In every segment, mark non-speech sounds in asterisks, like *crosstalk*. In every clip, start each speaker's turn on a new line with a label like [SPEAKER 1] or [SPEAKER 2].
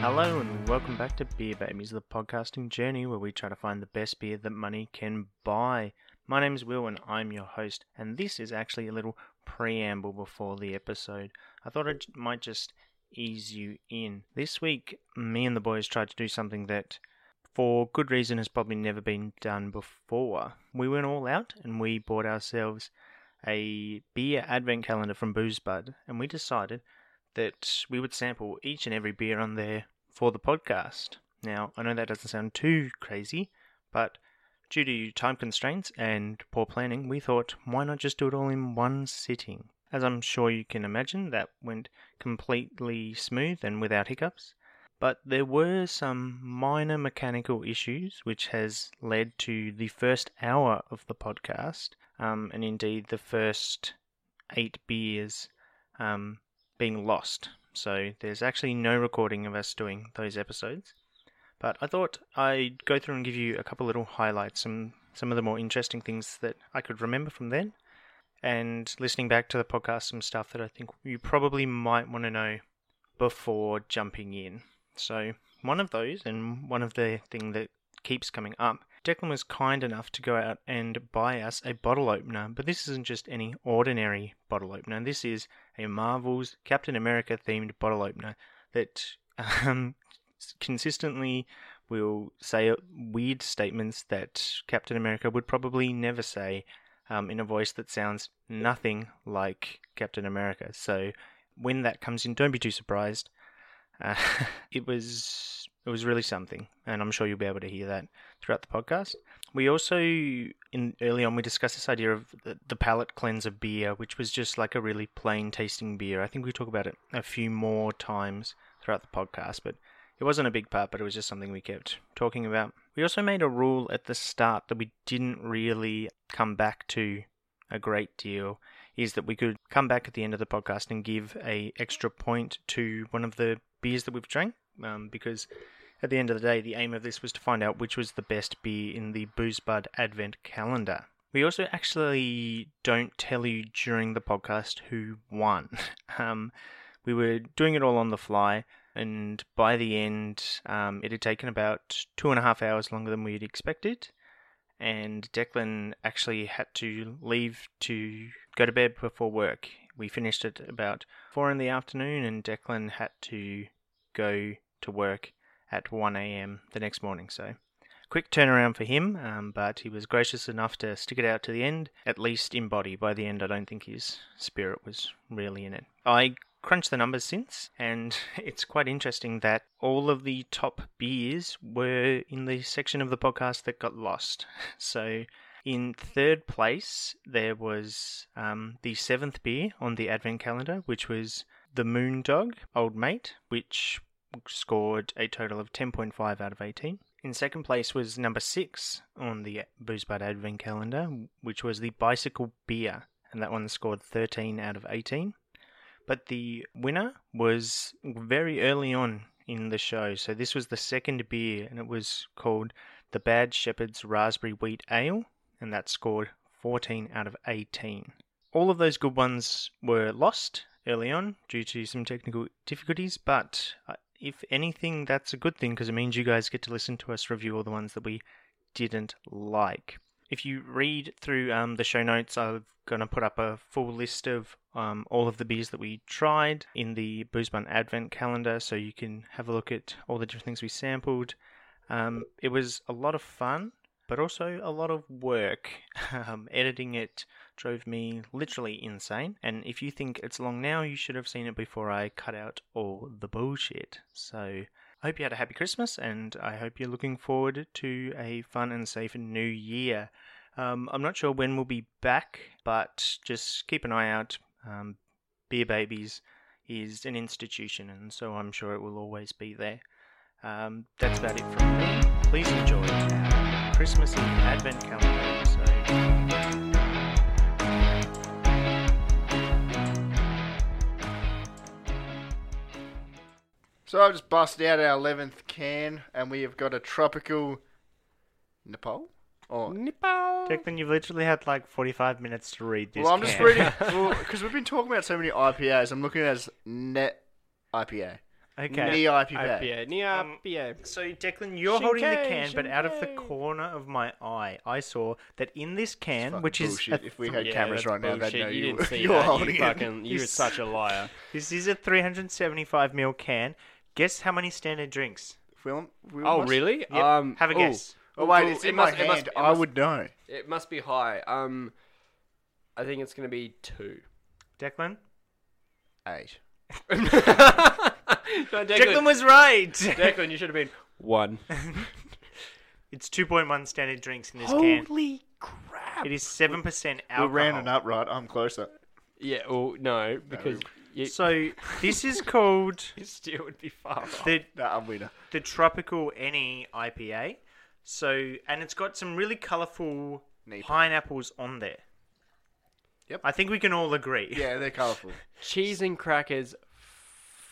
[SPEAKER 1] Hello and welcome back to Beer Babies, the podcasting journey where we try to find the best beer that money can buy. My name is Will and I'm your host, and this is actually a little preamble before the episode. I thought I j- might just ease you in. This week, me and the boys tried to do something that, for good reason, has probably never been done before. We went all out and we bought ourselves a beer advent calendar from Boozebud, and we decided that we would sample each and every beer on there for the podcast. Now, I know that doesn't sound too crazy, but due to time constraints and poor planning, we thought, why not just do it all in one sitting? As I'm sure you can imagine, that went completely smooth and without hiccups. But there were some minor mechanical issues, which has led to the first hour of the podcast, um, and indeed the first eight beers um, being lost. So there's actually no recording of us doing those episodes. But I thought I'd go through and give you a couple little highlights, some some of the more interesting things that I could remember from then, and listening back to the podcast, some stuff that I think you probably might want to know before jumping in. So one of those, and one of the thing that keeps coming up, Declan was kind enough to go out and buy us a bottle opener, but this isn't just any ordinary bottle opener. This is a Marvel's Captain America themed bottle opener that um, consistently will say weird statements that Captain America would probably never say um, in a voice that sounds nothing like Captain America. So when that comes in, don't be too surprised. Uh, *laughs* it was it was really something, and I'm sure you'll be able to hear that throughout the podcast. We also, in early on, we discussed this idea of the, the palate cleanser beer, which was just like a really plain tasting beer. I think we talk about it a few more times throughout the podcast, but it wasn't a big part, but it was just something we kept talking about. We also made a rule at the start that we didn't really come back to a great deal is that we could come back at the end of the podcast and give a extra point to one of the beers that we've drank um, because at the end of the day the aim of this was to find out which was the best beer in the boozebud advent calendar we also actually don't tell you during the podcast who won *laughs* um, we were doing it all on the fly and by the end um, it had taken about two and a half hours longer than we had expected and Declan actually had to leave to go to bed before work. We finished at about four in the afternoon, and Declan had to go to work at 1 a.m. the next morning. So, quick turnaround for him, um, but he was gracious enough to stick it out to the end, at least in body. By the end, I don't think his spirit was really in it. I crunched the numbers since, and *laughs* it's quite interesting that all of the top beers were in the section of the podcast that got lost. *laughs* So, in third place, there was um, the seventh beer on the advent calendar, which was the Moon Dog Old Mate, which scored a total of 10.5 out of 18. In second place was number six on the Boozebud Advent calendar, which was the Bicycle Beer, and that one scored 13 out of 18 but the winner was very early on in the show. So this was the second beer, and it was called the Bad Shepherd's Raspberry Wheat Ale, and that scored 14 out of 18. All of those good ones were lost early on due to some technical difficulties, but uh, if anything, that's a good thing because it means you guys get to listen to us review all the ones that we didn't like if you read through um, the show notes, I'm going to put up a full list of um, all of the beers that we tried in the Boozebun Advent calendar, so you can have a look at all the different things we sampled. Um, it was a lot of fun, but also a lot of work. *laughs* Um, editing it drove me literally insane, and if you think it's long now, you should have seen it before I cut out all the bullshit. So I hope you had a happy Christmas, and I hope you're looking forward to a fun and safe new year. Um, I'm not sure when we'll be back, but just keep an eye out. Um, Beer Babies is an institution, and so I'm sure it will always be there. Um, that's about it from me. Please enjoy our Christmas Eve Advent calendar episode.
[SPEAKER 2] So I've just busted out our 11th can, and we have got a tropical Nepal? Or,
[SPEAKER 1] Declan, you've literally had like 45 minutes to read this.
[SPEAKER 2] well, I'm just
[SPEAKER 1] can.
[SPEAKER 2] reading,
[SPEAKER 3] *laughs*
[SPEAKER 2] because we've been talking about so many IPAs, I'm looking at it as net IPA.
[SPEAKER 1] *laughs* okay.
[SPEAKER 2] Knee IPA.
[SPEAKER 3] IPA. Knee
[SPEAKER 1] Um,
[SPEAKER 3] IPA.
[SPEAKER 1] So Declan, you're holding the
[SPEAKER 3] Shinkai,
[SPEAKER 1] can, but out of the
[SPEAKER 3] Shinkai.
[SPEAKER 1] corner of my eye, I saw that in this can,
[SPEAKER 2] Fucking
[SPEAKER 1] which is
[SPEAKER 2] bullshit.
[SPEAKER 1] a
[SPEAKER 2] if we
[SPEAKER 1] th-
[SPEAKER 2] *laughs* had cameras
[SPEAKER 3] that's
[SPEAKER 2] right now, they'd
[SPEAKER 3] bullshit.
[SPEAKER 2] know
[SPEAKER 3] you
[SPEAKER 2] you, *laughs*
[SPEAKER 3] didn't see
[SPEAKER 2] you were
[SPEAKER 3] that.
[SPEAKER 2] holding
[SPEAKER 3] you fucking,
[SPEAKER 1] You
[SPEAKER 3] you're
[SPEAKER 1] s-
[SPEAKER 3] such a liar.
[SPEAKER 1] this is a 375 ml can. Guess how many standard drinks?
[SPEAKER 2] it. We'll, we
[SPEAKER 3] Oh,
[SPEAKER 2] must-
[SPEAKER 3] really?
[SPEAKER 1] Yep,
[SPEAKER 3] Um,
[SPEAKER 1] have a
[SPEAKER 3] ooh.
[SPEAKER 1] guess.
[SPEAKER 2] Oh, wait,
[SPEAKER 3] Ooh,
[SPEAKER 2] it's
[SPEAKER 3] it
[SPEAKER 2] in my
[SPEAKER 3] must- it
[SPEAKER 2] hand.
[SPEAKER 3] must- it
[SPEAKER 2] I
[SPEAKER 3] must-
[SPEAKER 2] would know.
[SPEAKER 3] It must be high. Um, I think it's gonna be *laughs* two.
[SPEAKER 1] Declan.
[SPEAKER 2] Eight.
[SPEAKER 3] no, Declan,
[SPEAKER 1] Declan was right.
[SPEAKER 3] Declan, you should have been *laughs* one.
[SPEAKER 1] it's 2.1 standard drinks in this can.
[SPEAKER 3] crap!
[SPEAKER 1] It is seven percent
[SPEAKER 2] We're
[SPEAKER 1] alcohol.
[SPEAKER 2] rounding up, right? I'm closer.
[SPEAKER 3] Yeah. Well, no, because you, *laughs*
[SPEAKER 1] So this is called
[SPEAKER 2] *laughs*
[SPEAKER 3] you still would be far off.
[SPEAKER 1] the
[SPEAKER 2] No, I'm winner.
[SPEAKER 1] the tropical any IPA. So and it's got some really colourful
[SPEAKER 2] Neat.
[SPEAKER 1] pineapples on there.
[SPEAKER 2] Yep.
[SPEAKER 1] I think we can all agree.
[SPEAKER 2] Yeah, they're colourful.
[SPEAKER 3] Cheese and crackers.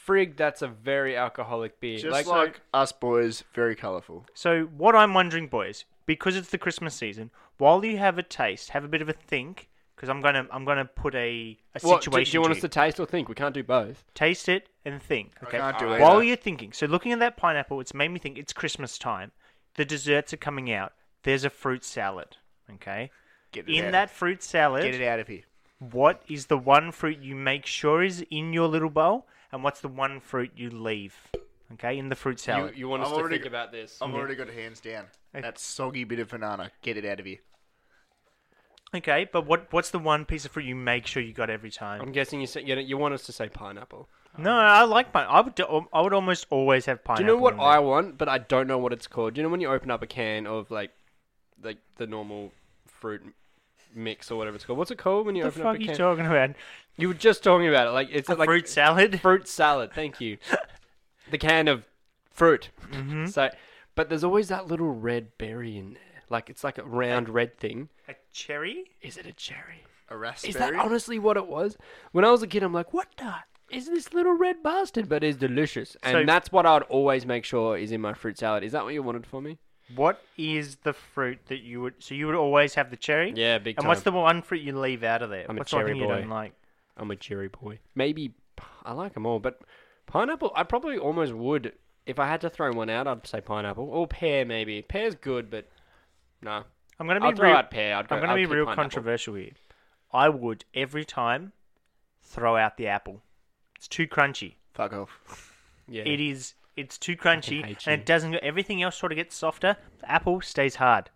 [SPEAKER 3] Frig, that's a very alcoholic beer.
[SPEAKER 2] Just like, us boys, very colourful.
[SPEAKER 1] So what I'm wondering, boys, because it's the Christmas season, while you have a taste, have a bit of a think, because I'm gonna I'm gonna put a, a
[SPEAKER 3] What, do-
[SPEAKER 1] situation.
[SPEAKER 3] do, you want
[SPEAKER 1] to
[SPEAKER 3] us to taste or think? We can't do both.
[SPEAKER 1] taste it and think? Okay.
[SPEAKER 2] can't do
[SPEAKER 1] While
[SPEAKER 2] either.
[SPEAKER 1] you're thinking, so looking at that pineapple, it's made me think it's Christmas time. The desserts are coming out. There's a fruit salad. Okay.
[SPEAKER 2] Get it
[SPEAKER 1] In
[SPEAKER 2] out.
[SPEAKER 1] that fruit salad,
[SPEAKER 2] Get it out of here.
[SPEAKER 1] what is the one fruit you make sure is in your little bowl, and what's the one fruit you leave? Okay, in the fruit
[SPEAKER 3] You,
[SPEAKER 1] salad.
[SPEAKER 3] you want us
[SPEAKER 2] I've
[SPEAKER 3] to
[SPEAKER 2] already
[SPEAKER 3] think
[SPEAKER 2] got-
[SPEAKER 3] about this?
[SPEAKER 2] I've already got hands down.
[SPEAKER 1] Okay.
[SPEAKER 2] That soggy bit of banana. Get it out of here.
[SPEAKER 1] Okay, but what what's the one piece of fruit you make sure you got every time?
[SPEAKER 3] I'm guessing you say, you, know, you want us to say pineapple.
[SPEAKER 1] no, I like pine. I would do- I would almost always have
[SPEAKER 3] Do
[SPEAKER 1] pineapple.
[SPEAKER 3] you know what
[SPEAKER 1] in
[SPEAKER 3] I
[SPEAKER 1] there.
[SPEAKER 3] want, but I don't know what it's called? Do you know when you open up a can of like, like the normal fruit m- mix or whatever it's called? What's it called when you
[SPEAKER 1] What the
[SPEAKER 3] open
[SPEAKER 1] fuck are
[SPEAKER 3] up a
[SPEAKER 1] you
[SPEAKER 3] can?
[SPEAKER 1] talking about?
[SPEAKER 3] you were just talking about it. Like it's
[SPEAKER 1] A
[SPEAKER 3] *laughs* like
[SPEAKER 1] fruit salad.
[SPEAKER 3] fruit salad.
[SPEAKER 1] *laughs*
[SPEAKER 3] Thank you. the can of fruit.
[SPEAKER 1] Mm-hmm.
[SPEAKER 3] So, but there's always that little red berry in there. Like it's like a round red thing.
[SPEAKER 1] A cherry.
[SPEAKER 3] Is it a cherry?
[SPEAKER 2] A raspberry.
[SPEAKER 3] Is that honestly what it was? When I was a kid, I'm like, what the? Is this little red bastard? But it's delicious, and
[SPEAKER 1] So-
[SPEAKER 3] that's what I'd always make sure is in my fruit salad. Is that what you wanted for me?
[SPEAKER 1] What is the fruit that you would? So you would always have the cherry.
[SPEAKER 3] Yeah, big
[SPEAKER 1] And what's the
[SPEAKER 3] time.
[SPEAKER 1] one fruit you leave out of there?
[SPEAKER 3] I'm a
[SPEAKER 1] what's the one
[SPEAKER 3] cherry
[SPEAKER 1] thing you
[SPEAKER 3] boy.
[SPEAKER 1] don't like?
[SPEAKER 3] I'm a cherry boy. Maybe I like them all, but pineapple. I probably almost would if I had to throw one out. I'd say pineapple or pear. Maybe pear's good, but no.
[SPEAKER 1] I'm gonna be
[SPEAKER 3] I'll throw
[SPEAKER 1] real,
[SPEAKER 3] out pear. I'd go,
[SPEAKER 1] I'm gonna
[SPEAKER 3] I'll
[SPEAKER 1] be
[SPEAKER 3] pick
[SPEAKER 1] real
[SPEAKER 3] pineapple.
[SPEAKER 1] controversial here. I would every time throw out the apple. It's too crunchy.
[SPEAKER 2] Fuck off.
[SPEAKER 3] Yeah.
[SPEAKER 1] It is. It's too crunchy,
[SPEAKER 3] hate
[SPEAKER 1] and
[SPEAKER 3] you.
[SPEAKER 1] it doesn't. go Everything else sort of gets softer. The apple stays hard.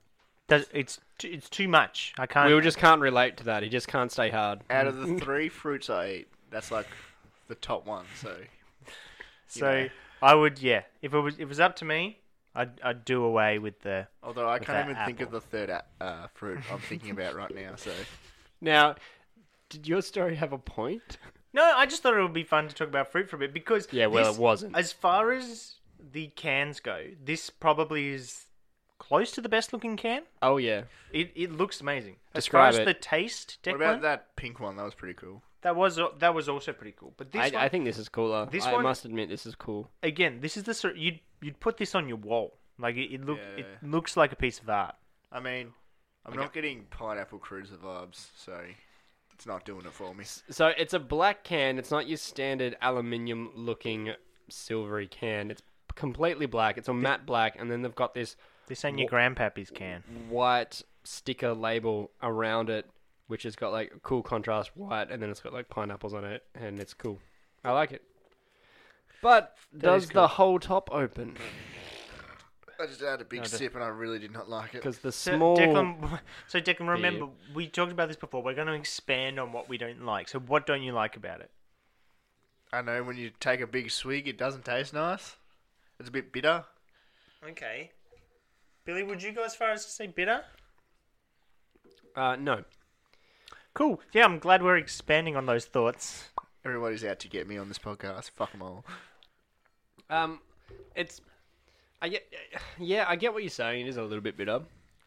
[SPEAKER 1] Does it's t- it's too much. I can't.
[SPEAKER 3] We all just can't relate to that. He just can't stay hard.
[SPEAKER 2] Out of the three fruits I eat, that's like the top one. So
[SPEAKER 1] so
[SPEAKER 2] you know.
[SPEAKER 1] I would. Yeah. If it was if it was up to me, I'd I'd do away with the.
[SPEAKER 2] Although I
[SPEAKER 1] With
[SPEAKER 2] can't
[SPEAKER 1] that
[SPEAKER 2] even think of
[SPEAKER 1] apple.
[SPEAKER 2] the third a- uh, fruit I'm thinking about right now. So
[SPEAKER 3] Now, did your story have a point?
[SPEAKER 1] No, I just thought it would be fun to talk about fruit for a bit because
[SPEAKER 3] Yeah, well,
[SPEAKER 1] this-
[SPEAKER 3] it wasn't.
[SPEAKER 1] As far as the cans go, this probably is close to the best looking can.
[SPEAKER 3] Oh yeah.
[SPEAKER 1] It it looks amazing.
[SPEAKER 3] Describe
[SPEAKER 1] as far as
[SPEAKER 3] it.
[SPEAKER 1] the taste, Declan,
[SPEAKER 2] what about that pink one? That was pretty cool.
[SPEAKER 1] that was that was also pretty cool. But this
[SPEAKER 3] I,
[SPEAKER 1] one,
[SPEAKER 3] I think this is cooler.
[SPEAKER 1] this
[SPEAKER 3] I
[SPEAKER 1] one-
[SPEAKER 3] must admit, this is cool.
[SPEAKER 1] again, this is the sort you'd you'd put this on your wall. Like it, it look it looks like a piece of art.
[SPEAKER 2] I mean, I'm not getting pineapple cruiser vibes, so it's not doing it for me.
[SPEAKER 3] So it's a black can. It's not your standard aluminium looking silvery can. It's completely black. It's a matte black, and then they've got this
[SPEAKER 1] This ain't your grandpappy's can.
[SPEAKER 3] white sticker label around it, which has got like cool contrast white, and then it's got like pineapples on it, and it's cool. I like it. But does
[SPEAKER 1] is
[SPEAKER 3] the whole top
[SPEAKER 1] *laughs*
[SPEAKER 3] open?
[SPEAKER 2] I just had a big sip and I really did not like it.
[SPEAKER 3] Because the
[SPEAKER 1] So,
[SPEAKER 3] small.
[SPEAKER 1] Declan, *laughs* so Declan, remember we talked about this before. We're going to expand on what we don't like. So what don't you like about it?
[SPEAKER 2] I know when you take a big swig, it doesn't taste nice. It's a bit bitter.
[SPEAKER 1] Okay. Billy, would you go as far as to say bitter?
[SPEAKER 3] Uh, no.
[SPEAKER 1] Cool. Yeah, I'm glad we're expanding on those thoughts.
[SPEAKER 2] Everybody's out to get me on this podcast. Fuck them all.
[SPEAKER 3] Um, it's. I get, yeah, I get what you're saying. It is a little bit bitter,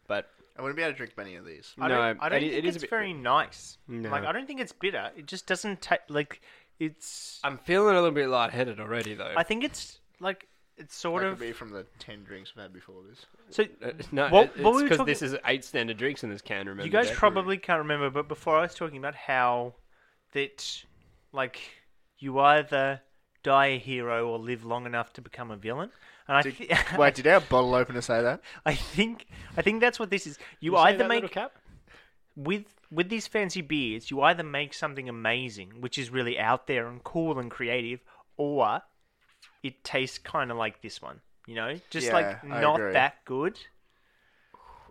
[SPEAKER 3] but
[SPEAKER 2] I wouldn't be able to drink many of these.
[SPEAKER 1] I
[SPEAKER 3] no,
[SPEAKER 1] don't, I don't
[SPEAKER 3] it,
[SPEAKER 1] think
[SPEAKER 3] it is a
[SPEAKER 1] it's
[SPEAKER 3] bit.
[SPEAKER 1] very nice.
[SPEAKER 3] No.
[SPEAKER 1] Like, I don't think it's bitter. It just doesn't taste like it's.
[SPEAKER 3] I'm feeling a little bit lightheaded already, though.
[SPEAKER 1] I think it's like it's sort
[SPEAKER 2] That
[SPEAKER 1] of.
[SPEAKER 2] could be from the ten drinks I've had before
[SPEAKER 3] *laughs*
[SPEAKER 2] this.
[SPEAKER 1] So
[SPEAKER 3] Uh, no,
[SPEAKER 1] What- what
[SPEAKER 3] it- it's
[SPEAKER 1] were we
[SPEAKER 3] because
[SPEAKER 1] talking-
[SPEAKER 3] this is eight standard drinks in this can. Remember,
[SPEAKER 1] you guys
[SPEAKER 3] that?
[SPEAKER 1] probably can't remember, but before I was talking about how that, like, you either die a hero or live long enough to become a villain, and I, thi- *laughs*
[SPEAKER 2] Wait, did our bottle opener say that?
[SPEAKER 1] I think I think that's what this is. You,
[SPEAKER 3] You see
[SPEAKER 1] either
[SPEAKER 3] that
[SPEAKER 1] make
[SPEAKER 3] little cap?
[SPEAKER 1] with with these fancy beers, you either make something amazing, which is really out there and cool and creative, or it tastes kind of like this one. You know, just like
[SPEAKER 2] Yeah, I
[SPEAKER 1] not
[SPEAKER 2] agree.
[SPEAKER 1] that good.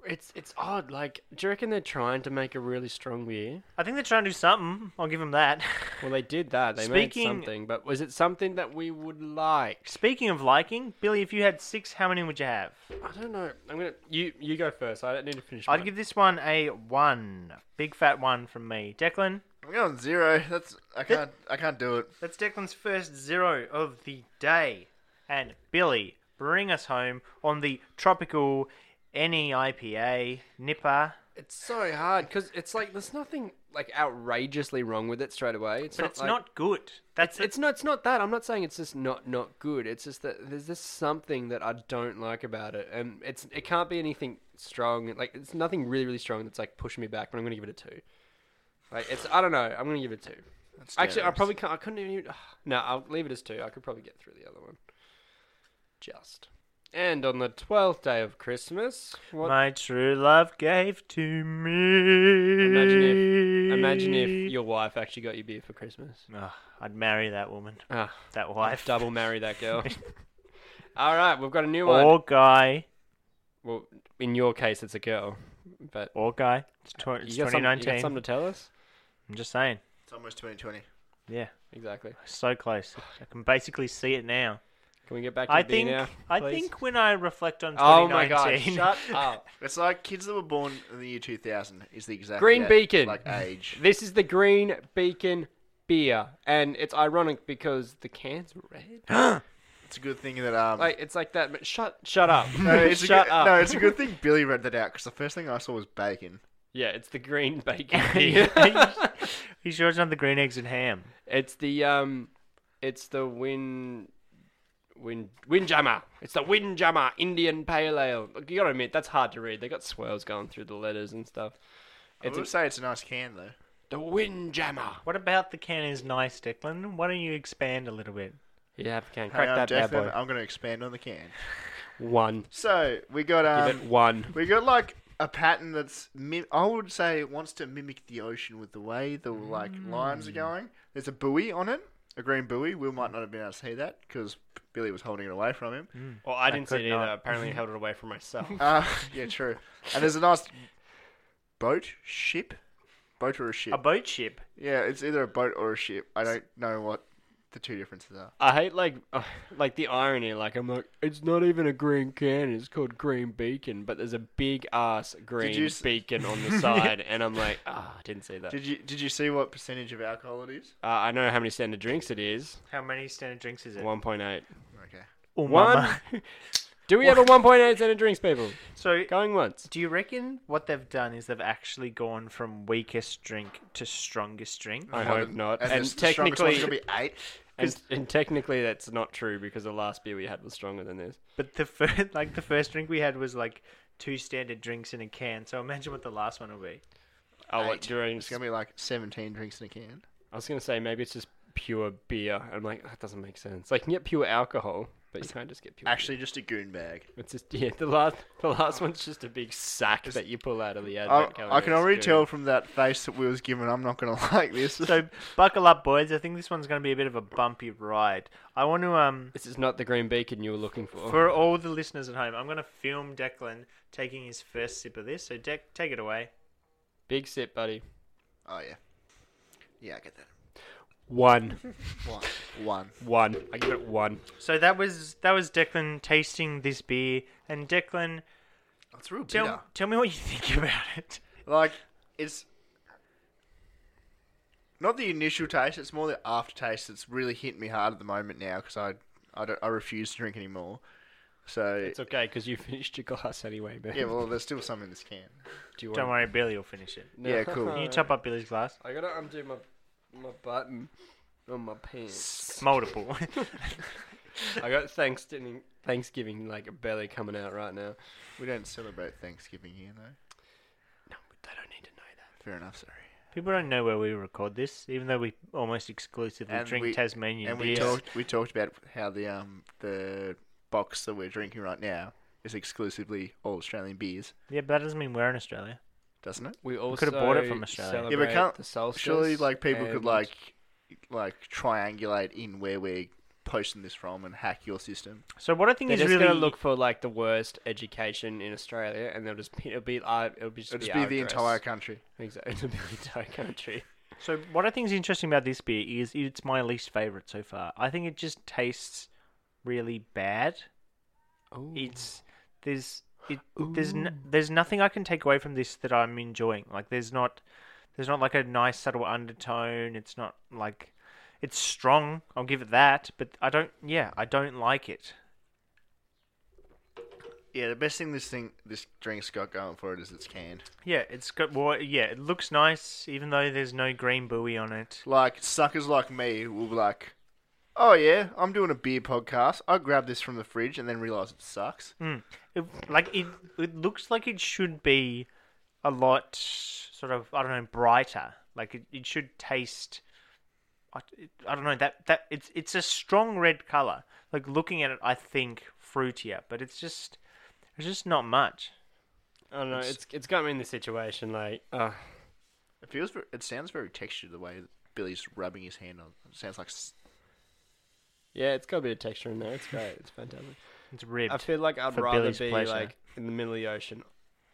[SPEAKER 3] It's it's odd. Like, do you reckon they're trying to make a really strong beer?
[SPEAKER 1] I think they're trying to do something. I'll give them that. *laughs*
[SPEAKER 3] Well, they did that. They
[SPEAKER 1] Speaking-
[SPEAKER 3] made something, but was it something that we would like?
[SPEAKER 1] Speaking of liking, Billy, if you had six, how many would you have?
[SPEAKER 3] I don't know. I'm gonna you you go first. I don't need to finish.
[SPEAKER 1] I'd
[SPEAKER 3] mine.
[SPEAKER 1] give this one a one, big fat one from me, Declan.
[SPEAKER 2] I'm going zero. That's I can't. I can't do it.
[SPEAKER 1] That's Declan's first zero of the day. And Billy, bring us home on the tropical E NEIPA Nipper.
[SPEAKER 3] It's so hard because it's like there's nothing like outrageously wrong with it straight away. It's
[SPEAKER 1] But
[SPEAKER 3] not
[SPEAKER 1] it's
[SPEAKER 3] like-
[SPEAKER 1] not good. That's
[SPEAKER 3] It's not. It's not that. I'm not saying it's just not not good. It's just that there's just something that I don't like about it, and it's it can't be anything strong. Like it's nothing really really strong that's like pushing me back. But I'm gonna give it a two. Like it's I don't know. I'm gonna give it a two.
[SPEAKER 2] That's
[SPEAKER 3] Actually, I
[SPEAKER 2] generous.
[SPEAKER 3] probably can't. I couldn't even. *sighs* No, I'll leave it as two. I could probably get through the other one. Just. And on the twelfth day of Christmas, what?
[SPEAKER 1] my true love gave to me.
[SPEAKER 3] imagine if imagine if your wife actually got you beer for Christmas.
[SPEAKER 1] Ugh, Ah, I'd marry that woman,
[SPEAKER 3] Ah,
[SPEAKER 1] that wife,
[SPEAKER 3] double marry that girl. All right, we've got a new one.
[SPEAKER 1] *laughs* or guy,
[SPEAKER 3] Well, in your case, it's a girl, but
[SPEAKER 1] or guy. It's, tw- it's
[SPEAKER 3] you got some- you got
[SPEAKER 1] 2019.
[SPEAKER 3] something to tell us?
[SPEAKER 1] I'm just saying.
[SPEAKER 2] It's almost 2020.
[SPEAKER 1] Yeah,
[SPEAKER 3] Exactly.
[SPEAKER 1] so close. I can basically see it now.
[SPEAKER 3] Can we get back to
[SPEAKER 1] I
[SPEAKER 3] the beer
[SPEAKER 1] think.
[SPEAKER 3] now?
[SPEAKER 1] I
[SPEAKER 3] please?
[SPEAKER 1] think when I reflect on 2019,
[SPEAKER 3] Oh my
[SPEAKER 1] *laughs*
[SPEAKER 3] god! Shut
[SPEAKER 2] *laughs*
[SPEAKER 3] up.
[SPEAKER 2] It's like kids that were born in the year 2000 is the exact
[SPEAKER 3] Green
[SPEAKER 2] a-
[SPEAKER 3] Beacon.
[SPEAKER 2] like
[SPEAKER 3] *laughs*
[SPEAKER 2] age.
[SPEAKER 3] This is the Green Beacon beer, and it's ironic because the cans were
[SPEAKER 2] *gasps*
[SPEAKER 3] red.
[SPEAKER 2] It's a good thing that um.
[SPEAKER 3] like it's like that. But shut shut up.
[SPEAKER 2] *laughs* no, it's
[SPEAKER 3] shut
[SPEAKER 2] a good,
[SPEAKER 3] up.
[SPEAKER 2] no, it's a good thing Billy read that out because the first thing I saw was bacon.
[SPEAKER 3] Yeah, it's the
[SPEAKER 2] *laughs*
[SPEAKER 3] Green Bacon
[SPEAKER 1] Are you,
[SPEAKER 3] beer.
[SPEAKER 1] are you- are
[SPEAKER 3] *laughs*
[SPEAKER 1] you sure it's not the green eggs and ham?
[SPEAKER 3] it's the um, it's the Win. Win Windjammer. It's the Windjammer Indian Pale Ale. Look, you gotta admit that's hard to read. They got swirls going through the letters and stuff.
[SPEAKER 2] I would say it's a nice can though.
[SPEAKER 3] The Windjammer.
[SPEAKER 1] What about the can is nice, Declan? Why don't you expand a little bit?
[SPEAKER 3] Yeah, can
[SPEAKER 2] Hang
[SPEAKER 3] crack
[SPEAKER 2] on,
[SPEAKER 3] that bad
[SPEAKER 2] Declan,
[SPEAKER 3] boy.
[SPEAKER 2] I'm going to expand on the can.
[SPEAKER 3] One.
[SPEAKER 2] So we got
[SPEAKER 3] Give
[SPEAKER 2] um,
[SPEAKER 3] it one.
[SPEAKER 2] we got like a pattern that's mim- I would say it wants to mimic the ocean with the way the like lines
[SPEAKER 3] Mm.
[SPEAKER 2] are going. There's a buoy on it, a green buoy. Will might not have been able to see that because Billy was holding it away from him.
[SPEAKER 3] Well, I didn't see
[SPEAKER 1] could
[SPEAKER 3] it either.
[SPEAKER 1] not.
[SPEAKER 3] Apparently, I held it away from *laughs* myself.
[SPEAKER 2] Uh, *laughs* yeah, true. And there's a nice boat, ship, boat or a ship.
[SPEAKER 1] A boat ship.
[SPEAKER 2] yeah, it's either a boat or a ship. I don't know what the two differences are.
[SPEAKER 3] I hate like, uh, like the irony. Like I'm like, it's not even a green can. It's called Green Beacon, but there's a big ass green
[SPEAKER 2] you s-
[SPEAKER 3] beacon on *laughs* the side, and I'm like, ah, I didn't see that.
[SPEAKER 2] Did you did you see what percentage of alcohol it is?
[SPEAKER 3] uh, I know how many standard drinks it is.
[SPEAKER 1] How many standard drinks is it?
[SPEAKER 3] One point eight.
[SPEAKER 2] Okay.
[SPEAKER 1] Oh,
[SPEAKER 3] One. *laughs*
[SPEAKER 1] mama.
[SPEAKER 3] Do we have a one point eight standard drinks, people?
[SPEAKER 1] So,
[SPEAKER 3] Going once.
[SPEAKER 1] do you reckon what they've done is they've actually gone from weakest drink to strongest drink?
[SPEAKER 3] I hope not. And,
[SPEAKER 2] the s- the strongest
[SPEAKER 3] technically,
[SPEAKER 2] one's gonna be eight.
[SPEAKER 3] and, and technically, that's not true because the last beer we had was stronger than this.
[SPEAKER 1] But the first, *laughs* like the first drink we had was like two standard drinks in a can. So imagine what the last one will be.
[SPEAKER 3] Oh, what,
[SPEAKER 2] Eight.
[SPEAKER 3] do you reckon-
[SPEAKER 2] It's gonna be like seventeen drinks in a can.
[SPEAKER 3] I was gonna say maybe it's just pure beer. I'm like that doesn't make sense. Like you can get pure alcohol, but you can't just get pure.
[SPEAKER 2] Actually, just a goon bag.
[SPEAKER 3] beer. it's just yeah. The last the last one's just a big sack that you pull out of the
[SPEAKER 2] I,
[SPEAKER 3] advent calendar.
[SPEAKER 2] I can
[SPEAKER 3] It's
[SPEAKER 2] already
[SPEAKER 3] good.
[SPEAKER 2] tell from that face that we was given. I'm not gonna *laughs* like this.
[SPEAKER 1] So buckle up, boys. I think this one's going to be a bit of a bumpy ride. I want to um
[SPEAKER 3] This is not the green beacon you were looking for.
[SPEAKER 1] For all the listeners at home, I'm going to film Declan taking his first sip of this. So, Dec, take it away.
[SPEAKER 3] Big sip, buddy.
[SPEAKER 2] oh yeah, yeah, I get that.
[SPEAKER 4] One.
[SPEAKER 2] One. One.
[SPEAKER 4] One. I give it one.
[SPEAKER 1] So that was that was Declan tasting this beer, and Declan,
[SPEAKER 2] It's real
[SPEAKER 1] tell
[SPEAKER 2] bitter.
[SPEAKER 1] tell me what you think *laughs* about it.
[SPEAKER 2] Like it's not the initial taste; it's more the aftertaste that's really hitting me hard at the moment now because I I, don't, I refuse to drink anymore. So
[SPEAKER 3] It's okay because you *laughs* finished your glass anyway, man.
[SPEAKER 2] yeah, well, there's still some in this can.
[SPEAKER 3] Do you
[SPEAKER 1] Don't
[SPEAKER 3] want-
[SPEAKER 1] worry, Billy will finish it.
[SPEAKER 3] No.
[SPEAKER 2] Yeah, cool.
[SPEAKER 1] *laughs* Can you top up Billy's glass?
[SPEAKER 3] *laughs*
[SPEAKER 2] *laughs*
[SPEAKER 3] I gotta undo my my button on my pants.
[SPEAKER 1] Multiple. *laughs*
[SPEAKER 3] I got Thanksgiving Thanksgiving like a belly coming out right now.
[SPEAKER 2] We don't celebrate Thanksgiving here, though.
[SPEAKER 3] No, but they don't need to know that.
[SPEAKER 2] Fair enough. Sorry.
[SPEAKER 1] People don't know where we record this, even though we almost exclusively
[SPEAKER 2] And
[SPEAKER 1] drink
[SPEAKER 2] we-
[SPEAKER 1] Tasmanian
[SPEAKER 2] and
[SPEAKER 1] beer.
[SPEAKER 2] we talked we talked about how the um the box that we're drinking right now is exclusively all Australian beers,
[SPEAKER 1] Yeah, but that doesn't mean we're in Australia.
[SPEAKER 2] doesn't it?
[SPEAKER 3] We also
[SPEAKER 1] could've bought it from Australia. Yeah,
[SPEAKER 3] Celebrate
[SPEAKER 2] Yeah, but can't
[SPEAKER 3] the solstice.
[SPEAKER 2] surely like people could
[SPEAKER 3] and-
[SPEAKER 2] like like triangulate in where we're posting this from and hack your system.
[SPEAKER 1] So what I think
[SPEAKER 3] They're
[SPEAKER 1] is
[SPEAKER 3] just
[SPEAKER 1] really
[SPEAKER 3] gonna look for like the worst education in Australia, and they'll just pin- it'll be uh, it'll be just,
[SPEAKER 2] It'll just
[SPEAKER 3] our
[SPEAKER 2] be the
[SPEAKER 3] address.
[SPEAKER 2] entire country.
[SPEAKER 3] exactly *laughs* it'll be the entire country.
[SPEAKER 1] So what I think is interesting about this beer is it's my least favorite so far. I think it just tastes really bad.
[SPEAKER 3] Oh,
[SPEAKER 1] It's there's it, there's n- there's nothing I can take away from this that I'm enjoying. Like there's not there's not like a nice subtle undertone. It's not like it's strong. I'll give it that, but I don't. Yeah, I don't like it.
[SPEAKER 2] Yeah, the best thing this thing this drink's got going for it is it's canned.
[SPEAKER 1] Yeah, it's got well. Yeah, it looks nice, even though there's no green buoy on it.
[SPEAKER 2] Like suckers like me will be like, "Oh yeah, I'm doing a beer podcast. I grab this from the fridge and then realize it sucks."
[SPEAKER 1] Mm. It, like it, it looks like it should be a lot sort of I don't know brighter. Like it, it should taste. I, it- I don't know that that it's it's a strong red color. Like looking at it, I think fruitier, but it's just it's just not much.
[SPEAKER 3] I don't know. It's it's got me in the situation like uh,
[SPEAKER 2] It feels. ver- It sounds very textured the way that Billy's rubbing his hand on. It sounds like s-
[SPEAKER 3] yeah, it's got a bit of texture in there. It's great. It's fantastic.
[SPEAKER 1] It's ribbed.
[SPEAKER 3] I feel like I'd
[SPEAKER 1] for
[SPEAKER 3] rather
[SPEAKER 1] Billy's
[SPEAKER 3] be
[SPEAKER 1] pleasure.
[SPEAKER 3] like in the middle of the ocean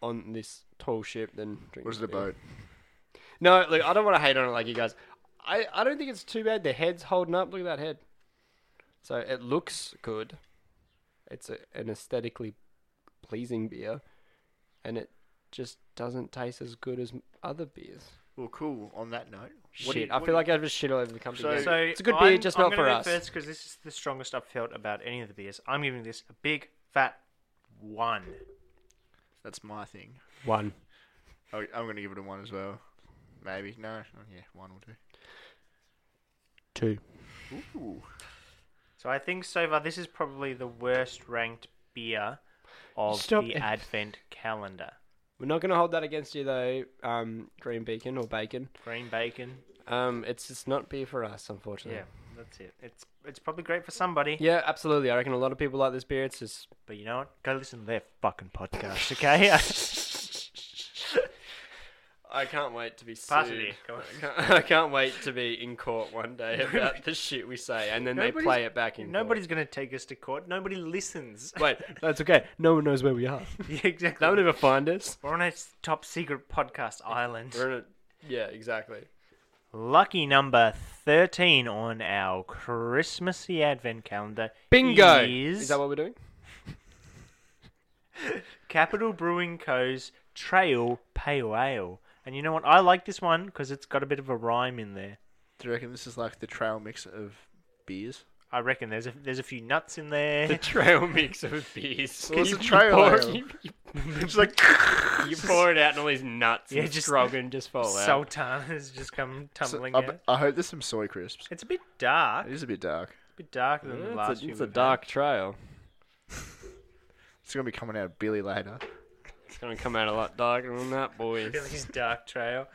[SPEAKER 3] on this tall ship than drinking.
[SPEAKER 2] was it a
[SPEAKER 3] beer.
[SPEAKER 2] boat?
[SPEAKER 3] No, look, I don't want to hate on it like you guys. I, I don't think it's too bad. The head's holding up. Look at that head. So it looks good. It's a, an aesthetically pleasing beer, and it just doesn't taste as good as m- other beers.
[SPEAKER 2] Well, cool. On that note,
[SPEAKER 3] Shit,
[SPEAKER 2] what do you-
[SPEAKER 3] I
[SPEAKER 2] what
[SPEAKER 3] feel
[SPEAKER 2] do you-
[SPEAKER 3] like I've just shit all over the company.
[SPEAKER 2] So-
[SPEAKER 3] again.
[SPEAKER 2] So
[SPEAKER 3] it's a good beer,
[SPEAKER 1] I'm-
[SPEAKER 3] just
[SPEAKER 1] I'm
[SPEAKER 3] not
[SPEAKER 1] gonna
[SPEAKER 3] for
[SPEAKER 1] go
[SPEAKER 3] us.
[SPEAKER 1] First, because this is the strongest I've felt about any of the beers. I'm giving this a big fat one.
[SPEAKER 2] that's my thing.
[SPEAKER 4] One.
[SPEAKER 2] I, I'm gonna give it a one as well. Maybe no. Oh, yeah, one will do.
[SPEAKER 4] Two.
[SPEAKER 2] Ooh.
[SPEAKER 1] So I think so far this is probably the worst ranked beer of
[SPEAKER 3] Stop
[SPEAKER 1] the
[SPEAKER 3] it.
[SPEAKER 1] Advent calendar.
[SPEAKER 3] We're not going to hold that against you though, um, Green Beacon or Bacon.
[SPEAKER 1] Green bacon.
[SPEAKER 3] Um, it's just not beer for us, unfortunately.
[SPEAKER 1] Yeah, that's it. It's it's probably great for somebody,
[SPEAKER 3] Yeah, absolutely. I reckon a lot of people like this beer. It's just
[SPEAKER 1] but you know what? Go listen to their fucking podcast, okay? *laughs*
[SPEAKER 3] I can't wait to be sued.
[SPEAKER 1] Pass it here, come on.
[SPEAKER 3] I, can't, *laughs* I can't wait to be in court one day about the shit we say, and then they
[SPEAKER 1] Nobody's-
[SPEAKER 3] play it back in.
[SPEAKER 1] Nobody's going to take us to court. Nobody listens.
[SPEAKER 3] Court. *laughs* Wait, that's okay. No one knows where we are.
[SPEAKER 1] *laughs* yeah, exactly.
[SPEAKER 3] They'll never find us.
[SPEAKER 1] We're on a s- top secret podcast island.
[SPEAKER 3] We're in a yeah, exactly.
[SPEAKER 1] Lucky number 13 on our Christmassy Advent calendar
[SPEAKER 3] Bingo.
[SPEAKER 1] is
[SPEAKER 3] that what we're doing?
[SPEAKER 1] Capital Brewing Co.'s Trail Pale Ale. And you know what? I like this one because it's got a bit of a rhyme in there.
[SPEAKER 2] Do you reckon this is like the trail mix of beers?
[SPEAKER 1] I reckon there's a there's a few nuts in *laughs* there.
[SPEAKER 3] trail mix *laughs* of beers.
[SPEAKER 2] Well, it's
[SPEAKER 3] You
[SPEAKER 2] a trail
[SPEAKER 3] pour-
[SPEAKER 2] ale.
[SPEAKER 3] You,
[SPEAKER 1] *laughs*
[SPEAKER 3] you-
[SPEAKER 2] It's like
[SPEAKER 3] *laughs* you pour it out, and all these nuts
[SPEAKER 1] Yeah,
[SPEAKER 3] and
[SPEAKER 1] just-
[SPEAKER 3] scroggin just fall out.
[SPEAKER 1] Sultan has just come tumbling
[SPEAKER 2] I,
[SPEAKER 1] out.
[SPEAKER 2] I hope there's some soy crisps.
[SPEAKER 1] It's a bit dark,
[SPEAKER 2] It
[SPEAKER 1] a
[SPEAKER 2] is a bit dark.
[SPEAKER 1] bit darker than
[SPEAKER 3] Yeah,
[SPEAKER 1] the
[SPEAKER 3] it's a-
[SPEAKER 1] last
[SPEAKER 3] it's
[SPEAKER 1] few
[SPEAKER 3] a,
[SPEAKER 1] we've had.
[SPEAKER 3] dark trail.
[SPEAKER 2] It's gonna be coming out of Billy later.
[SPEAKER 3] It's gonna come out a lot darker than that, boys.
[SPEAKER 1] Billy's dark
[SPEAKER 3] *laughs*
[SPEAKER 1] trail.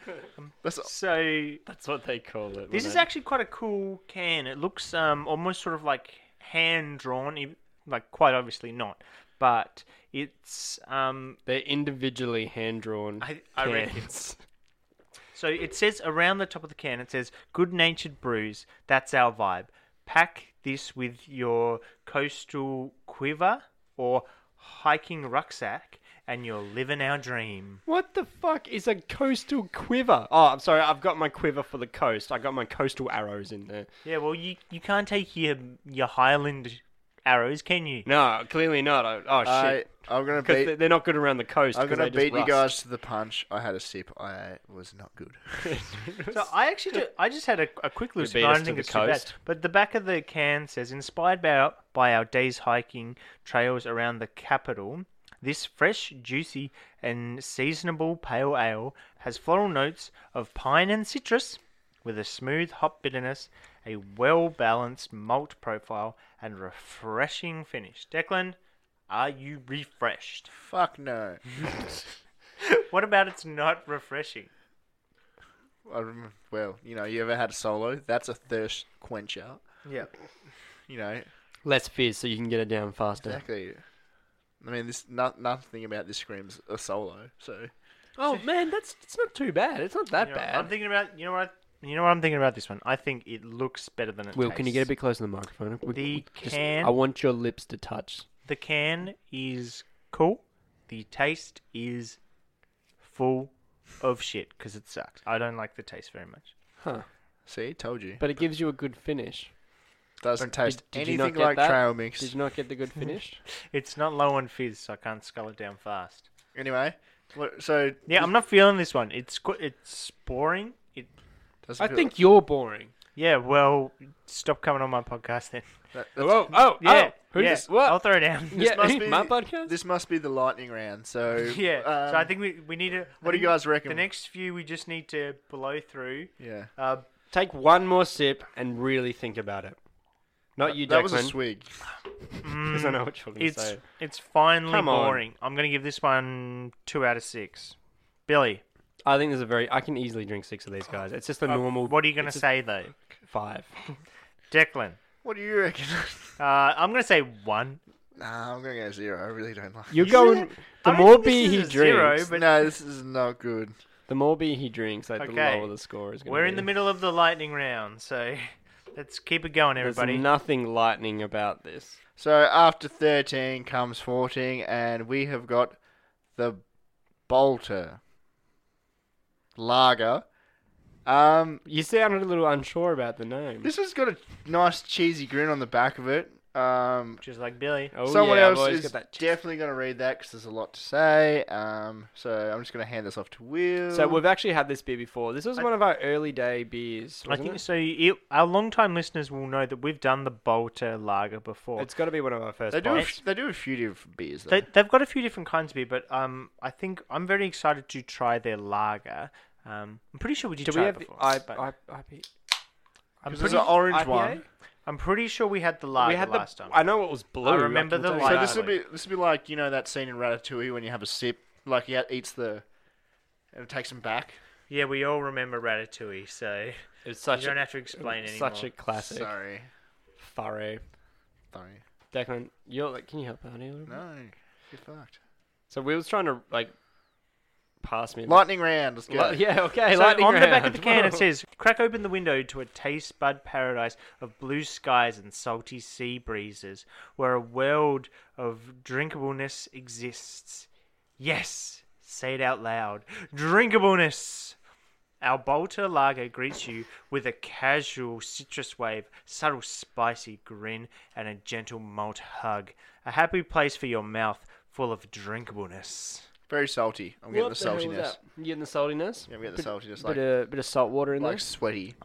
[SPEAKER 2] That's
[SPEAKER 1] So
[SPEAKER 3] That's what they call it.
[SPEAKER 1] This
[SPEAKER 3] when
[SPEAKER 1] is
[SPEAKER 3] they-
[SPEAKER 1] actually quite a cool can. It looks um almost sort of like hand drawn, ev- like quite obviously not, but it's um
[SPEAKER 3] They're individually hand drawn.
[SPEAKER 1] I, I reckon. So it says around the top of the can, it says "Good natured brews." That's our vibe. Pack this with your coastal quiver or hiking rucksack and you're living our dream.
[SPEAKER 3] What the fuck is a coastal quiver? Oh, I'm sorry. I've got my quiver for the coast. I got my coastal arrows in there.
[SPEAKER 1] Yeah, well, you, you can't take your your Highland arrows, can you?
[SPEAKER 3] No, clearly not. I, oh
[SPEAKER 2] I,
[SPEAKER 3] shit.
[SPEAKER 2] I'm gonna
[SPEAKER 3] Because
[SPEAKER 2] beat.
[SPEAKER 3] they're not good around the coast.
[SPEAKER 2] I'm
[SPEAKER 3] 'cause
[SPEAKER 2] gonna
[SPEAKER 3] they
[SPEAKER 2] beat
[SPEAKER 3] just
[SPEAKER 2] you
[SPEAKER 3] rust.
[SPEAKER 2] guys to the punch. I had a sip. I was not good. *laughs*
[SPEAKER 1] So I actually ju- I just had a, a quick look.
[SPEAKER 3] beat
[SPEAKER 1] I
[SPEAKER 3] us
[SPEAKER 1] don't
[SPEAKER 3] to
[SPEAKER 1] think
[SPEAKER 3] the
[SPEAKER 1] it's too bad.
[SPEAKER 3] coast.
[SPEAKER 1] But the back of the can says, inspired by our, by our day's hiking trails around the capital, this fresh, juicy, and seasonable pale ale has floral notes of pine and citrus, with a smooth hop bitterness, a well balanced malt profile, and refreshing finish. Declan, are you refreshed?
[SPEAKER 2] Fuck no.
[SPEAKER 1] What about it's not refreshing?
[SPEAKER 2] I rem- well, you know, you ever had a solo? That's a thirst quencher.
[SPEAKER 1] Yeah.
[SPEAKER 2] You know,
[SPEAKER 3] Less fizz, so you can get it down faster.
[SPEAKER 2] exactly. I mean, this no, nothing about this screams a solo. So
[SPEAKER 3] Oh man, that's it's not too bad. It's not that
[SPEAKER 1] You know,
[SPEAKER 3] bad.
[SPEAKER 1] I'm thinking about you know what I, you know what I'm thinking about this one. I think it looks better than it.
[SPEAKER 3] Will, can you get a
[SPEAKER 1] tastes.
[SPEAKER 3] bit closer to the microphone? We-
[SPEAKER 1] The
[SPEAKER 3] we just-
[SPEAKER 1] can-
[SPEAKER 3] I want your lips to touch.
[SPEAKER 1] The can is cool. The taste is full of shit because it sucks. I don't like the taste very much.
[SPEAKER 3] Huh.
[SPEAKER 2] see, told you.
[SPEAKER 3] But it gives you a good finish.
[SPEAKER 2] Doesn't taste
[SPEAKER 3] Did- did you not
[SPEAKER 2] anything
[SPEAKER 3] get
[SPEAKER 2] like
[SPEAKER 3] that?
[SPEAKER 2] trail mix.
[SPEAKER 3] Did you not get the *laughs* good finish?
[SPEAKER 1] It's not low on fizz, so I can't scull it down fast.
[SPEAKER 2] Anyway, what, so
[SPEAKER 1] Yeah, I'm not feeling this one. It's qu- it's boring. It
[SPEAKER 2] doesn't
[SPEAKER 3] I
[SPEAKER 2] feel-
[SPEAKER 3] think you're boring.
[SPEAKER 1] yeah. Well, stop coming on my podcast then.
[SPEAKER 2] that- that's-
[SPEAKER 3] Whoa! Oh!
[SPEAKER 1] Yeah.
[SPEAKER 3] Oh! Who's
[SPEAKER 1] yeah.
[SPEAKER 3] this? What?
[SPEAKER 1] I'll throw it down.
[SPEAKER 3] yeah, *laughs*
[SPEAKER 2] must be-
[SPEAKER 3] my podcast.
[SPEAKER 2] This must be the lightning round. So
[SPEAKER 1] *laughs*
[SPEAKER 3] *laughs*
[SPEAKER 1] yeah. so I
[SPEAKER 2] um,
[SPEAKER 1] think we we need to.
[SPEAKER 2] What do you guys reckon?
[SPEAKER 1] The next few we just need to blow through.
[SPEAKER 2] Yeah.
[SPEAKER 1] Uh,
[SPEAKER 3] Take one more sip and really think about it. Not you, Declan.
[SPEAKER 2] That was a swig.
[SPEAKER 3] 'cause I know what you're going to
[SPEAKER 1] Mm. It's
[SPEAKER 3] say.
[SPEAKER 1] it's finally
[SPEAKER 3] Come on.
[SPEAKER 1] boring. I'm gonna give this one two out of six. Billy,
[SPEAKER 3] I think there's a very. I can easily drink six of these guys. It's just a normal.
[SPEAKER 1] Uh, what are you gonna
[SPEAKER 3] it's a
[SPEAKER 1] say though? *laughs*
[SPEAKER 3] Five.
[SPEAKER 1] Declan,
[SPEAKER 2] What do you reckon? *laughs*
[SPEAKER 1] uh, I'm gonna say one.
[SPEAKER 2] nah, I'm gonna go zero. I really don't like.
[SPEAKER 3] You're going.
[SPEAKER 1] I
[SPEAKER 3] The
[SPEAKER 1] don't
[SPEAKER 3] more
[SPEAKER 1] think this
[SPEAKER 3] beer he
[SPEAKER 1] is
[SPEAKER 3] drinks,
[SPEAKER 1] a zero,
[SPEAKER 2] it. No, this is not good.
[SPEAKER 3] the more beer he drinks, like, the
[SPEAKER 1] Okay.
[SPEAKER 3] lower the score is going to be.
[SPEAKER 1] We're in the middle of the lightning round, so *laughs* let's keep it going,
[SPEAKER 3] There's
[SPEAKER 1] everybody.
[SPEAKER 3] nothing lightning about this.
[SPEAKER 2] So after thirteen comes fourteen, and we have got the Bolter Lager. Um,
[SPEAKER 3] You sounded a little unsure about the name.
[SPEAKER 2] this one's got a nice cheesy grin on the back of it. Um,
[SPEAKER 1] Just like Billy.
[SPEAKER 3] oh,
[SPEAKER 2] Someone
[SPEAKER 3] yeah, I've
[SPEAKER 2] else
[SPEAKER 3] always
[SPEAKER 2] is
[SPEAKER 3] got that ch-
[SPEAKER 2] definitely going to read that because there's a lot to say. Um, so I'm just going to hand this off to Will.
[SPEAKER 3] So we've actually had this beer before. This was one of our early day beers.
[SPEAKER 1] I
[SPEAKER 3] Wasn't
[SPEAKER 1] think
[SPEAKER 3] it?
[SPEAKER 1] so. It, our long-time listeners will know that we've done the Bolter Lager before.
[SPEAKER 3] It's got to be one of our first.
[SPEAKER 2] they do a,
[SPEAKER 3] pods.
[SPEAKER 2] they do a few different beers though.
[SPEAKER 1] They, they've got a few different kinds of beer, but um, I think I'm very excited to try their lager. Um, I'm pretty sure we did
[SPEAKER 3] Do we
[SPEAKER 1] try
[SPEAKER 3] have
[SPEAKER 1] it before.
[SPEAKER 3] I,
[SPEAKER 1] but
[SPEAKER 3] I, IP,
[SPEAKER 1] I'm
[SPEAKER 2] There's
[SPEAKER 1] pretty,
[SPEAKER 2] an orange
[SPEAKER 3] IPA?
[SPEAKER 2] one.
[SPEAKER 1] I'm pretty sure we had the lager
[SPEAKER 3] we had
[SPEAKER 1] last
[SPEAKER 3] the.
[SPEAKER 1] time.
[SPEAKER 3] I know it was blue.
[SPEAKER 1] remember
[SPEAKER 3] can
[SPEAKER 1] the
[SPEAKER 3] tell you
[SPEAKER 1] light
[SPEAKER 2] So
[SPEAKER 3] that.
[SPEAKER 2] this will
[SPEAKER 1] Exactly.
[SPEAKER 2] be this will be like you know that scene in Ratatouille when you have a sip, like he eats the and it takes him back.
[SPEAKER 1] Yeah, we all remember Ratatouille, so
[SPEAKER 3] It's such
[SPEAKER 1] you don't
[SPEAKER 3] a
[SPEAKER 1] have to explain anymore.
[SPEAKER 3] such a classic.
[SPEAKER 2] Sorry,
[SPEAKER 3] Furry.
[SPEAKER 2] sorry,
[SPEAKER 3] Declan, you're like, can you help out here? a little bit?
[SPEAKER 2] no, you're fucked.
[SPEAKER 3] So we was trying to like pass me. the-
[SPEAKER 2] Lightning round. Let's go.
[SPEAKER 3] Li- yeah,
[SPEAKER 1] *laughs*
[SPEAKER 3] okay.
[SPEAKER 1] So
[SPEAKER 3] lightning
[SPEAKER 1] on the back of
[SPEAKER 3] round.
[SPEAKER 1] the can *laughs* it says, "Crack open the window to a taste bud paradise of blue skies and salty sea breezes, where a world of drinkableness exists." Yes, say it out loud. Drinkableness. Our Bolter Lager greets you with a casual citrus wave, subtle spicy grin, and a gentle malt hug. A happy place for your mouth full of drinkableness.
[SPEAKER 2] Very salty. I'm *laughs*
[SPEAKER 3] What
[SPEAKER 2] getting the,
[SPEAKER 3] hell was
[SPEAKER 2] saltiness.
[SPEAKER 3] that? You getting the saltiness?
[SPEAKER 2] Yeah, I'm getting the saltiness.
[SPEAKER 3] Bit
[SPEAKER 2] Like
[SPEAKER 3] of bit of salt water in
[SPEAKER 2] like sweaty.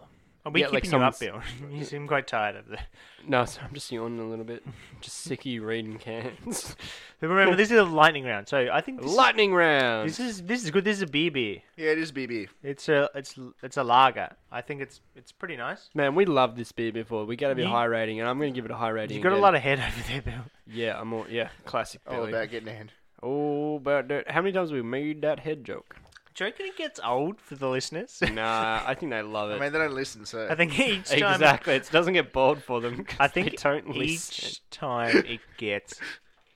[SPEAKER 1] Are we
[SPEAKER 3] Yeah, like
[SPEAKER 1] keeping you up, Bill? *laughs*
[SPEAKER 3] someone's-
[SPEAKER 1] you seem quite tired of that.
[SPEAKER 3] there. *laughs* No, sorry, I'm just yawning a little bit. just sick of you
[SPEAKER 2] *laughs*
[SPEAKER 3] reading cans.
[SPEAKER 1] But remember, this is a lightning round, so I think this,
[SPEAKER 3] lightning round.
[SPEAKER 1] this is this is good. This is a beer beer.
[SPEAKER 2] Yeah, it is BB.
[SPEAKER 1] It's a it's it's a lager. I think it's it's pretty nice.
[SPEAKER 3] Man, we loved this beer before. We got to be
[SPEAKER 1] You-
[SPEAKER 3] high rating, and I'm going to give it a high rating.
[SPEAKER 1] You got a
[SPEAKER 3] again.
[SPEAKER 1] lot of head *laughs* over there, Bill.
[SPEAKER 3] yeah. I'm all yeah. Classic.
[SPEAKER 2] All
[SPEAKER 3] Billy.
[SPEAKER 2] about getting a hand.
[SPEAKER 3] Oh, about that. How many times have we made that head joke?
[SPEAKER 1] Do you reckon it gets old for the listeners?
[SPEAKER 3] Nah, I think they
[SPEAKER 2] *laughs*
[SPEAKER 3] love
[SPEAKER 2] I
[SPEAKER 3] it.
[SPEAKER 2] mean, they don't listen, so
[SPEAKER 1] *laughs* I think each time.
[SPEAKER 3] exactly. It doesn't get bored for them. *laughs* 'cause
[SPEAKER 1] I think
[SPEAKER 3] they don't
[SPEAKER 1] each
[SPEAKER 3] listen.
[SPEAKER 1] time it gets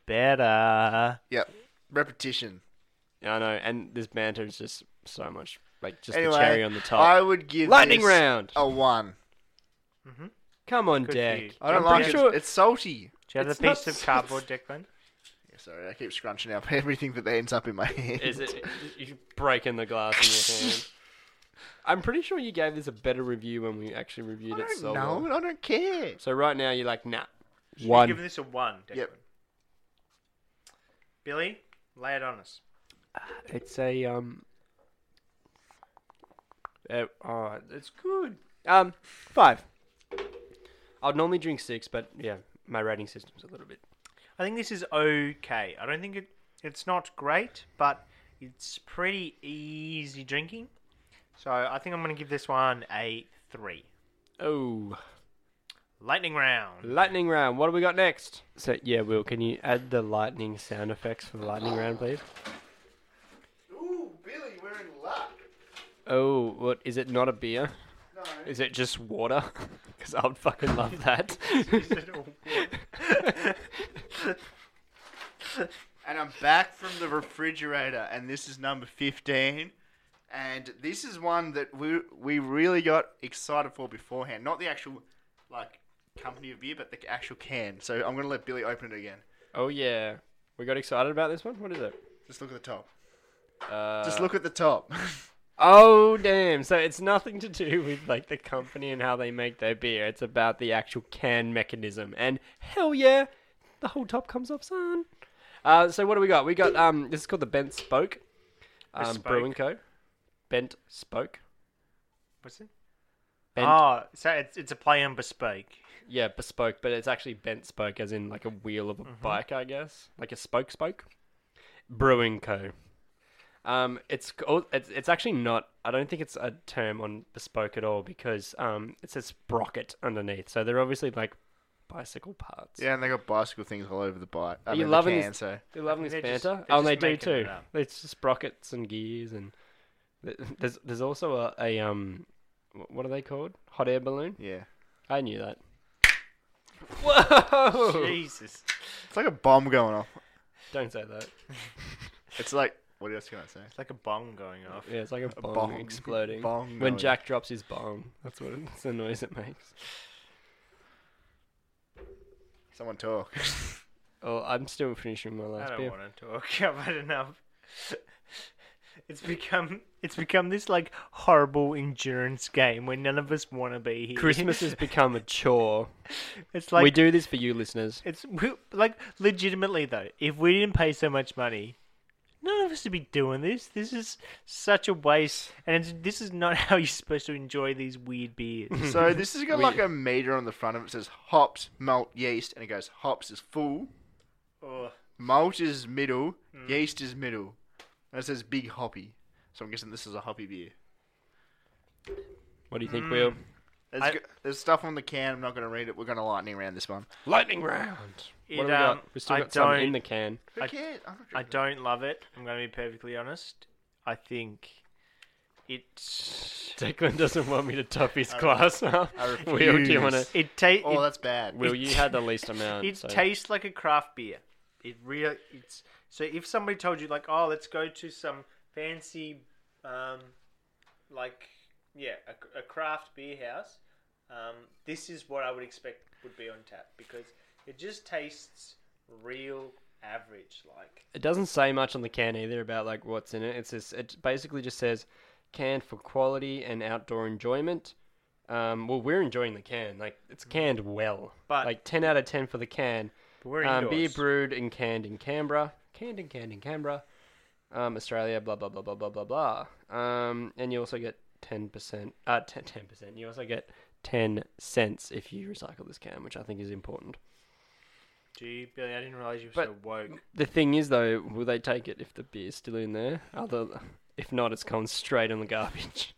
[SPEAKER 1] better.
[SPEAKER 2] Yep. Repetition.
[SPEAKER 3] I know, and this banter is just so much like just
[SPEAKER 2] anyway,
[SPEAKER 3] the cherry on the top.
[SPEAKER 2] I would give
[SPEAKER 3] Lightning
[SPEAKER 2] this
[SPEAKER 3] round.
[SPEAKER 2] a one.
[SPEAKER 3] Come on,
[SPEAKER 1] Good for
[SPEAKER 3] Deck.
[SPEAKER 1] you.
[SPEAKER 2] I don't
[SPEAKER 3] I'm
[SPEAKER 2] like
[SPEAKER 3] pretty
[SPEAKER 2] it.
[SPEAKER 3] sure-
[SPEAKER 2] It's salty.
[SPEAKER 1] Do you have
[SPEAKER 3] It's
[SPEAKER 1] the piece
[SPEAKER 3] not-
[SPEAKER 1] of cardboard, Declan?
[SPEAKER 2] Yes, Sorry, I keep scrunching up *laughs* everything that ends up in my hand.
[SPEAKER 3] Is it you breaking the glass in your hand? I'm pretty sure you gave this a better review when we actually reviewed
[SPEAKER 2] I
[SPEAKER 3] it
[SPEAKER 2] don't
[SPEAKER 3] so
[SPEAKER 2] know.
[SPEAKER 3] well.
[SPEAKER 2] I don't care.
[SPEAKER 3] So right now you're like, nah.
[SPEAKER 1] You've given
[SPEAKER 4] One.
[SPEAKER 1] this a one, Declan.
[SPEAKER 2] Yep.
[SPEAKER 1] Billy, lay it on us.
[SPEAKER 3] It's a um. Uh, oh, it's good. Um, five. I'd normally drink six, but yeah, my rating system's a little bit.
[SPEAKER 1] I think this is okay. I don't think it it's not great, but it's pretty easy drinking. So I think I'm going to give this one a three.
[SPEAKER 3] Oh,
[SPEAKER 1] Lightning round.
[SPEAKER 3] lightning round. What do we got next? So yeah, Will, can you add the lightning sound effects for the lightning round, please?
[SPEAKER 2] Ooh, Billy, we're in luck.
[SPEAKER 3] Oh, what is it? Not a beer?
[SPEAKER 2] No.
[SPEAKER 3] Is it just water? *laughs* Because I would fucking love that. *laughs*
[SPEAKER 2] *laughs* And I'm back from the refrigerator, and this is number 15. And this is one that we we really got excited for beforehand. Not the actual, like, company of beer, but the actual can. So I'm going to let Billy open it again.
[SPEAKER 3] oh yeah, we got excited about this one. What is it?
[SPEAKER 2] Just look at the top.
[SPEAKER 3] Uh,
[SPEAKER 2] Just look at the top. *laughs*
[SPEAKER 3] Oh damn! So it's nothing to do *laughs* with like the company and how they make their beer. It's about the actual can mechanism. And hell yeah, the whole top comes off, son. Uh, so what do we got? We got um, this is called the Bent Spoke, um,
[SPEAKER 1] Spoke.
[SPEAKER 3] Brewing Co. Bent Spoke.
[SPEAKER 1] What's it?
[SPEAKER 3] Bent,
[SPEAKER 1] Oh, so it's, it's a play on
[SPEAKER 3] *laughs*
[SPEAKER 1] bespoke.
[SPEAKER 3] yeah, bespoke, but it's actually bent spoke, as in like a wheel of a
[SPEAKER 1] Mm-hmm.
[SPEAKER 3] bike, I guess, like a spoke spoke. Brewing Co. Um, it's called, it's it's actually not. I don't think it's a term on bespoke at all because um, it says sprocket underneath, so they're obviously like bicycle parts.
[SPEAKER 2] yeah, and they got bicycle things all over the bike. I
[SPEAKER 3] Are
[SPEAKER 2] mean,
[SPEAKER 3] you
[SPEAKER 2] the
[SPEAKER 3] loving
[SPEAKER 2] can,
[SPEAKER 3] this?
[SPEAKER 2] so.
[SPEAKER 3] They're loving
[SPEAKER 1] I
[SPEAKER 3] this
[SPEAKER 1] think
[SPEAKER 3] banter.
[SPEAKER 1] they're just- they're
[SPEAKER 3] oh, and they
[SPEAKER 1] just
[SPEAKER 3] do
[SPEAKER 1] making it
[SPEAKER 3] too.
[SPEAKER 1] up.
[SPEAKER 3] It's sprockets and gears and th- there's there's also a, a um, wh- what are they called? Hot air balloon.
[SPEAKER 2] Yeah.
[SPEAKER 3] I knew
[SPEAKER 1] *laughs*
[SPEAKER 3] that. Whoa!
[SPEAKER 1] Jesus.
[SPEAKER 2] It's like a bomb going off.
[SPEAKER 3] Don't say that.
[SPEAKER 2] It's like, what else can I say?
[SPEAKER 1] It's like a bomb going off.
[SPEAKER 3] Yeah, it's like a, bong,
[SPEAKER 2] bong.
[SPEAKER 3] exploding.
[SPEAKER 2] Bong
[SPEAKER 3] when
[SPEAKER 2] going.
[SPEAKER 3] Jack drops his bong, that's what it, that's the noise it makes.
[SPEAKER 2] Someone *laughs* talk.
[SPEAKER 3] Oh, I'm still finishing my
[SPEAKER 1] I
[SPEAKER 3] last
[SPEAKER 1] don't
[SPEAKER 3] beer.
[SPEAKER 1] want to talk *laughs* about it enough. It's become it's become this like horrible endurance game where none of us want to be here.
[SPEAKER 3] Christmas has become a chore.
[SPEAKER 1] It's like
[SPEAKER 3] we do this for you, listeners.
[SPEAKER 1] It's we, like legitimately though, if we didn't pay so much money, none of us would be doing this. This is such a waste, and it's, this is not *laughs* how you're supposed to enjoy these weird beers.
[SPEAKER 2] so this has got
[SPEAKER 3] We-
[SPEAKER 2] like a meter on the front of it. It says hops, malt, yeast, and it goes hops is full,
[SPEAKER 1] Ugh.
[SPEAKER 2] malt is middle,
[SPEAKER 1] Hmm.
[SPEAKER 2] yeast is middle, and it says big hoppy. So I'm guessing this is a hoppy beer.
[SPEAKER 3] What do you
[SPEAKER 1] Mm.
[SPEAKER 3] think, Will?
[SPEAKER 2] There's,
[SPEAKER 1] I-
[SPEAKER 2] go- there's stuff on the can. I'm not going to read it. We're going to lightning round this one.
[SPEAKER 3] Lightning round.
[SPEAKER 1] It,
[SPEAKER 3] what do we
[SPEAKER 1] um,
[SPEAKER 3] got? We still
[SPEAKER 1] I
[SPEAKER 3] got some in
[SPEAKER 1] don't-
[SPEAKER 3] the can.
[SPEAKER 2] Who
[SPEAKER 1] I-
[SPEAKER 2] cares? I'm not
[SPEAKER 1] I
[SPEAKER 2] drinking
[SPEAKER 1] don't love it. I'm going to be perfectly honest. I think it's
[SPEAKER 3] Declan doesn't want me to top his class now. Will, do you
[SPEAKER 2] refuse.
[SPEAKER 3] want to?
[SPEAKER 1] it tastes.
[SPEAKER 2] it. Oh, that's bad.
[SPEAKER 3] Will, you had the least amount.
[SPEAKER 1] It
[SPEAKER 3] so-
[SPEAKER 1] tastes like a craft beer. It really it's so if somebody told you like, oh, let's go to some fancy, um, like yeah, a, a craft beer house. Um, this is what I would expect would be on tap because it just tastes real average. Like
[SPEAKER 3] It doesn't say much on the can either about like what's in it. It's just, it basically just says canned for quality and outdoor enjoyment. Um, well, we're enjoying the can. Like it's canned well.
[SPEAKER 1] But-
[SPEAKER 3] like ten out of ten for the can.
[SPEAKER 1] we're
[SPEAKER 3] um, beer
[SPEAKER 1] indoors.
[SPEAKER 3] brewed and canned in Canberra. Canned and canned in Canberra. Um, Australia. Blah blah blah blah blah blah blah. Um, and you also get ten percent. Uh, ten percent. You also get ten cents if you recycle this can, which I think is important.
[SPEAKER 1] gee, Billy, I didn't realize you were
[SPEAKER 3] But-
[SPEAKER 1] so woke.
[SPEAKER 3] The thing is, though, will they take it if the beer's still in there? Other, if not, it's going straight in the garbage.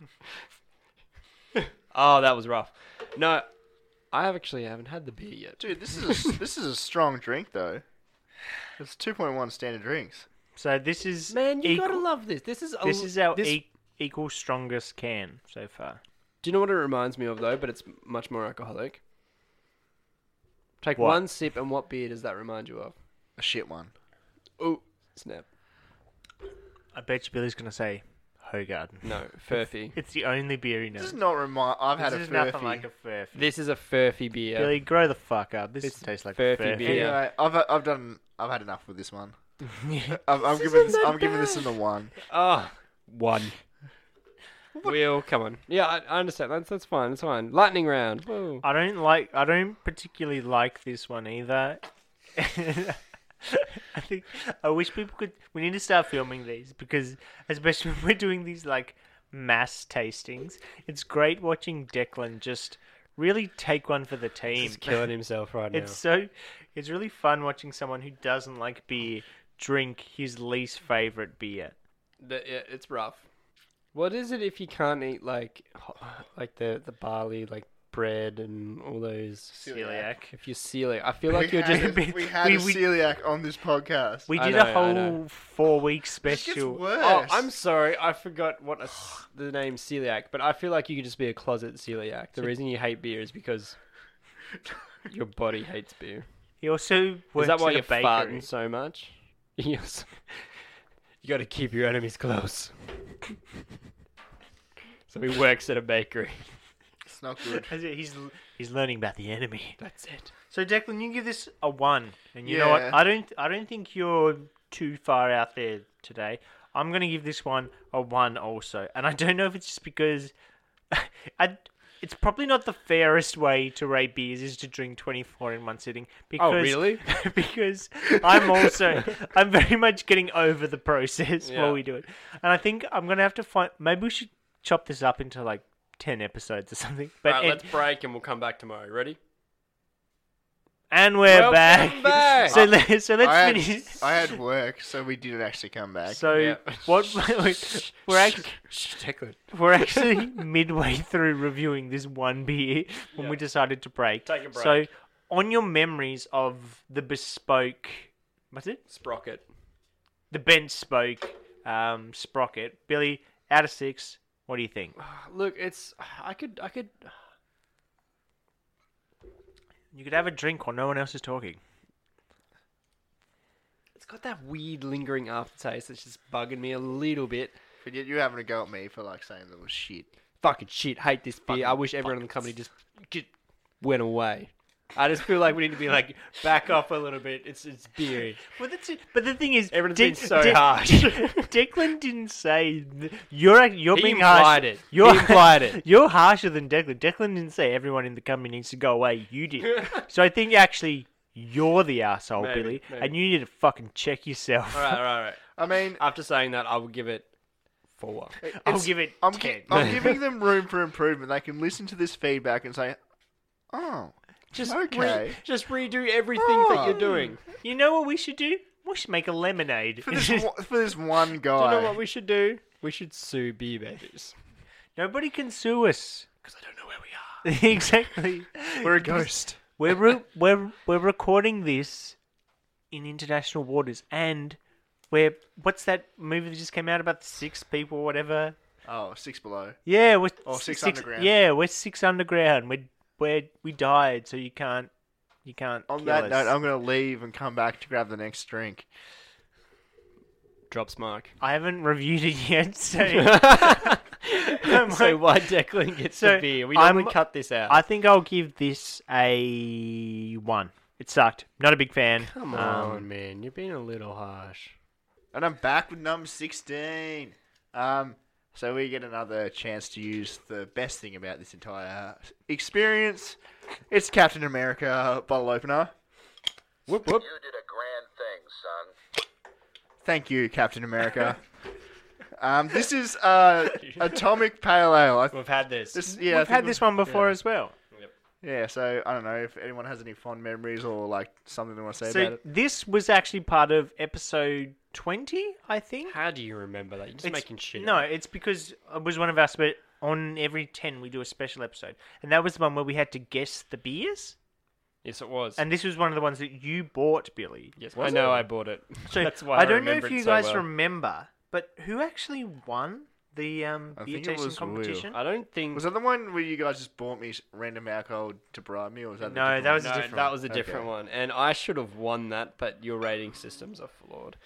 [SPEAKER 3] *laughs* oh, that was rough. No, I have actually haven't had the beer yet.
[SPEAKER 2] Dude, this is a, this is a strong drink though. It's 2.1 standard drinks.
[SPEAKER 1] So this is
[SPEAKER 3] Man, you
[SPEAKER 1] equal,
[SPEAKER 3] gotta love this. This is a,
[SPEAKER 1] this is our
[SPEAKER 3] this-
[SPEAKER 1] e- equal strongest can so far.
[SPEAKER 3] Do you know what it reminds me of though? But it's much more alcoholic. Take
[SPEAKER 1] What?
[SPEAKER 3] one sip, and what beer does that remind you of?
[SPEAKER 2] A shit one.
[SPEAKER 3] Oh, snap!
[SPEAKER 1] I bet you Billy's gonna say Hogard.
[SPEAKER 3] No, Furphy.
[SPEAKER 1] It's the only beer he
[SPEAKER 2] This
[SPEAKER 1] knows.
[SPEAKER 2] is not remind. I've had
[SPEAKER 1] this
[SPEAKER 2] a
[SPEAKER 1] is nothing
[SPEAKER 2] furphy.
[SPEAKER 1] like a furphy.
[SPEAKER 3] This is a Furphy beer.
[SPEAKER 1] Billy, grow the fuck up. This tastes like
[SPEAKER 3] furphy
[SPEAKER 1] a furphy.
[SPEAKER 3] beer.
[SPEAKER 2] Anyway, I've I've done. I've had enough with
[SPEAKER 1] *laughs*
[SPEAKER 2] this one. I'm, I'm giving this, I'm giving this in the one.
[SPEAKER 3] Oh,
[SPEAKER 4] One.
[SPEAKER 3] Will, come on. Yeah, I, I understand. That's that's fine. That's fine. Lightning round. Whoa.
[SPEAKER 1] I don't like. I don't particularly like this one either. *laughs* I think I wish people could. We need to start filming these because, especially *laughs* when we're doing these like mass tastings, it's great watching Declan just really take one for the team.
[SPEAKER 3] He's *laughs* killing himself right now.
[SPEAKER 1] It's so it's really fun watching someone who doesn't like beer drink his least favorite beer.
[SPEAKER 3] The, yeah, it's rough. What is it if you can't eat like ho- like the the barley like bread and all those?
[SPEAKER 1] Celiac.
[SPEAKER 3] If you're celiac, I feel like you're just.
[SPEAKER 1] a bit- *laughs*
[SPEAKER 2] we had
[SPEAKER 1] we-
[SPEAKER 2] a
[SPEAKER 1] we-
[SPEAKER 2] celiac on this podcast.
[SPEAKER 1] We
[SPEAKER 3] I
[SPEAKER 1] did
[SPEAKER 3] know,
[SPEAKER 1] a
[SPEAKER 3] I know.
[SPEAKER 1] whole four week
[SPEAKER 2] This gets
[SPEAKER 1] special.
[SPEAKER 2] worse.
[SPEAKER 3] *laughs* Oh, I'm sorry, I forgot what a s the name celiac. But I feel like you could just be a closet celiac. The reason you hate beer is because your body hates beer.
[SPEAKER 1] He also works
[SPEAKER 3] Is that why
[SPEAKER 1] at a
[SPEAKER 3] you're
[SPEAKER 1] bakery.
[SPEAKER 3] farting so much? *laughs* Yes. You got to keep your enemies close. *laughs* so he works at a bakery.
[SPEAKER 2] It's not
[SPEAKER 3] *laughs*
[SPEAKER 2] good.
[SPEAKER 1] As it- He's he's learning about the enemy.
[SPEAKER 3] That's it.
[SPEAKER 1] So Declan, you give this a one, and you know what?
[SPEAKER 2] Yeah.
[SPEAKER 1] I don't I don't think you're too far out there today. I'm gonna give this one a one also, and I don't know if it's just because *laughs* I. It's probably not the fairest way to rate beers is to drink 24 in one sitting. Because,
[SPEAKER 3] Oh, really?
[SPEAKER 1] *laughs* because I'm
[SPEAKER 3] *laughs*
[SPEAKER 1] also I'm very much getting over the process
[SPEAKER 3] Yeah.
[SPEAKER 1] while we do it, and I think I'm gonna have to find. Maybe we should chop this up into like 10 episodes or something. But
[SPEAKER 3] Alright,
[SPEAKER 1] it-
[SPEAKER 3] let's break and we'll come back tomorrow. Ready?
[SPEAKER 1] And we're
[SPEAKER 3] Welcome
[SPEAKER 1] back.
[SPEAKER 3] back.
[SPEAKER 1] So, let, so let's
[SPEAKER 2] I had,
[SPEAKER 1] finish.
[SPEAKER 2] *laughs* I had work, so we didn't actually come back.
[SPEAKER 1] So
[SPEAKER 3] Yeah.
[SPEAKER 1] what
[SPEAKER 3] *laughs*
[SPEAKER 1] we're actually
[SPEAKER 3] Shh, Declan.
[SPEAKER 1] we're actually midway through reviewing this one beer when we decided to break.
[SPEAKER 3] Take a
[SPEAKER 1] So
[SPEAKER 3] break.
[SPEAKER 1] on your memories of the bespoke, what's it?
[SPEAKER 3] Sprocket.
[SPEAKER 1] The bench spoke um, sprocket. Billy, out of six, what do you think?
[SPEAKER 3] Look, it's I could I could
[SPEAKER 1] You could have a drink while no one else is talking.
[SPEAKER 3] it's got that weird lingering aftertaste that's just bugging me a little bit.
[SPEAKER 2] But yet you're having a go at me for like saying that was shit.
[SPEAKER 3] Fucking shit, hate this beer. I wish everyone in the company just just went away. I just feel like we need to be like back off a little bit. It's it's beery.
[SPEAKER 1] Well, that's it. But the thing is,
[SPEAKER 3] Everyone's
[SPEAKER 1] Dec-
[SPEAKER 3] been so
[SPEAKER 1] Dec-
[SPEAKER 3] harsh.
[SPEAKER 1] Declan didn't say th- you're ac- you're
[SPEAKER 3] He
[SPEAKER 1] being harsh.
[SPEAKER 3] implied it. He implied it.
[SPEAKER 1] *laughs* You're harsher than Declan. Declan didn't say everyone in the company needs to go away. You
[SPEAKER 3] *laughs*
[SPEAKER 1] did. so I think actually you're the asshole,
[SPEAKER 3] Maybe,
[SPEAKER 1] Billy,
[SPEAKER 3] maybe.
[SPEAKER 1] and you need to fucking check yourself.
[SPEAKER 3] All right, all right, all right.
[SPEAKER 2] I mean,
[SPEAKER 3] After saying that, I will give it four.
[SPEAKER 1] *laughs* I'll
[SPEAKER 2] it's-
[SPEAKER 1] give it
[SPEAKER 2] I'm,
[SPEAKER 1] ten.
[SPEAKER 2] gi-
[SPEAKER 3] *laughs*
[SPEAKER 2] I'm giving them room for improvement. They can listen to this feedback and say, "Oh,
[SPEAKER 3] Just
[SPEAKER 2] Okay.
[SPEAKER 3] re- just redo everything that you're doing.
[SPEAKER 1] you know what we should do? We should make a lemonade. *laughs*
[SPEAKER 3] *laughs*
[SPEAKER 2] for this one- for this one
[SPEAKER 3] Do you
[SPEAKER 2] guy."
[SPEAKER 3] know what we should do? We should sue bee babies.
[SPEAKER 1] Nobody can sue us.
[SPEAKER 3] Because I don't know where we are.
[SPEAKER 1] *laughs* exactly.
[SPEAKER 2] We're a
[SPEAKER 3] *laughs*
[SPEAKER 2] ghost.
[SPEAKER 1] We're re- we're we're recording this in international waters, and we're what's that movie that just came out about the six people, or whatever?
[SPEAKER 2] Oh, six below.
[SPEAKER 1] Yeah, we're
[SPEAKER 2] Oh, Six Underground.
[SPEAKER 1] Yeah, we're six underground. We we we died, so you can't you can't.
[SPEAKER 2] On
[SPEAKER 1] kill
[SPEAKER 2] that
[SPEAKER 1] us.
[SPEAKER 2] note, I'm going to leave and come back to grab the next drink.
[SPEAKER 3] Drops Mark.
[SPEAKER 1] I haven't reviewed it yet, *laughs*
[SPEAKER 2] *laughs*
[SPEAKER 1] so *laughs*
[SPEAKER 3] *laughs* so why Declan gets
[SPEAKER 1] So,
[SPEAKER 3] the beer? We
[SPEAKER 1] I'm-
[SPEAKER 3] normally cut this out.
[SPEAKER 1] I think I'll give this a one. It sucked. Not a big fan. Um,
[SPEAKER 3] Come on, man. You're being a little harsh.
[SPEAKER 2] And I'm back with number 16. Um, so we get another chance to use the best thing about this entire experience. It's Captain America bottle opener.
[SPEAKER 3] Whoop whoop.
[SPEAKER 5] You did a grand thing, son.
[SPEAKER 2] Thank you,
[SPEAKER 1] *laughs*
[SPEAKER 2] Captain America. um, this is uh, Atomic Pale Ale. I,
[SPEAKER 3] We've had this.
[SPEAKER 2] this, yeah, I
[SPEAKER 1] We've
[SPEAKER 2] think
[SPEAKER 1] had this one before as well.
[SPEAKER 2] Yeah, so I don't know if anyone has any fond memories or like something they want to say about
[SPEAKER 1] So
[SPEAKER 2] it.
[SPEAKER 1] this was actually part of episode twenty, I think.
[SPEAKER 3] How do you remember that? You're just
[SPEAKER 1] It's-
[SPEAKER 3] making shit.
[SPEAKER 1] No,
[SPEAKER 3] up.
[SPEAKER 1] it's because it was one of our spe- on every ten we do a special episode, and that was the one where we had to guess the beers,
[SPEAKER 3] Yes, it was.
[SPEAKER 1] and this was one of the ones that you bought, Billy.
[SPEAKER 3] yes, I know I bought it.
[SPEAKER 1] So
[SPEAKER 3] *laughs* That's why
[SPEAKER 1] I
[SPEAKER 3] I
[SPEAKER 1] don't know
[SPEAKER 3] remember
[SPEAKER 1] if
[SPEAKER 3] it
[SPEAKER 1] you
[SPEAKER 3] so
[SPEAKER 1] guys
[SPEAKER 3] well.
[SPEAKER 1] remember, but who actually won the um,
[SPEAKER 2] I
[SPEAKER 1] beer
[SPEAKER 2] think it
[SPEAKER 1] tasting
[SPEAKER 2] was Will.
[SPEAKER 1] competition?
[SPEAKER 3] I don't think.
[SPEAKER 2] Was that the one where you guys just bought me random alcohol to bribe me, or was that the
[SPEAKER 1] No,
[SPEAKER 2] different
[SPEAKER 1] that
[SPEAKER 2] one?
[SPEAKER 1] was a
[SPEAKER 3] no,
[SPEAKER 1] different
[SPEAKER 3] that
[SPEAKER 1] one.
[SPEAKER 3] was a
[SPEAKER 2] Okay.
[SPEAKER 3] different one, and I should have won that, but your rating systems are flawed.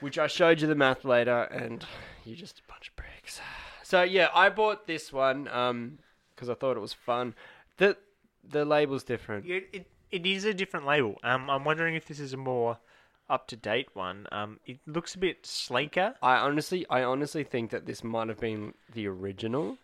[SPEAKER 3] which I showed you the math later, and you just a bunch of bricks. So yeah, I bought this one um because I thought it was fun. The the label's different.
[SPEAKER 1] Yeah, it, it is a different label. Um, I'm wondering if this is a more up to date one. Um, it looks a bit sleeker.
[SPEAKER 3] I honestly, I honestly think that this might have been the original.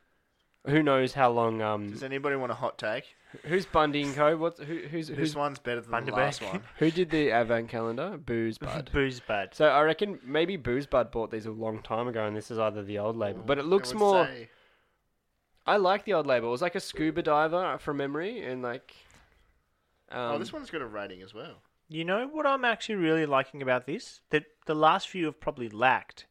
[SPEAKER 3] Who knows how long? Um,
[SPEAKER 2] Does anybody want a hot take?
[SPEAKER 3] who's Bundy and Co? What's who? Who's
[SPEAKER 2] This
[SPEAKER 3] who's,
[SPEAKER 2] one's better than the
[SPEAKER 1] Bundaberg.
[SPEAKER 2] last one.
[SPEAKER 3] who did the advent calendar? Booze Bud.
[SPEAKER 1] Booze bud.
[SPEAKER 3] So I reckon maybe Booze Bud bought these a long time ago, and this is either the old label. But it looks
[SPEAKER 2] I would
[SPEAKER 3] more.
[SPEAKER 2] say-
[SPEAKER 3] I like the old label. It was like a scuba diver from memory, and like. Um,
[SPEAKER 2] oh, this one's got a rating as well.
[SPEAKER 1] You know what I'm actually really liking about this? That the last few have probably lacked.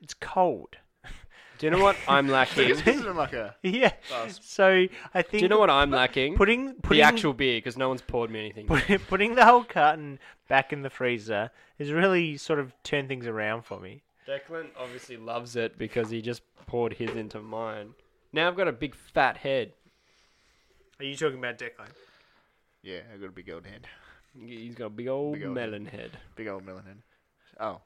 [SPEAKER 1] It's cold. *laughs*
[SPEAKER 3] Do you know what
[SPEAKER 2] *laughs*
[SPEAKER 3] I'm
[SPEAKER 2] This
[SPEAKER 3] lacking? Do
[SPEAKER 2] isn't like a.
[SPEAKER 1] Yeah. So I think.
[SPEAKER 3] you know what I'm lacking?
[SPEAKER 1] Putting, putting
[SPEAKER 3] the actual beer, because no one's poured me anything.
[SPEAKER 1] put- *laughs* putting the whole carton back in the freezer has really sort of turned things around for me.
[SPEAKER 3] Declan obviously loves it because he just poured his into mine. Now I've got a big fat head.
[SPEAKER 1] Are you talking about Declan?
[SPEAKER 2] Yeah, I got a big old head.
[SPEAKER 3] He's got a big old
[SPEAKER 2] Big old head.
[SPEAKER 3] melon head.
[SPEAKER 2] Big old melon head. Oh.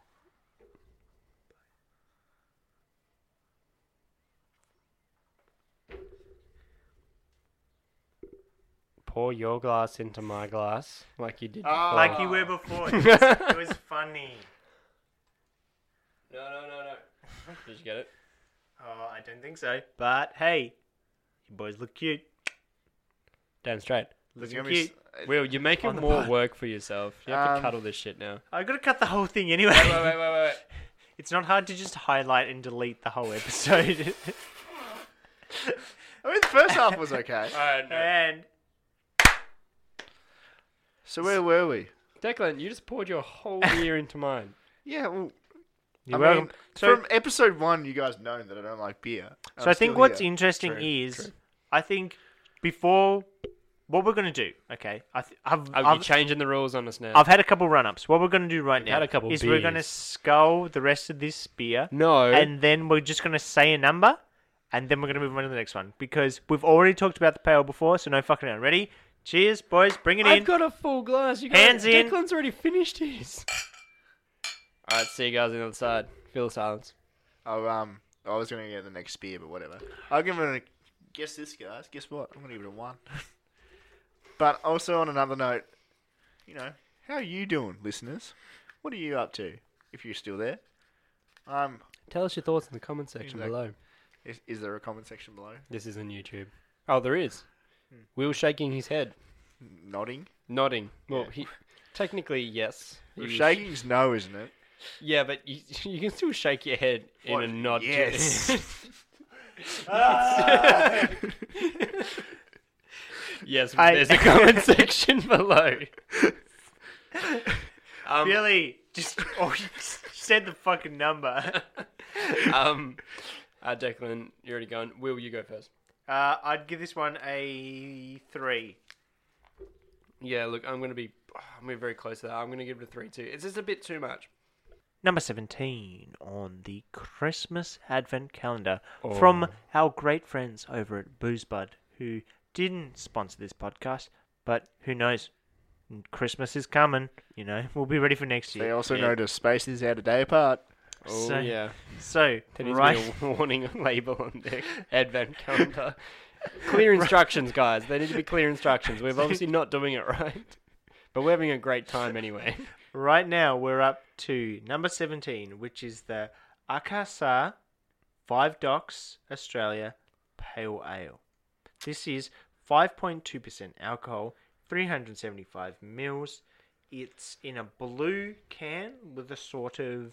[SPEAKER 3] Pour your glass into my glass, like you did.
[SPEAKER 2] Ah.
[SPEAKER 3] before.
[SPEAKER 1] Like you were *laughs* before. It was, it was funny.
[SPEAKER 3] *laughs* no, no, no, no. Did you get it?
[SPEAKER 1] Oh, I don't think so. But hey, you boys look cute.
[SPEAKER 3] Damn straight.
[SPEAKER 2] There's
[SPEAKER 1] Looking
[SPEAKER 2] gonna be s-
[SPEAKER 3] Will, you're making more work for yourself. You have
[SPEAKER 2] Um,
[SPEAKER 3] to cuddle this shit now.
[SPEAKER 1] I gotta cut the whole thing anyway.
[SPEAKER 3] wait, wait, wait.
[SPEAKER 1] *laughs* It's not hard to just highlight and delete the whole *laughs* episode.
[SPEAKER 2] I mean, the first half was okay.
[SPEAKER 1] Uh, and
[SPEAKER 2] So where were we?
[SPEAKER 3] *laughs* Declan, you just poured your *laughs* whole beer into mine.
[SPEAKER 2] Yeah, well,
[SPEAKER 1] you're
[SPEAKER 2] I
[SPEAKER 1] welcome.
[SPEAKER 2] mean,
[SPEAKER 1] so,
[SPEAKER 2] from episode one, you guys know that I don't like beer.
[SPEAKER 1] so I think what's interesting is, I think before what we're gonna do. Okay, I th- I've
[SPEAKER 3] Oh,
[SPEAKER 1] I've,
[SPEAKER 3] you're changing the rules on us now.
[SPEAKER 1] I've had a couple run ups. What we're gonna do right now
[SPEAKER 3] had a couple
[SPEAKER 1] is we're gonna
[SPEAKER 3] beers.
[SPEAKER 1] scull the rest of this beer.
[SPEAKER 3] no.
[SPEAKER 1] and then we're just going to say a number, and then we're going to move on to the next one because we've already talked about the pail before, so no fucking around. Ready? Cheers, boys. Bring it in.
[SPEAKER 3] I've got a full glass. You guys,
[SPEAKER 1] Hands in.
[SPEAKER 3] Declan's already finished his. All right, see you guys on the other side. Feel the silence.
[SPEAKER 2] Oh, um, I was gonna get the next beer, but whatever. I'll give it a guess. This guys, guess what? I'm gonna give it a one. *laughs* but also on another note, you know, how are you doing, listeners? What are you up to? If you're still there, um,
[SPEAKER 3] Tell us your thoughts in the comment section
[SPEAKER 2] Exactly.
[SPEAKER 3] below.
[SPEAKER 2] is, is there a comment section below?
[SPEAKER 3] This is on YouTube. Oh, there is. Will shaking his head,
[SPEAKER 2] Nodding.
[SPEAKER 3] nodding. Well, he technically yes. He
[SPEAKER 2] Well,
[SPEAKER 3] was-
[SPEAKER 2] Shaking's no, isn't it?
[SPEAKER 3] Yeah, but you, *laughs* you can still shake your head in
[SPEAKER 2] What?
[SPEAKER 3] a nod.
[SPEAKER 2] Yes. Ah!
[SPEAKER 3] yes.
[SPEAKER 1] I-
[SPEAKER 3] There's a comment *laughs* section below.
[SPEAKER 1] Billy, Um, just *laughs* oh, you said the fucking
[SPEAKER 3] *laughs*
[SPEAKER 1] number.
[SPEAKER 3] Um, uh, Declan, you're already going. Will, you go first.
[SPEAKER 1] Uh, I'd give this one a three.
[SPEAKER 3] Yeah, look, I'm gonna be, *sighs* I'm gonna be very close to that. I'm gonna give it a three two. It's just a bit too much.
[SPEAKER 1] Number 17 on the Christmas Advent calendar
[SPEAKER 3] Oh.
[SPEAKER 1] from our great friends over at Boozebud, who didn't sponsor this podcast, but who knows? Christmas is coming, you know, we'll be ready for next
[SPEAKER 2] They
[SPEAKER 1] year.
[SPEAKER 2] also
[SPEAKER 3] Yeah.
[SPEAKER 2] noticed space is out a day apart.
[SPEAKER 3] Oh
[SPEAKER 1] So-
[SPEAKER 3] yeah,
[SPEAKER 1] So,
[SPEAKER 3] there needs
[SPEAKER 1] right,
[SPEAKER 3] to be a *laughs* warning label on the advent calendar. clear instructions, guys. They need to be clear instructions. *laughs* We're obviously not doing it right, but we're having a great time anyway.
[SPEAKER 1] right now we're up to number 17, which is the Akasa Five Docks Australia Pale Ale. This is 5.2% alcohol, 375 mils. It's in a blue can with a sort of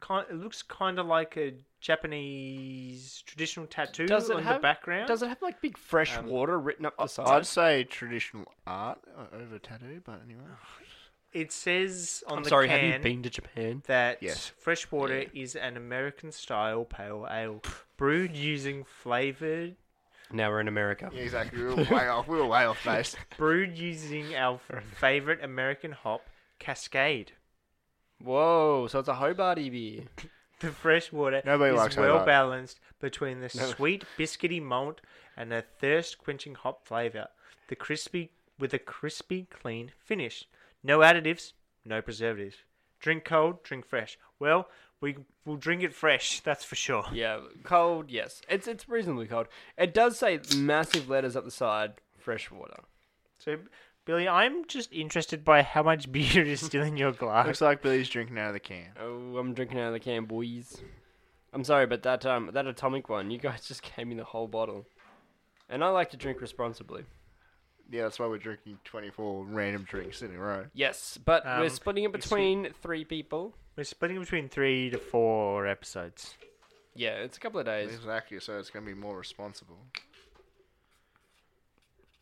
[SPEAKER 1] kind. It looks kind of like a Japanese traditional tattoo on the background.
[SPEAKER 3] Does it have like big fresh water written up the
[SPEAKER 2] I'd
[SPEAKER 3] side?
[SPEAKER 2] say traditional art uh, over tattoo, but anyway.
[SPEAKER 1] It says on
[SPEAKER 3] I'm
[SPEAKER 1] the
[SPEAKER 3] sorry.
[SPEAKER 1] can.
[SPEAKER 3] Have you been to Japan?
[SPEAKER 1] that
[SPEAKER 2] Yes.
[SPEAKER 1] fresh water is an American style pale ale brewed using flavored
[SPEAKER 3] Now we're in America.
[SPEAKER 2] Yeah, exactly. *laughs* We were way off. We were way off base.
[SPEAKER 1] brewed using
[SPEAKER 2] *laughs*
[SPEAKER 1] our favorite American hop Cascade.
[SPEAKER 3] Whoa! So it's a Hobart beer.
[SPEAKER 1] The fresh water
[SPEAKER 2] Nobody likes
[SPEAKER 1] is
[SPEAKER 2] that,
[SPEAKER 1] well
[SPEAKER 2] right?
[SPEAKER 1] balanced between the sweet biscuity malt and a thirst quenching hop flavor. The crispy with a crispy clean finish. No additives, no preservatives. Drink cold, drink fresh. Well, we will drink it fresh, that's for sure.
[SPEAKER 3] Yeah, cold. Yes, it's it's reasonably cold. It does say massive letters up the side, fresh water.
[SPEAKER 1] So, Billy, I'm just interested by how much *laughs* beer is still in your glass.
[SPEAKER 2] Looks like Billy's drinking out of the can.
[SPEAKER 3] Oh, I'm drinking out of the can, boys. I'm sorry, but that um that atomic one, you guys *laughs* just gave me the whole bottle, and I like to drink responsibly.
[SPEAKER 2] Yeah, that's why we're drinking 24 random drinks in a row.
[SPEAKER 3] Yes, but
[SPEAKER 1] Um,
[SPEAKER 3] we're splitting it
[SPEAKER 1] you see-
[SPEAKER 3] between three people.
[SPEAKER 1] We're splitting between three to four episodes.
[SPEAKER 3] Yeah, it's a couple of days.
[SPEAKER 2] Exactly, so it's going to be more responsible.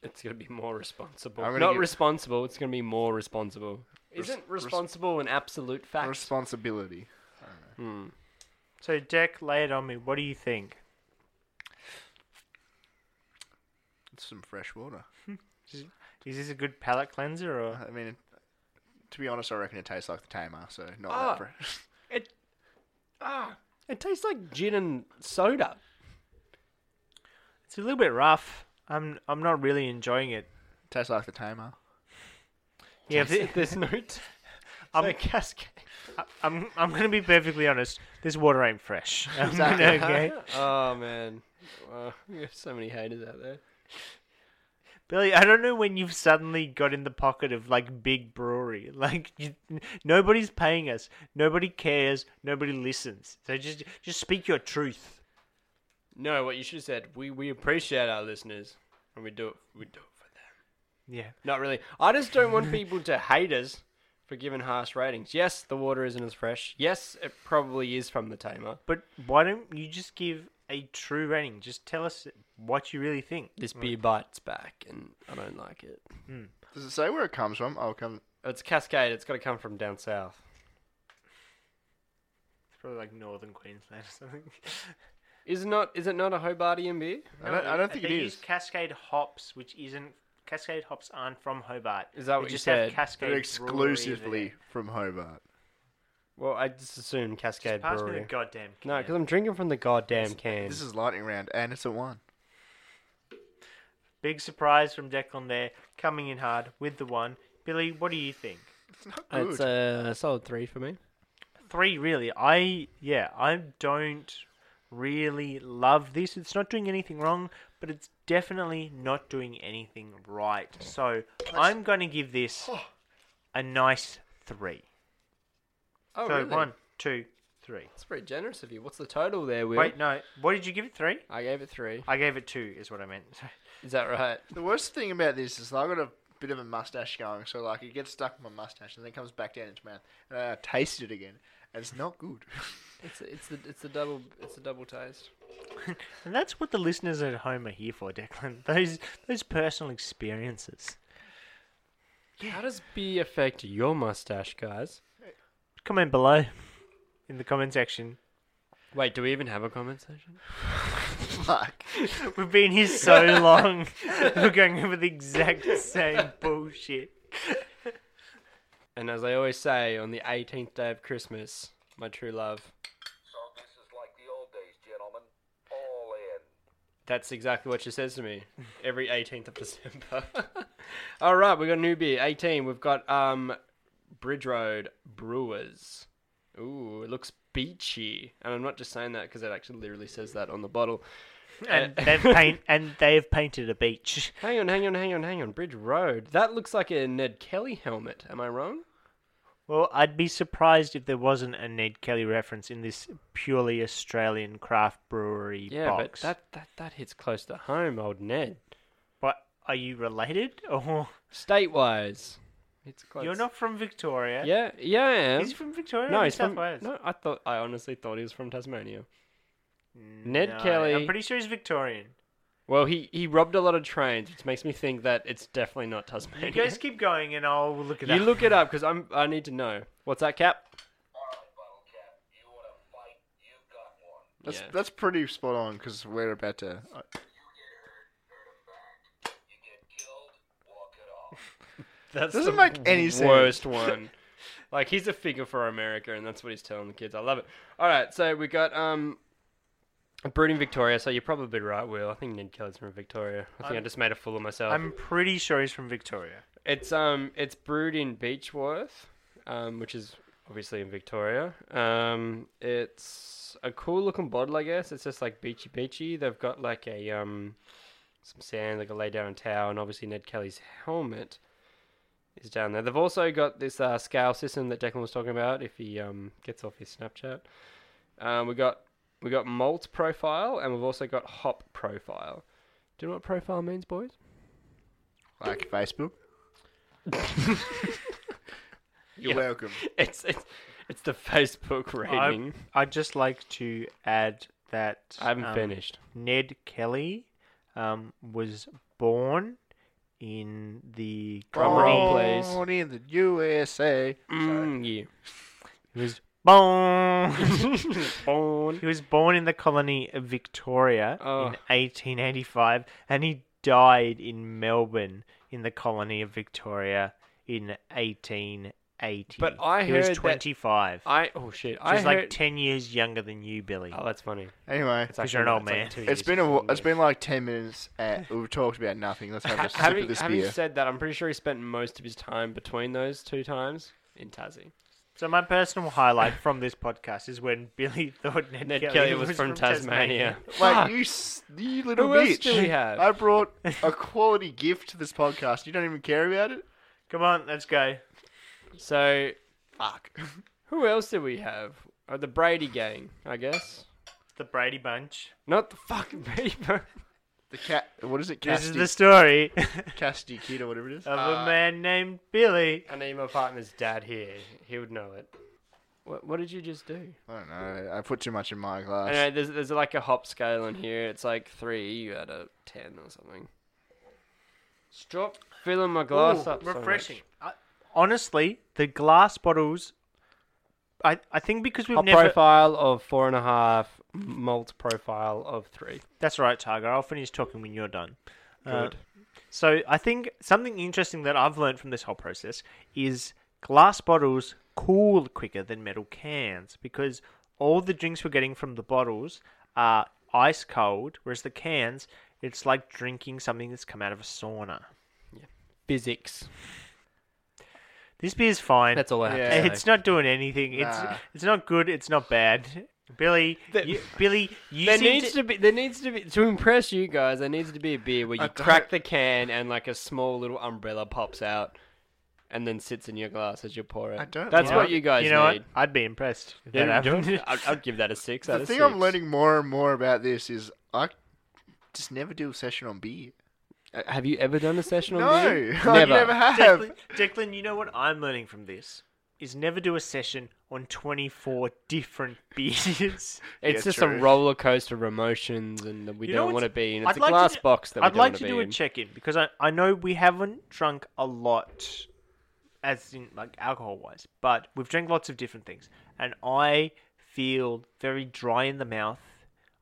[SPEAKER 3] It's gonna be more responsible.
[SPEAKER 2] I'm gonna
[SPEAKER 3] Not
[SPEAKER 2] get-
[SPEAKER 3] responsible. It's gonna be more responsible. Isn't responsible an absolute fact?
[SPEAKER 2] Responsibility.
[SPEAKER 1] So, Deck, lay it on me. What do you think?
[SPEAKER 2] It's some fresh water.
[SPEAKER 1] Is this a good palate cleanser or?
[SPEAKER 2] I mean, to be honest, I reckon it tastes like the Tamar, so not
[SPEAKER 3] Ah.
[SPEAKER 2] that fresh. *laughs*
[SPEAKER 3] It ah, it tastes like gin and soda.
[SPEAKER 1] It's a little bit rough. I'm I'm not really enjoying it.
[SPEAKER 2] tastes like the Tamar.
[SPEAKER 1] Yeah, if it- *laughs*
[SPEAKER 3] There's no. T-
[SPEAKER 1] I'm,
[SPEAKER 3] so cascade.
[SPEAKER 1] *laughs* I'm I'm gonna be perfectly honest. This water ain't fresh. I'm gonna- *laughs* okay,
[SPEAKER 3] *laughs* Oh man, Wow, *laughs* we have so many haters out there.
[SPEAKER 1] Billy. I don't know when you've suddenly got in the pocket of like big brewery. *laughs* Like you, nobody's paying us. Nobody cares. Nobody listens. So just just speak your truth.
[SPEAKER 3] No, what you should have said. We we appreciate our listeners, and we do it. We do it for them.
[SPEAKER 1] Yeah.
[SPEAKER 3] Not really. I just don't
[SPEAKER 1] *laughs*
[SPEAKER 3] want people to hate us for giving harsh ratings. Yes, the water isn't as fresh. Yes, it probably is from the tamer.
[SPEAKER 1] But why don't you just give a true rating? Just tell us what you really think.
[SPEAKER 3] This beer bites back, and I don't like it.
[SPEAKER 2] Does it say where it comes from? I'll come.
[SPEAKER 3] It's Cascade. It's got to come from down south.
[SPEAKER 1] It's probably like Northern Queensland or
[SPEAKER 3] *laughs*
[SPEAKER 1] something.
[SPEAKER 3] Is it not? Is it not a Hobartian beer?
[SPEAKER 2] I don't, I don't think
[SPEAKER 1] *laughs*
[SPEAKER 2] it
[SPEAKER 1] they use
[SPEAKER 2] is.
[SPEAKER 1] Cascade hops, which isn't Cascade hops aren't from Hobart.
[SPEAKER 3] Is that
[SPEAKER 1] They
[SPEAKER 3] what you
[SPEAKER 1] just
[SPEAKER 3] said?
[SPEAKER 1] Have Cascade
[SPEAKER 2] They're
[SPEAKER 1] Brewery
[SPEAKER 2] exclusively
[SPEAKER 1] there.
[SPEAKER 2] from Hobart.
[SPEAKER 3] Well, I just assumed Cascade
[SPEAKER 1] Pass me
[SPEAKER 3] Brewery.
[SPEAKER 1] the goddamn. Can.
[SPEAKER 3] No, because I'm drinking from the goddamn can.
[SPEAKER 2] This is lightning round, and it's a one.
[SPEAKER 1] big surprise from Declan there, coming in hard with the one. Billy, what do you think?
[SPEAKER 2] It's not good.
[SPEAKER 3] it's a solid three for me.
[SPEAKER 1] Three, really. I yeah, I don't really love this. It's not doing anything wrong, but it's definitely not doing anything right. So I'm going to give this a nice three.
[SPEAKER 3] Oh,
[SPEAKER 1] so
[SPEAKER 3] really?
[SPEAKER 1] one, two, three.
[SPEAKER 3] That's pretty generous of you. What's the total there, Will?
[SPEAKER 1] Wait, no. What did you give it? Three?
[SPEAKER 3] I gave it three.
[SPEAKER 1] I gave it two, is what I meant. *laughs*
[SPEAKER 3] Is that right?
[SPEAKER 2] The worst thing about this is I've got a bit of a mustache going, so like it gets stuck in my mustache and then comes back down into my mouth, and I taste it again, and it's not good. *laughs*
[SPEAKER 3] It's it's the it's the double it's the double taste.
[SPEAKER 1] And that's what the listeners at home are here for, Declan. *laughs* Those those personal experiences.
[SPEAKER 3] How does beer affect your mustache, guys?
[SPEAKER 1] Comment below in the comment section.
[SPEAKER 3] Wait, do we even have a comment section?
[SPEAKER 2] Fuck.
[SPEAKER 1] We've been here so
[SPEAKER 3] *laughs*
[SPEAKER 1] long. We're going over the exact same bullshit.
[SPEAKER 3] And as I always say, on the 18th day of Christmas, my true love.
[SPEAKER 5] So this is like the old days, gentlemen. All in.
[SPEAKER 3] That's exactly what she says to me every 18th of December. *laughs* All right, we got a new beer. 18. We've got um, Bridge Road Brewers. Ooh, it looks beachy, and I'm not just saying that because it actually literally says that on the bottle. Uh,
[SPEAKER 1] And
[SPEAKER 3] *laughs*
[SPEAKER 1] they've paint and they have painted a beach.
[SPEAKER 3] Hang on, hang on, hang on, hang on. Bridge Road. That looks like a Ned Kelly helmet. Am I wrong?
[SPEAKER 1] Well, I'd be surprised if there wasn't a Ned Kelly reference in this purely Australian craft brewery
[SPEAKER 3] Yeah,
[SPEAKER 1] box.
[SPEAKER 3] but that, that that hits close to home, old Ned.
[SPEAKER 1] But are you related? *laughs* Or
[SPEAKER 3] State-wise, it's close.
[SPEAKER 1] you're not from Victoria?
[SPEAKER 3] Yeah, yeah, I am.
[SPEAKER 1] Is he from Victoria?
[SPEAKER 3] No,
[SPEAKER 1] or New
[SPEAKER 3] he's
[SPEAKER 1] South
[SPEAKER 3] from.
[SPEAKER 1] Wales?
[SPEAKER 3] No, I thought I honestly thought he was from Tasmania. Ned
[SPEAKER 1] No,
[SPEAKER 3] Kelly.
[SPEAKER 1] Mm, I'm pretty sure he's Victorian.
[SPEAKER 3] Well, he he robbed a lot of trains, which makes me think that it's definitely not Tasmania.
[SPEAKER 1] You
[SPEAKER 3] *laughs*
[SPEAKER 1] guys keep going, and I'll look it
[SPEAKER 3] You
[SPEAKER 1] up.
[SPEAKER 3] look it up because I'm I need to know what's that cap.
[SPEAKER 5] All right, bottle cap. You want to fight? You got one.
[SPEAKER 2] That's
[SPEAKER 3] Yeah.
[SPEAKER 2] that's pretty spot on because we're about to. uh,
[SPEAKER 5] You get hurt, hurt 'em back. You get killed, walk it off.
[SPEAKER 3] That's
[SPEAKER 2] Doesn't
[SPEAKER 3] the
[SPEAKER 2] make any sense.
[SPEAKER 3] Worst one. like he's a figure for America, and that's what he's telling the kids. I love it. All right, so we got um. Brooding Victoria, so you're probably right, Will. I think Ned Kelly's from Victoria. I think i
[SPEAKER 1] I'm-
[SPEAKER 3] just made a fool of myself.
[SPEAKER 1] I'm pretty sure he's from Victoria.
[SPEAKER 3] It's um, it's brewed in Beechworth, um, which is obviously in Victoria. Um, it's a cool looking bottle, I guess. It's just like beachy beachy. They've got like a um, some sand, like a lay down towel, and obviously Ned Kelly's helmet is down there. They've also got this uh, scale system that Declan was talking about. If he um, gets off his Snapchat, um, we got we got malt profile, and we've also got hop profile. Do you know what profile means, boys?
[SPEAKER 2] Like Facebook. You're welcome.
[SPEAKER 3] *laughs* It's it's it's the Facebook rating.
[SPEAKER 1] I'd just like to add that
[SPEAKER 3] I haven't
[SPEAKER 1] um,
[SPEAKER 3] finished.
[SPEAKER 1] Ned Kelly um, was born in the
[SPEAKER 3] Drum
[SPEAKER 1] comedy-
[SPEAKER 3] roll, please.
[SPEAKER 2] Born in the USA.
[SPEAKER 3] Mm,
[SPEAKER 1] He was born. *laughs*
[SPEAKER 3] *laughs* yeah. Born.
[SPEAKER 1] He was born in the colony of Victoria
[SPEAKER 3] Oh.
[SPEAKER 1] in 1885 and he died in Melbourne in the colony of Victoria in 1880.
[SPEAKER 3] But I
[SPEAKER 1] he
[SPEAKER 3] heard
[SPEAKER 1] was
[SPEAKER 3] that-
[SPEAKER 1] 25.
[SPEAKER 3] I oh shit. I
[SPEAKER 1] She's
[SPEAKER 3] heard,
[SPEAKER 1] like 10 years younger than you, Billy.
[SPEAKER 3] Oh, that's funny.
[SPEAKER 2] Anyway,
[SPEAKER 3] It's
[SPEAKER 1] 'Cause you're an old man.
[SPEAKER 3] two
[SPEAKER 2] it's
[SPEAKER 3] years
[SPEAKER 2] been a,
[SPEAKER 3] younger
[SPEAKER 2] wh-
[SPEAKER 3] than
[SPEAKER 2] it's
[SPEAKER 3] me.
[SPEAKER 2] been like ten minutes. At, we've talked about nothing. Let's have a
[SPEAKER 3] Ha-
[SPEAKER 2] sip
[SPEAKER 3] Having,
[SPEAKER 2] of this
[SPEAKER 3] having
[SPEAKER 2] beer.
[SPEAKER 3] said that, I'm pretty sure he spent most of his time between those two times in Tassie.
[SPEAKER 1] So my personal highlight from this podcast is when Billy *laughs* thought Ned,
[SPEAKER 3] Ned
[SPEAKER 1] Kelly,
[SPEAKER 3] Kelly was, from, Tasmania.
[SPEAKER 2] Like you, s- you little
[SPEAKER 3] Who
[SPEAKER 2] bitch.
[SPEAKER 3] else do we have?
[SPEAKER 2] I brought a quality gift to this podcast. You don't even care about it.
[SPEAKER 1] Come on, let's go.
[SPEAKER 3] *laughs* So, fuck. *laughs* Who else do we have? Uh, the Brady gang, I guess.
[SPEAKER 1] The Brady Bunch.
[SPEAKER 3] Not the fucking Brady Bunch.
[SPEAKER 2] The cat. What is it?
[SPEAKER 1] This is
[SPEAKER 2] Casty,
[SPEAKER 1] the story
[SPEAKER 3] *laughs*
[SPEAKER 2] Casty kid or whatever it is.
[SPEAKER 1] of
[SPEAKER 3] Um, Uh,
[SPEAKER 1] a man named Billy.
[SPEAKER 3] I need my partner's dad here. He would know it. What, what did you just do?
[SPEAKER 2] I don't know. I put too much in my
[SPEAKER 3] I
[SPEAKER 2] glass.
[SPEAKER 3] know, there's, there's like a hop scale in here. It's like 3 out of 10 or something. Stop filling my glass
[SPEAKER 1] Ooh,
[SPEAKER 3] up. so much.
[SPEAKER 1] refreshing. I- honestly, the glass bottles. I, I think because we've
[SPEAKER 3] Hop
[SPEAKER 1] never.
[SPEAKER 3] profile of 4.5, malt profile of 3.
[SPEAKER 1] That's right, Tiger. I'll finish talking when you're done. Uh, so I think something interesting that I've learned from this whole process is glass bottles cool quicker than metal cans because all the drinks we're getting from the bottles are ice cold, whereas the cans, it's like drinking something that's come out of a sauna.
[SPEAKER 3] Physics.
[SPEAKER 1] This beer's fine.
[SPEAKER 3] That's all I have
[SPEAKER 2] Yeah.
[SPEAKER 3] to say.
[SPEAKER 1] It's not doing anything.
[SPEAKER 2] Nah.
[SPEAKER 1] It's it's not good. It's not bad. Billy,
[SPEAKER 3] The-
[SPEAKER 1] you, Billy, you
[SPEAKER 3] there
[SPEAKER 1] seem
[SPEAKER 3] needs
[SPEAKER 1] to-
[SPEAKER 3] to be there needs to be to impress you guys. There needs to be a beer where you
[SPEAKER 2] I don't-
[SPEAKER 3] crack the can and like a small little umbrella pops out, and then sits in your glass as you pour it.
[SPEAKER 2] I don't
[SPEAKER 3] That's
[SPEAKER 2] like-
[SPEAKER 3] what you guys
[SPEAKER 1] You know
[SPEAKER 3] need.
[SPEAKER 1] what? I'd be impressed. If
[SPEAKER 3] Yeah,
[SPEAKER 1] that
[SPEAKER 3] you don't- *laughs*
[SPEAKER 1] happened. *laughs*
[SPEAKER 3] I'd, I'd give that a six. out
[SPEAKER 2] the
[SPEAKER 3] of
[SPEAKER 2] thing
[SPEAKER 3] six.
[SPEAKER 2] I'm learning more and more about this is I just never do a session on beer.
[SPEAKER 3] Uh, Have you ever done a session on
[SPEAKER 2] No,
[SPEAKER 3] beer?
[SPEAKER 2] *laughs* I never have.
[SPEAKER 3] *laughs*
[SPEAKER 1] Declan, Declan, you know what I'm learning from this is never do a session on 24 different *laughs* beers.
[SPEAKER 3] It's
[SPEAKER 2] Yeah,
[SPEAKER 3] just a
[SPEAKER 2] true.
[SPEAKER 3] roller coaster of emotions, and that we
[SPEAKER 1] You know
[SPEAKER 3] don't want to
[SPEAKER 1] what's-
[SPEAKER 3] be in. It's
[SPEAKER 1] I'd
[SPEAKER 3] a
[SPEAKER 1] like to
[SPEAKER 3] glass
[SPEAKER 1] do-
[SPEAKER 3] box that we
[SPEAKER 1] I'd
[SPEAKER 3] don't
[SPEAKER 1] like
[SPEAKER 3] wanna
[SPEAKER 1] to
[SPEAKER 3] be
[SPEAKER 1] do a
[SPEAKER 3] in.
[SPEAKER 1] check-in because I, I know we haven't drunk a lot, as in like alcohol-wise, but we've drank lots of different things, and I feel very dry in the mouth.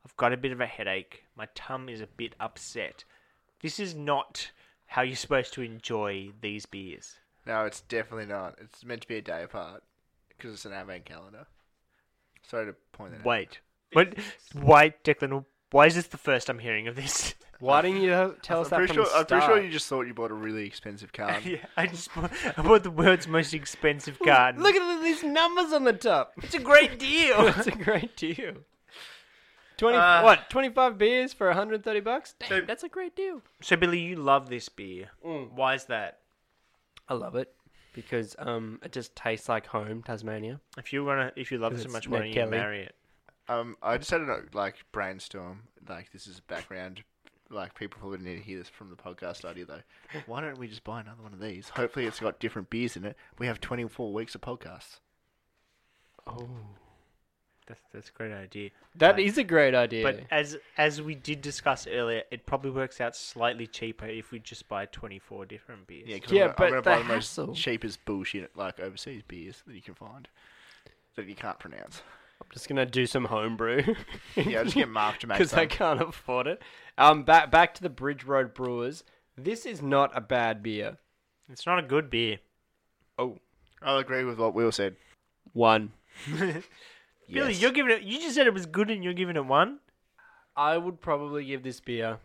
[SPEAKER 1] I've got a bit of a headache. My tum is a bit upset. This is not how you're supposed to enjoy these beers.
[SPEAKER 2] No, it's definitely not. It's meant to be a day apart because it's an advent calendar. Sorry to point that out.
[SPEAKER 1] Wait. What? Why, Declan? Why is this the first I'm hearing of this?
[SPEAKER 3] *laughs* Why didn't you tell
[SPEAKER 2] I'm
[SPEAKER 3] us that
[SPEAKER 2] pretty, sure,
[SPEAKER 3] from the
[SPEAKER 2] I'm
[SPEAKER 3] start?
[SPEAKER 2] pretty sure you just thought you bought a really expensive
[SPEAKER 3] *laughs*
[SPEAKER 1] *laughs*
[SPEAKER 2] card.
[SPEAKER 1] yeah, I just bought, I bought the world's most expensive garden.
[SPEAKER 3] Um, Look at these numbers on the *laughs* top.
[SPEAKER 1] it's a great deal.
[SPEAKER 3] That's a great deal. Twenty
[SPEAKER 1] Uh,
[SPEAKER 3] what? Twenty five beers for hundred and thirty bucks? Damn, that's a great deal.
[SPEAKER 1] so, Billy, you love this beer.
[SPEAKER 3] Mm.
[SPEAKER 1] Why is that?
[SPEAKER 3] I love it because um, it just tastes like home, Tasmania.
[SPEAKER 1] If you wanna, if you love it so
[SPEAKER 3] It's
[SPEAKER 1] much,
[SPEAKER 3] Ned
[SPEAKER 1] why don't you
[SPEAKER 3] Kelly.
[SPEAKER 1] marry it?
[SPEAKER 2] Um, I just had a like brainstorm. Like this is background. Like people probably need to hear this from the podcast idea
[SPEAKER 3] *laughs*
[SPEAKER 2] though. Why don't we just buy another one of these? Hopefully, it's got different beers in it. We have 24 weeks of podcasts.
[SPEAKER 1] That's that's a great idea.
[SPEAKER 3] Oh. That is a great idea.
[SPEAKER 1] But as as we did discuss earlier, it probably works out slightly cheaper if we just buy 24 different beers.
[SPEAKER 2] Yeah, 'cause
[SPEAKER 3] Yeah,
[SPEAKER 2] I'm,
[SPEAKER 3] but
[SPEAKER 2] gonna, I'm gonna
[SPEAKER 3] the
[SPEAKER 2] buy the
[SPEAKER 3] hassle.
[SPEAKER 2] most cheapest bullshit like overseas beers that you can find that you can't pronounce.
[SPEAKER 3] I'm just gonna do some homebrew. *laughs*
[SPEAKER 2] Yeah, just get Mark to make
[SPEAKER 3] because I
[SPEAKER 2] some.
[SPEAKER 3] can't afford it. Um, back back to the Bridge Road Brewers. This is not a bad beer.
[SPEAKER 1] It's not a good beer.
[SPEAKER 3] Oh,
[SPEAKER 2] I'll agree with what Will said.
[SPEAKER 3] one.
[SPEAKER 1] Billy, you're giving it. You just said it was good, and you're giving it one.
[SPEAKER 3] I would probably give this beer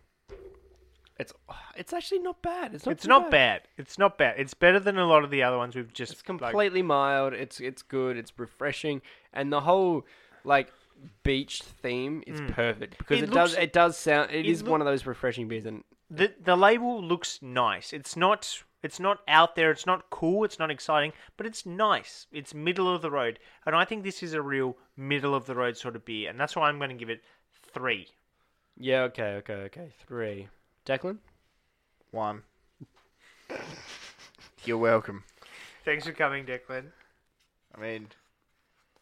[SPEAKER 3] It's *sighs* it's actually not bad. It's not.
[SPEAKER 1] It's
[SPEAKER 3] too
[SPEAKER 1] not bad. It's not bad. It's better than a lot of the other ones we've just
[SPEAKER 3] It's
[SPEAKER 1] like-
[SPEAKER 3] completely mild. It's it's good. It's refreshing, and the whole like beach theme is perfect because
[SPEAKER 1] It
[SPEAKER 3] Hmm. it, does
[SPEAKER 1] looks-
[SPEAKER 3] it does sound
[SPEAKER 1] it
[SPEAKER 3] it is
[SPEAKER 1] loo-
[SPEAKER 3] one of those refreshing beers and
[SPEAKER 1] the the label looks nice. It's not it's not out there. It's not cool. It's not exciting, but it's nice. It's middle of the road, and I think this is a real middle of the road sort of beer, and that's why I'm going to give it three.
[SPEAKER 3] yeah. Okay. Okay. Okay. Three. Declan.
[SPEAKER 2] One. You're welcome.
[SPEAKER 1] Thanks for coming, Declan.
[SPEAKER 2] I mean,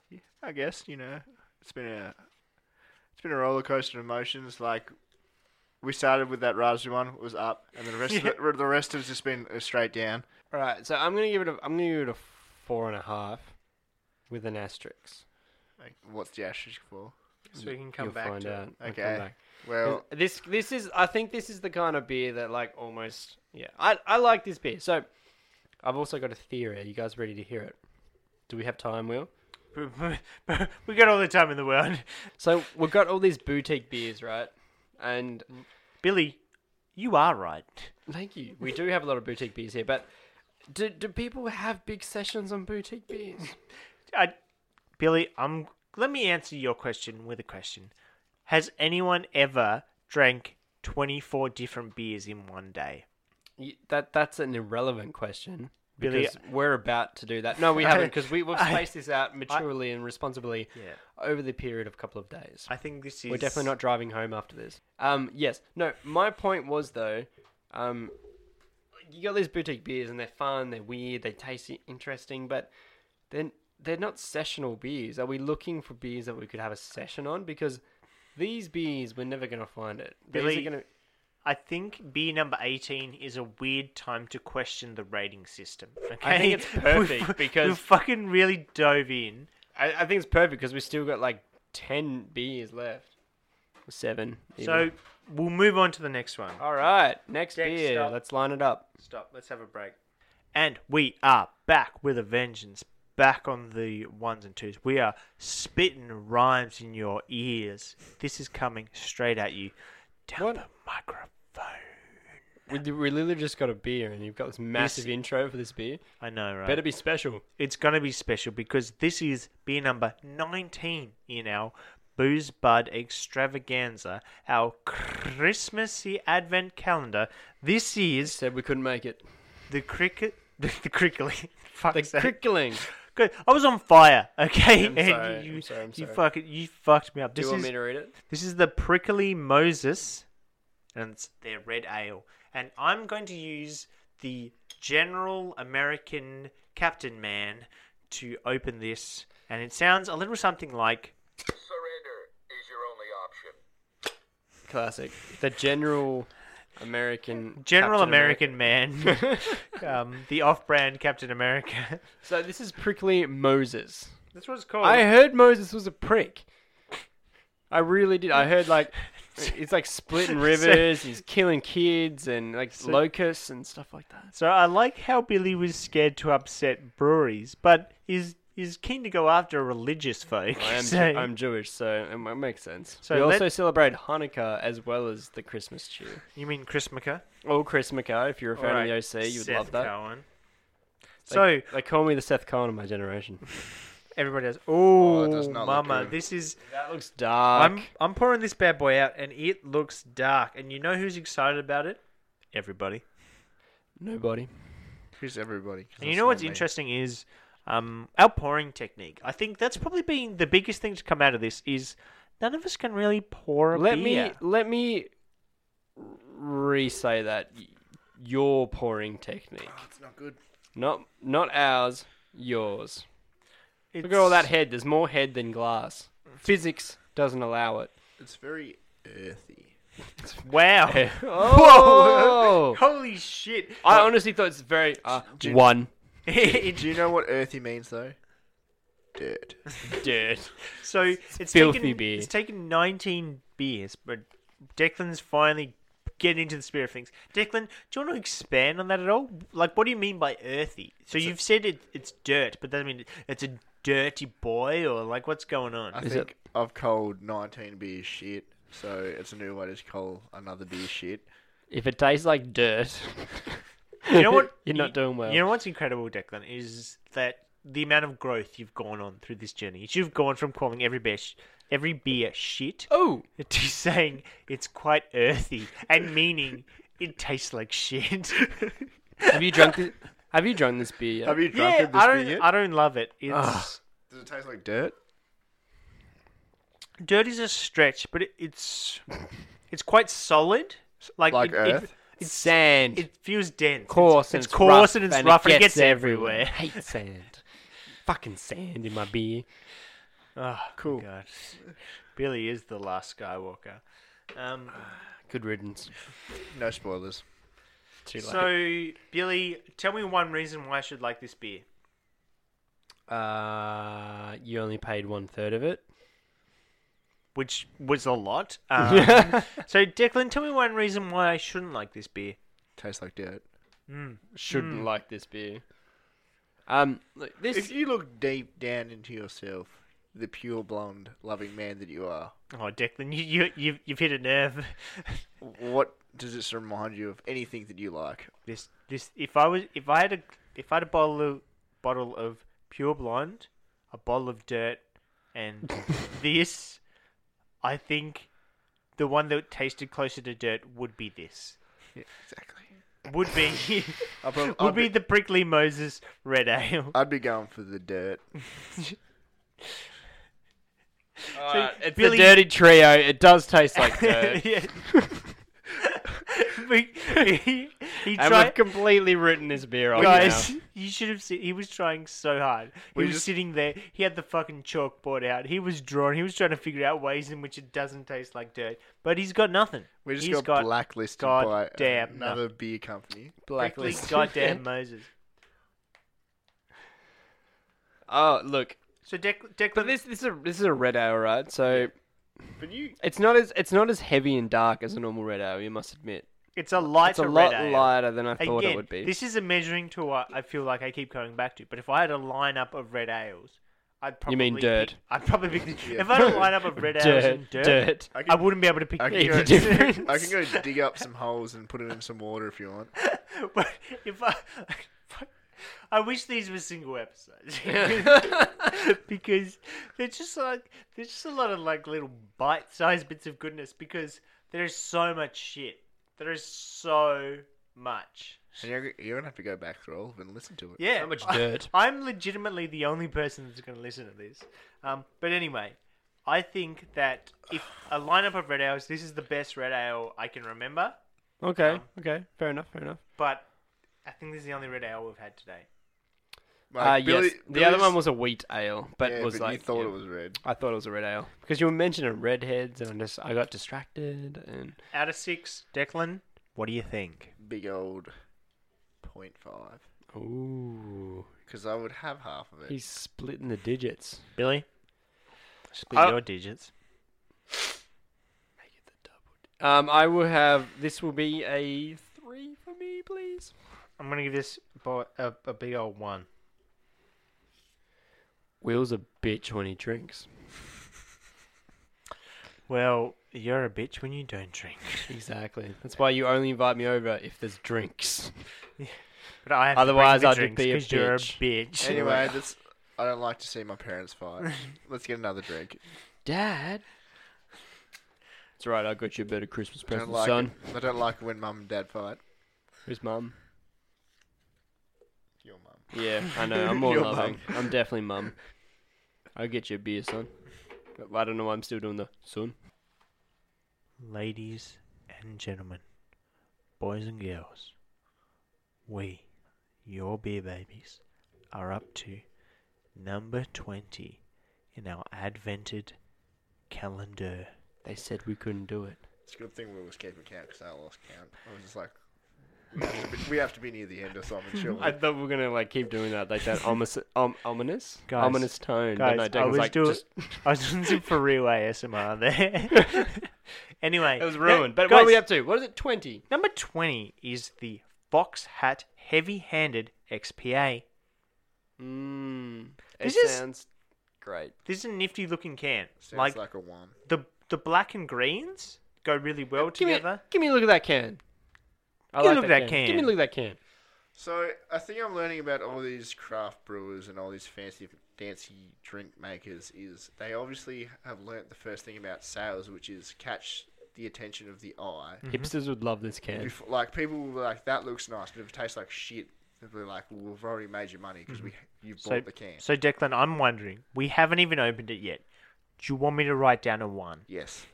[SPEAKER 2] yeah, I guess you know it's been a it's been a roller coaster of emotions. Like we started with that Razu one it was up, and the rest of the, the rest has just been uh, straight down.
[SPEAKER 3] All right. So I'm gonna give it a I'm gonna give it a four and a half, with an asterisk.
[SPEAKER 2] Like, what's the asterisk for?
[SPEAKER 1] So we can come
[SPEAKER 3] You'll
[SPEAKER 1] back
[SPEAKER 3] find
[SPEAKER 1] to
[SPEAKER 3] out.
[SPEAKER 1] it.
[SPEAKER 3] I'll come
[SPEAKER 2] Okay.
[SPEAKER 3] back.
[SPEAKER 2] Well,
[SPEAKER 3] This this is I think this is the kind of beer that like almost yeah I I like this beer. So I've also got a theory. Are you guys ready to hear it? Do we have time, Will?
[SPEAKER 1] *laughs* we got all the time in the world.
[SPEAKER 3] So we've got all these boutique beers, right? And
[SPEAKER 1] Billy, you are right.
[SPEAKER 3] thank you. We do have a lot of boutique beers here, but do do people have big sessions on boutique beers?
[SPEAKER 1] I, Billy, I'm. Let me answer your question with a question. Has anyone ever drank 24 different beers in one day?
[SPEAKER 3] Y- that that's an irrelevant question.
[SPEAKER 1] Billy, uh,
[SPEAKER 3] Because we're about to do that. No, we haven't, because we, we've
[SPEAKER 1] *laughs* I-
[SPEAKER 3] spaced this out maturely and responsibly
[SPEAKER 1] Yeah.
[SPEAKER 3] over the period of a couple of days.
[SPEAKER 1] I think this is.
[SPEAKER 3] We're definitely not driving home after this. Um, yes. No, my point was though, um, you got these boutique beers and they're fun, they're weird, they taste i- interesting, but then they're not sessional beers. Are we looking for beers that we could have a session on? Because these beers, we're never gonna find it. These are
[SPEAKER 1] Billy-
[SPEAKER 3] gonna-
[SPEAKER 1] I think beer number 18 is a weird time to question the rating system. Okay?
[SPEAKER 3] think it's
[SPEAKER 1] *laughs*
[SPEAKER 3] perfect
[SPEAKER 1] We've-
[SPEAKER 3] because-
[SPEAKER 1] we've fucking really dove in.
[SPEAKER 3] I, I think it's perfect because we still got like ten beers left, seven.
[SPEAKER 1] So
[SPEAKER 3] even.
[SPEAKER 1] we'll move on to the next one.
[SPEAKER 3] all right, next
[SPEAKER 1] Dex,
[SPEAKER 3] beer.
[SPEAKER 1] stop.
[SPEAKER 3] Let's line it up.
[SPEAKER 1] Stop. Let's have a break. And we are back with a vengeance. Back on the ones and twos. We are spitting rhymes in your ears. This is coming straight at you. Down
[SPEAKER 3] What?
[SPEAKER 1] the microphone.
[SPEAKER 3] We, we literally just got a beer, and you've got this massive intro for this beer.
[SPEAKER 1] I know, right?
[SPEAKER 3] Better be special.
[SPEAKER 1] it's going to be special because this is beer number 19 in our Booze Bud Extravaganza, our Christmassy Advent calendar. This is
[SPEAKER 3] Said we couldn't make it.
[SPEAKER 1] the cricket. *laughs* The, crickly. *laughs* Fuck
[SPEAKER 3] The
[SPEAKER 1] sake.
[SPEAKER 3] crickling.
[SPEAKER 1] Good. I was on fire, okay?
[SPEAKER 3] I'm
[SPEAKER 1] And
[SPEAKER 3] sorry,
[SPEAKER 1] you,
[SPEAKER 3] I'm sorry, I'm
[SPEAKER 1] you
[SPEAKER 3] sorry.
[SPEAKER 1] fucking, you fucked me up.
[SPEAKER 3] Do
[SPEAKER 1] This
[SPEAKER 3] you want
[SPEAKER 1] is
[SPEAKER 3] me to read it?
[SPEAKER 1] this is the prickly Moses, and it's their red ale. And I'm going to use the General American Captain Man to open this, and it sounds a little something like
[SPEAKER 5] Surrender is your only option.
[SPEAKER 3] Classic. The general American.
[SPEAKER 1] General
[SPEAKER 3] Captain
[SPEAKER 1] American
[SPEAKER 3] *laughs*
[SPEAKER 1] Man, um, the off-brand Captain America.
[SPEAKER 3] So this is prickly Moses.
[SPEAKER 1] That's what it's called.
[SPEAKER 3] I heard Moses was a prick. I really did. I heard *laughs* like it's like splitting rivers. he's killing kids and like locusts and stuff like that.
[SPEAKER 1] So I like how Billy was scared to upset breweries, but is is keen to go after religious folk.
[SPEAKER 3] I
[SPEAKER 1] *laughs*
[SPEAKER 3] am
[SPEAKER 1] so,
[SPEAKER 3] Ju- I'm Jewish, so it m- makes sense.
[SPEAKER 1] So
[SPEAKER 3] we
[SPEAKER 1] let-
[SPEAKER 3] also celebrate Hanukkah as well as the Christmas cheer.
[SPEAKER 1] you mean Chris McCa?
[SPEAKER 3] All Chris Mackay, if you're a fan of the OC, you'd
[SPEAKER 1] Seth
[SPEAKER 3] love that.
[SPEAKER 1] Cohen.
[SPEAKER 3] They-
[SPEAKER 1] So
[SPEAKER 3] they call me the Seth Cohen of my generation.
[SPEAKER 1] everybody has.
[SPEAKER 2] it
[SPEAKER 1] Oh,
[SPEAKER 2] does not look
[SPEAKER 1] mama,
[SPEAKER 2] good.
[SPEAKER 1] this is.
[SPEAKER 3] That looks dark.
[SPEAKER 1] I'm I'm pouring this bad boy out, and it looks dark. And you know who's excited about it? Everybody.
[SPEAKER 3] Nobody.
[SPEAKER 2] who's everybody? 'Cause
[SPEAKER 1] And you
[SPEAKER 2] that's
[SPEAKER 1] know
[SPEAKER 2] not
[SPEAKER 1] what's
[SPEAKER 2] me.
[SPEAKER 1] interesting is um, our pouring technique. I think that's probably been the biggest thing to come out of this is none of us can really pour a
[SPEAKER 3] Let
[SPEAKER 1] beer.
[SPEAKER 3] me let me re-say that Y- your pouring technique,
[SPEAKER 2] Oh, It's not good.
[SPEAKER 3] not not ours, yours.
[SPEAKER 1] It's-
[SPEAKER 3] Look at all that head. There's more head than glass. Physics doesn't
[SPEAKER 6] *laughs*
[SPEAKER 3] allow it.
[SPEAKER 2] It's very earthy.
[SPEAKER 1] Wow.
[SPEAKER 3] *laughs* Oh!
[SPEAKER 1] Holy shit. *laughs*
[SPEAKER 3] I honestly thought it's very uh, one
[SPEAKER 2] Do you know what earthy means though? Dirt.
[SPEAKER 3] dirt.
[SPEAKER 1] so it's
[SPEAKER 3] filthy
[SPEAKER 1] taken,
[SPEAKER 3] beer.
[SPEAKER 1] It's taken 19 beers, but Declan's finally getting into the spirit of things. Declan, do you want to expand on that at all? Like, what do you mean by earthy? So you've said it, it's dirt, but that mean it's a dirty boy, or like, what's going on?
[SPEAKER 2] I
[SPEAKER 3] Is
[SPEAKER 2] think I've called 19 beer shit, so it's a new way to call another beer shit.
[SPEAKER 6] If it tastes like dirt,
[SPEAKER 1] *laughs* You know
[SPEAKER 3] *laughs*
[SPEAKER 1] what?
[SPEAKER 6] *laughs* You're not doing well.
[SPEAKER 1] You know what's incredible, Declan, is that the amount of growth you've gone on through this journey. Is You've gone from calling every beer, sh- every beer shit
[SPEAKER 3] Oh,
[SPEAKER 1] *laughs* to saying it's quite earthy and meaning it tastes like shit. *laughs*
[SPEAKER 3] have you drunk this? Have you drunk this beer yet?
[SPEAKER 2] Have you drunk
[SPEAKER 1] yeah,
[SPEAKER 2] it this
[SPEAKER 1] I don't.
[SPEAKER 2] beer yet?
[SPEAKER 1] I don't love it. It's
[SPEAKER 2] Does it taste like dirt?
[SPEAKER 1] dirt is a stretch, but it, it's it's quite solid. Like,
[SPEAKER 2] Like
[SPEAKER 1] it,
[SPEAKER 2] earth?
[SPEAKER 1] It, it's
[SPEAKER 3] sand.
[SPEAKER 1] It feels dense.
[SPEAKER 3] coarse
[SPEAKER 1] It's,
[SPEAKER 3] and
[SPEAKER 1] it's coarse and it's rough and it gets,
[SPEAKER 3] I
[SPEAKER 1] everywhere.
[SPEAKER 3] hate sand. Fucking sand in my beer.
[SPEAKER 1] *laughs* Oh, cool. God. Billy is the last Skywalker. Um,
[SPEAKER 3] Good riddance.
[SPEAKER 2] No spoilers.
[SPEAKER 3] Too late.
[SPEAKER 1] so, Billy, tell me one reason why I should like this beer.
[SPEAKER 3] Uh, you only paid one third of it.
[SPEAKER 1] Which was a *laughs* lot. Um, so, Declan, tell me one reason why I shouldn't like this beer.
[SPEAKER 2] Tastes like dirt.
[SPEAKER 3] Shouldn't like this beer. Um, look, this
[SPEAKER 2] If you look deep down into yourself, the pure blonde loving man that you are,
[SPEAKER 1] Oh, Declan, you, you, you've, you've hit a nerve. *laughs*
[SPEAKER 2] what does this remind you of? Anything that you like?
[SPEAKER 1] this, this. If I was, if I had a, if I had a bottle of, bottle of pure blonde, a bottle of dirt,
[SPEAKER 2] *laughs*
[SPEAKER 1] and this, I think, the one that tasted closer to dirt would be this.
[SPEAKER 2] Yeah, exactly.
[SPEAKER 1] would
[SPEAKER 2] *laughs*
[SPEAKER 1] be
[SPEAKER 2] I'll prob- I'll
[SPEAKER 1] would be the prickly Moses red ale.
[SPEAKER 2] I'd be going for the dirt.
[SPEAKER 3] Alright, Uh, it's
[SPEAKER 1] Billy-
[SPEAKER 3] the dirty trio. It does taste *laughs* like dirt.
[SPEAKER 1] *laughs*
[SPEAKER 2] *laughs*
[SPEAKER 1] Yeah. We- he, he
[SPEAKER 3] and
[SPEAKER 1] tried,
[SPEAKER 3] we've completely written this
[SPEAKER 2] Oh,
[SPEAKER 3] beer off
[SPEAKER 1] guys.
[SPEAKER 3] now.
[SPEAKER 1] You should have seen. He was trying so hard. He
[SPEAKER 2] We
[SPEAKER 1] was
[SPEAKER 2] just-
[SPEAKER 1] sitting there. He had the fucking chalkboard out. He was drawing. He was trying to figure out ways in which it doesn't taste like dirt. But he's got nothing.
[SPEAKER 2] We just
[SPEAKER 1] He's
[SPEAKER 2] got, blacklisted by
[SPEAKER 1] goddamn
[SPEAKER 2] another beer company.
[SPEAKER 1] prickly
[SPEAKER 3] *laughs*
[SPEAKER 2] *laughs*
[SPEAKER 3] Blacklist. *laughs*
[SPEAKER 1] goddamn Moses.
[SPEAKER 3] oh, look.
[SPEAKER 1] So Dec- Declan,
[SPEAKER 3] But this this is a, this is a red ale, right? So
[SPEAKER 2] But you
[SPEAKER 3] it's not as it's not as heavy and dark as a normal red ale. You must admit.
[SPEAKER 1] it's a lighter
[SPEAKER 3] It's a
[SPEAKER 1] red
[SPEAKER 3] lot
[SPEAKER 1] ale.
[SPEAKER 3] lighter than I thought
[SPEAKER 1] Again,
[SPEAKER 3] it would be.
[SPEAKER 1] This is a measuring to what I feel like I keep going back to. But if I had a lineup of red ales, I'd probably
[SPEAKER 3] You mean dirt.
[SPEAKER 1] Pick, I'd probably pick.
[SPEAKER 2] *laughs* Yeah.
[SPEAKER 1] If I had a lineup of red ales and dirt,
[SPEAKER 3] dirt.
[SPEAKER 2] I can-
[SPEAKER 1] I wouldn't be able to pick
[SPEAKER 2] I can
[SPEAKER 1] these.
[SPEAKER 2] go-
[SPEAKER 3] difference.
[SPEAKER 2] I can go dig up some holes and put it in some water if you want.
[SPEAKER 1] But if I, I wish these were single episodes *laughs* because they're just like there's just a lot of like little bite-sized bits of goodness because there is so much shit. There is so much.
[SPEAKER 2] And you're, you're gonna have to go back through all of it and listen to it.
[SPEAKER 1] Yeah.
[SPEAKER 3] How much
[SPEAKER 1] I-
[SPEAKER 3] dirt?
[SPEAKER 1] I'm legitimately the only person that's going to listen to this. Um, but anyway, I think that if a lineup of red ales, this is the best red ale I can remember.
[SPEAKER 3] Okay. Okay. Fair enough. Fair enough.
[SPEAKER 1] But I think this is the only red ale we've had today.
[SPEAKER 3] Uh,
[SPEAKER 2] Like, Billy-
[SPEAKER 3] yes. The other
[SPEAKER 2] Billy's-
[SPEAKER 3] one was a wheat ale, but
[SPEAKER 2] Yeah,
[SPEAKER 3] it was
[SPEAKER 2] but
[SPEAKER 3] like
[SPEAKER 2] you thought
[SPEAKER 3] yeah.
[SPEAKER 2] it was red.
[SPEAKER 3] I thought it was a red ale because you were mentioning redheads, and I just I got distracted and
[SPEAKER 1] Out of six, Declan, what do you think?
[SPEAKER 2] Big old point five.
[SPEAKER 3] ooh,
[SPEAKER 2] Because I would have half of it.
[SPEAKER 3] he's splitting the digits.
[SPEAKER 1] Billy? Split
[SPEAKER 3] Uh,
[SPEAKER 1] your digits.
[SPEAKER 3] Um, I will have this will be a three for me, please.
[SPEAKER 1] I'm going to give this bo- a, a big old one.
[SPEAKER 3] Will's a bitch when he drinks.
[SPEAKER 1] Well, you're a bitch when you don't drink.
[SPEAKER 3] Exactly. That's why you only invite me over if there's drinks.
[SPEAKER 1] But I have
[SPEAKER 3] Otherwise,
[SPEAKER 1] to
[SPEAKER 3] I'd
[SPEAKER 1] bring the
[SPEAKER 3] be a
[SPEAKER 1] drinks 'cause you're a
[SPEAKER 3] bitch.
[SPEAKER 1] bitch.
[SPEAKER 2] anyway, that's. I don't like to see my
[SPEAKER 1] *laughs*
[SPEAKER 2] parents fight. Let's get another drink.
[SPEAKER 3] Dad. It's right. I got you a better Christmas
[SPEAKER 2] I
[SPEAKER 3] present,
[SPEAKER 2] don't like
[SPEAKER 3] son.
[SPEAKER 2] It. I don't like it when mum and dad fight.
[SPEAKER 3] Who's mum?
[SPEAKER 2] Your mum.
[SPEAKER 3] Yeah, I know.
[SPEAKER 1] *laughs*
[SPEAKER 3] I'm more
[SPEAKER 2] Your
[SPEAKER 3] loving. I'm definitely mum. I'll get you a beer, son. I don't know why I'm still doing the son.
[SPEAKER 1] Ladies and gentlemen, boys and girls, we, your beer babies, are up to number 20 in our advented calendar.
[SPEAKER 3] They said we couldn't do it.
[SPEAKER 2] It's a good thing we was keeping count because I lost count. I was just like, we have, to be, we have to be near the end or something, shall we?
[SPEAKER 3] I thought we were gonna like keep doing that, like
[SPEAKER 1] *laughs*
[SPEAKER 3] that ominous, um, ominous,
[SPEAKER 1] Guys,
[SPEAKER 3] ominous tone.
[SPEAKER 1] Guys,
[SPEAKER 3] but no,
[SPEAKER 1] I
[SPEAKER 3] Declan's
[SPEAKER 1] was
[SPEAKER 3] like,
[SPEAKER 1] doing,
[SPEAKER 3] just-
[SPEAKER 1] *laughs* I was doing some for real ASMR there. *laughs* anyway,
[SPEAKER 3] it was ruined. But
[SPEAKER 1] guys,
[SPEAKER 3] what are we up to? What is it? Twenty.
[SPEAKER 1] Number 20 is the Fox Hat Heavy Handed XPA.
[SPEAKER 3] Mm,
[SPEAKER 1] This
[SPEAKER 3] it
[SPEAKER 1] is-
[SPEAKER 3] sounds great.
[SPEAKER 1] This is a nifty looking can.
[SPEAKER 2] Sounds
[SPEAKER 1] like
[SPEAKER 2] like, a one.
[SPEAKER 1] the the black and greens go really well
[SPEAKER 3] Give me,
[SPEAKER 1] together.
[SPEAKER 3] give me a look at that can. I
[SPEAKER 1] Give me
[SPEAKER 3] like
[SPEAKER 1] a look
[SPEAKER 3] that
[SPEAKER 1] at that
[SPEAKER 3] Give me
[SPEAKER 1] can. Mm-hmm.
[SPEAKER 3] a look at that can.
[SPEAKER 2] So I think I'm learning about all these craft brewers and all these fancy, fancy drink makers is they obviously have learnt the first thing about sales, which is catch the attention of the eye.
[SPEAKER 3] Hipsters would love this can.
[SPEAKER 2] If, like people will be like that looks nice, but if it tastes like shit, they'll be like, well, we've already made you money because we you bought
[SPEAKER 1] So,
[SPEAKER 2] the can.
[SPEAKER 1] so Declan, I'm wondering, we haven't even opened it yet. Do you want me to write down a one?
[SPEAKER 2] yes.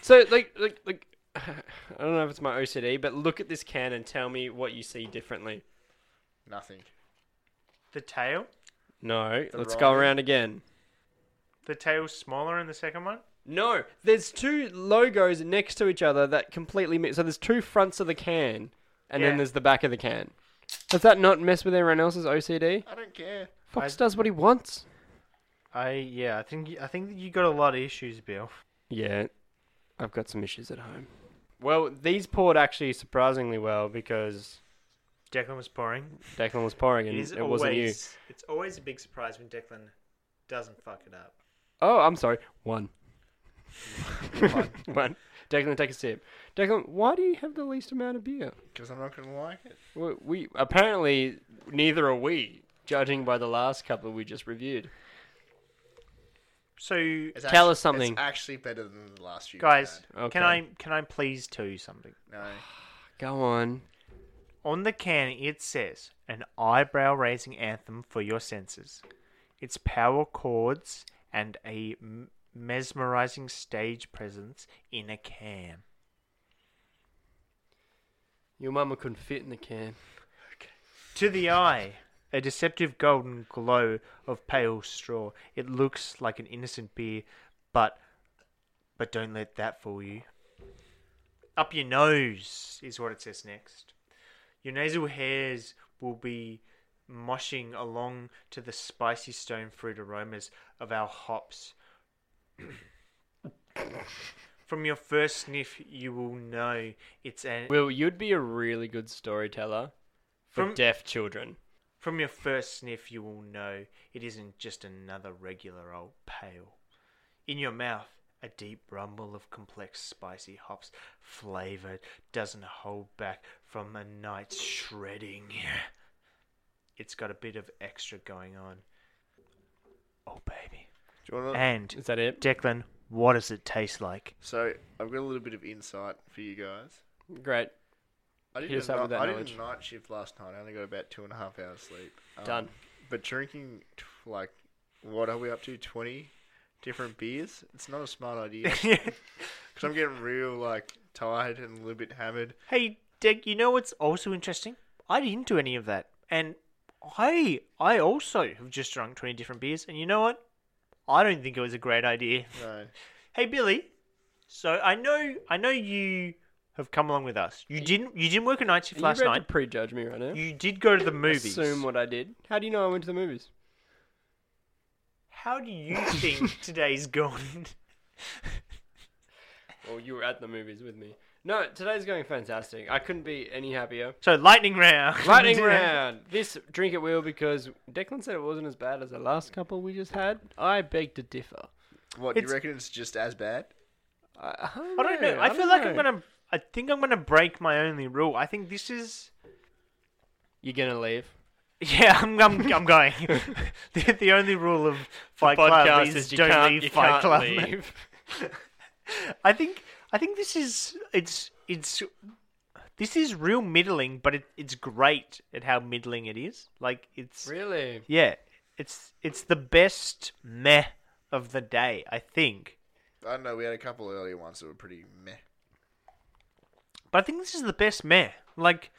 [SPEAKER 3] So like like like *sighs* I don't know if it's my OCD, but look at this can and tell me what you see differently.
[SPEAKER 2] Nothing.
[SPEAKER 1] The tail?
[SPEAKER 3] No,
[SPEAKER 2] The
[SPEAKER 3] let's go
[SPEAKER 2] wrong-
[SPEAKER 3] around again.
[SPEAKER 1] The tail's smaller in the second one?
[SPEAKER 3] No, there's two logos next to each other that completely mix. So there's two fronts of the can, and
[SPEAKER 1] Yeah.
[SPEAKER 3] then there's the back of the can. Does that not mess with everyone else's OCD?
[SPEAKER 2] I don't care.
[SPEAKER 3] Fox does what he wants.
[SPEAKER 1] I yeah, I think y- I think that you got a lot of issues, Bill.
[SPEAKER 3] Yeah, I've got some issues at home. Well, these poured actually surprisingly well because
[SPEAKER 1] Declan was pouring.
[SPEAKER 3] Declan was pouring and it, wasn't you.
[SPEAKER 6] It's always a big surprise when Declan doesn't fuck it up.
[SPEAKER 3] Oh, I'm sorry. One. One. Declan, take a sip. Declan, why do you have the least amount of beer?
[SPEAKER 2] Because I'm not gonna like it.
[SPEAKER 3] We, we apparently neither are we, judging by the last couple we just reviewed.
[SPEAKER 1] So
[SPEAKER 2] It's
[SPEAKER 3] Tell
[SPEAKER 2] actu-
[SPEAKER 3] us something.
[SPEAKER 2] It's actually better than the last few. we've
[SPEAKER 1] guys,
[SPEAKER 2] had.
[SPEAKER 3] Okay.
[SPEAKER 1] can I can I please tell you something?
[SPEAKER 2] no.
[SPEAKER 3] Go on.
[SPEAKER 1] On the can it says an eyebrow raising anthem for your senses. Its power chords and a m- mesmerizing stage presence in a can.
[SPEAKER 3] Your mama couldn't fit in the can.
[SPEAKER 1] To the eye, a deceptive golden glow of pale straw. It looks like an innocent beer, but but don't let that fool you. Up your nose is what it says next. Your nasal hairs will be moshing along to the spicy stone fruit aromas of our hops. *coughs* From your first sniff, you will know it's an
[SPEAKER 3] Will, you'd be a really good storyteller for
[SPEAKER 1] From-
[SPEAKER 3] deaf children.
[SPEAKER 1] From your first sniff, you will know it isn't just another regular old pale. In your mouth, a deep rumble of complex, spicy hops flavour doesn't hold back from a night's shredding. *laughs* It's got a bit of extra going on. Oh, baby.
[SPEAKER 2] Do you wanna,
[SPEAKER 1] And,
[SPEAKER 3] Is that it?
[SPEAKER 1] Declan, what does it taste like?
[SPEAKER 2] so I've got a little bit of insight for you guys.
[SPEAKER 3] Great.
[SPEAKER 2] I did,
[SPEAKER 3] Hit us
[SPEAKER 2] a,
[SPEAKER 3] up
[SPEAKER 2] ni-
[SPEAKER 3] with that
[SPEAKER 2] I did
[SPEAKER 3] knowledge.
[SPEAKER 2] a night shift last night. I only got about two and a half hours sleep. Um,
[SPEAKER 3] Done.
[SPEAKER 2] But drinking, t- like, what are we up to? 20 different beers? It's not a smart
[SPEAKER 3] *laughs*
[SPEAKER 2] idea.
[SPEAKER 1] *laughs*
[SPEAKER 2] Because I'm getting real, like, tired and a little bit hammered.
[SPEAKER 1] Hey, Deg, you know what's also interesting? I didn't do any of that. And I I also have just drunk 20 different beers. And you know what? I don't think it was a great idea. *laughs*
[SPEAKER 2] No.
[SPEAKER 1] Hey, Billy. So I know I know you have come along with us. You didn't you didn't work a night shift
[SPEAKER 3] Are
[SPEAKER 1] last
[SPEAKER 3] you about
[SPEAKER 1] night.
[SPEAKER 3] to prejudge me right now?
[SPEAKER 1] You did go to the movies.
[SPEAKER 3] Assume what I did. How do you know I went to the movies?
[SPEAKER 1] How do you think *laughs* today's gone? *laughs*
[SPEAKER 3] Well, you were at the movies with me. No, today's going fantastic. I couldn't be any happier.
[SPEAKER 1] So lightning round. *laughs*
[SPEAKER 3] Lightning round. This drink it will because Declan said it wasn't as bad as the last couple we just had. I beg to differ.
[SPEAKER 2] What, do you
[SPEAKER 1] It's-
[SPEAKER 2] reckon it's just as bad?
[SPEAKER 3] I, I
[SPEAKER 1] I don't know. I, feel like I'm gonna. I think I'm gonna break my only rule. I think this is.
[SPEAKER 3] You're gonna leave.
[SPEAKER 1] Yeah, I'm. I'm, I'm
[SPEAKER 3] *laughs*
[SPEAKER 1] going. *laughs* the, the only rule of Fight Club is, don't leave Fight Club. *laughs* I think. I think this is. It's. It's. This is real middling, but it, it's great at how middling it is. Like it's.
[SPEAKER 3] *laughs* really?
[SPEAKER 1] Yeah, it's it's the best meh of the day. I think.
[SPEAKER 2] I don't know. We had a couple earlier ones that were pretty meh.
[SPEAKER 1] But I think this is the best meh. Like,